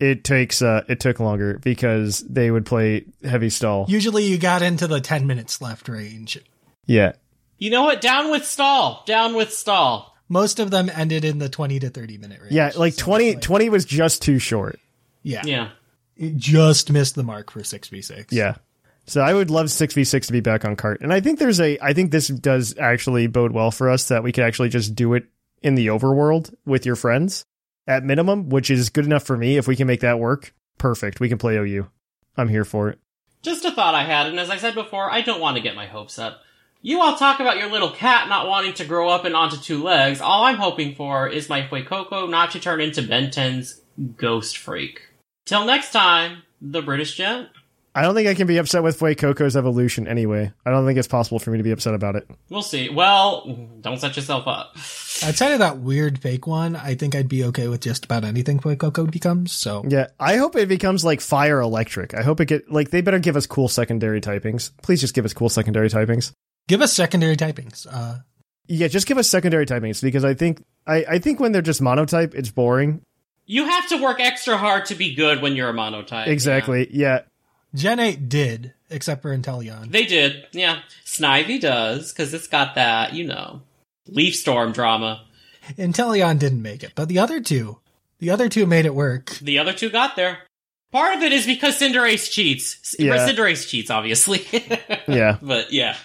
Speaker 1: it takes uh it took longer because they would play heavy stall
Speaker 4: usually you got into the 10 minutes left range.
Speaker 1: yeah
Speaker 3: You know what? Down with stall. Down with stall.
Speaker 4: Most of them ended in the 20 to 30 minute range.
Speaker 1: yeah like
Speaker 4: So,
Speaker 1: 20 20 was just too short
Speaker 4: yeah.
Speaker 3: Yeah.
Speaker 4: It just missed the mark for 6v6.
Speaker 1: Yeah. So I would love 6v6 to be back on cart. And I think there's a I think this does actually bode well for us that we could actually just do it in the overworld with your friends at minimum, which is good enough for me if we can make that work. Perfect. We can play OU. I'm here for it.
Speaker 3: Just a thought I had, and as I said before, I don't want to get my hopes up. You all talk about your little cat not wanting to grow up and onto two legs. All I'm hoping for is my Fuecoco not to turn into Ben 10's ghost freak. Till next time, the British gent.
Speaker 1: I don't think I can be upset with Fue Coco's evolution anyway. I don't think it's possible for me to be upset about it.
Speaker 3: We'll see. Well, don't set yourself up.
Speaker 4: Outside of that weird fake one, I think I'd be okay with just about anything Coco becomes. So
Speaker 1: Yeah, I hope it becomes like fire electric. I hope it get like they better give us cool secondary typings. Please just give us cool secondary typings.
Speaker 4: give us secondary typings. Uh,
Speaker 1: Yeah, just give us secondary typings because I think I, I think when they're just monotype, it's boring.
Speaker 3: You have to work extra hard to be good when you're a monotype.
Speaker 1: Exactly. Yeah.
Speaker 4: Gen 8 did, except for Inteleon.
Speaker 3: Yeah. They did. Yeah. Snivy does, because it's got that, you know, leaf storm drama.
Speaker 4: Inteleon didn't make it, but the other two, the other two made it work.
Speaker 3: The other two got there. Part of it is because Cinderace cheats.
Speaker 1: Yeah.
Speaker 3: Yeah. Cinderace cheats, obviously. (laughs)
Speaker 1: Yeah.
Speaker 3: but yeah.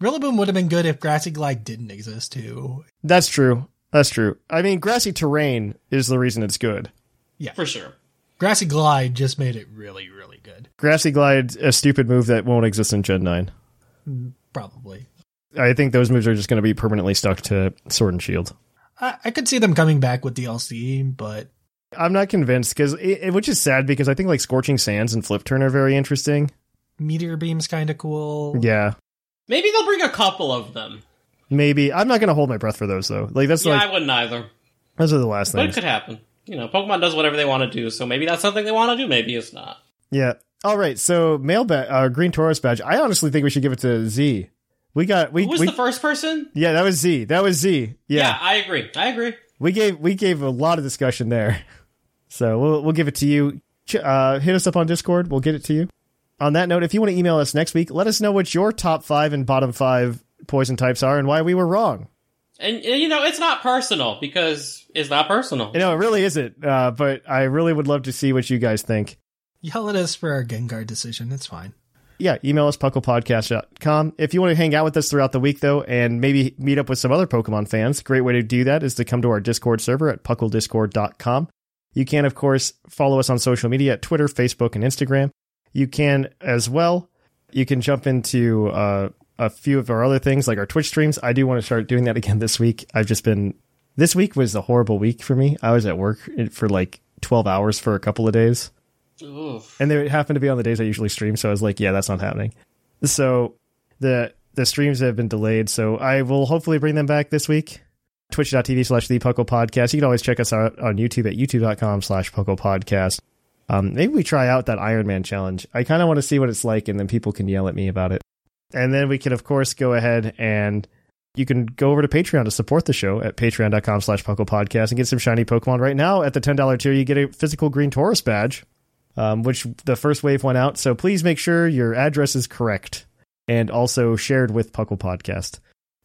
Speaker 4: Rillaboom would have been good if Grassy Glide didn't exist too.
Speaker 1: That's true. That's true. I mean, grassy terrain is the reason it's good.
Speaker 3: For sure.
Speaker 4: Grassy Glide just made it really, really good.
Speaker 1: Grassy glide, a stupid move that won't exist in Gen 9.
Speaker 4: Probably.
Speaker 1: I think those moves are just going to be permanently stuck to Sword and Shield.
Speaker 4: I, I could see them coming back with DLC, but
Speaker 1: I'm not convinced because, which is sad because I think like Scorching Sands and Flip Turn are very interesting.
Speaker 4: Meteor Beam's kind of cool.
Speaker 1: Yeah.
Speaker 3: Maybe they'll bring a couple of them.
Speaker 1: Maybe. I'm not going to hold my breath for those though. Like, that's
Speaker 3: yeah,
Speaker 1: like,
Speaker 3: I wouldn't either.
Speaker 1: those are the last
Speaker 3: But it
Speaker 1: things.
Speaker 3: could happen. You know, Pokemon does whatever they want to do, so maybe that's something they want to do, maybe it's not.
Speaker 1: Yeah. All right. So mail ba- uh, green Taurus badge. I honestly think we should give it to Z. We got we,
Speaker 3: Who was
Speaker 1: we
Speaker 3: the first person?
Speaker 1: yeah. That was Z. That was Z. Yeah.
Speaker 3: I agree. I agree.
Speaker 1: We gave we gave a lot of discussion there. (laughs) So we'll we'll give it to you. Ch- Uh, hit us up on Discord. We'll get it to you. On that note, if you want to email us next week, let us know what your top five and bottom five poison types are and why we were wrong.
Speaker 3: And, and, you know, it's not personal because it's not personal.
Speaker 1: You know, it really isn't. Uh, but I really would love to see what you guys think.
Speaker 4: Yell at us for our Gengar decision. It's fine.
Speaker 1: yeah, email us pucklepodcast.com. If you want to hang out with us throughout the week, though, and maybe meet up with some other Pokemon fans, a great way to do that is to come to our Discord server at pucklediscord.com. You can, of course, follow us on social media at Twitter, Facebook, and Instagram. You can as well. You can jump into uh, a few of our other things like our Twitch streams. I do want to start doing that again this week. I've just been, this week was a horrible week for me. I was at work for like 12 hours for a couple of days
Speaker 3: Oof.
Speaker 1: and they happened to be on the days I usually stream. So I was like, yeah, that's not happening. So the the streams have been delayed, so I will hopefully bring them back this week. Twitch.tv slash the Puckle Podcast. You can always check us out on YouTube at youtube.com slash Puckle Podcast. Um, maybe we try out that Iron Man challenge. I kind of want to see what it's like, and then people can yell at me about it. And then we can, of course, go ahead and you can go over to Patreon to support the show at patreon.com slash Puckle Podcast and get some shiny Pokemon. Right now, at the $10 tier, you get a physical green Taurus badge, um, which the first wave went out. So please make sure your address is correct and also shared with Puckle Podcast.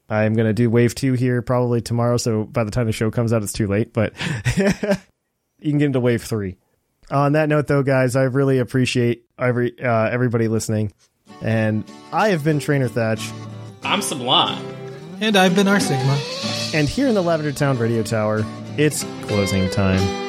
Speaker 1: I'm going to do wave two here probably tomorrow. So by the time the show comes out, it's too late, but (laughs) you can get into wave three. On that note, though, guys, I really appreciate every uh, everybody listening. And I have been Trainer Thatch.
Speaker 3: I'm Sublime.
Speaker 4: And I've been our Sigma.
Speaker 1: And here in the Lavender Town Radio Tower, it's closing time.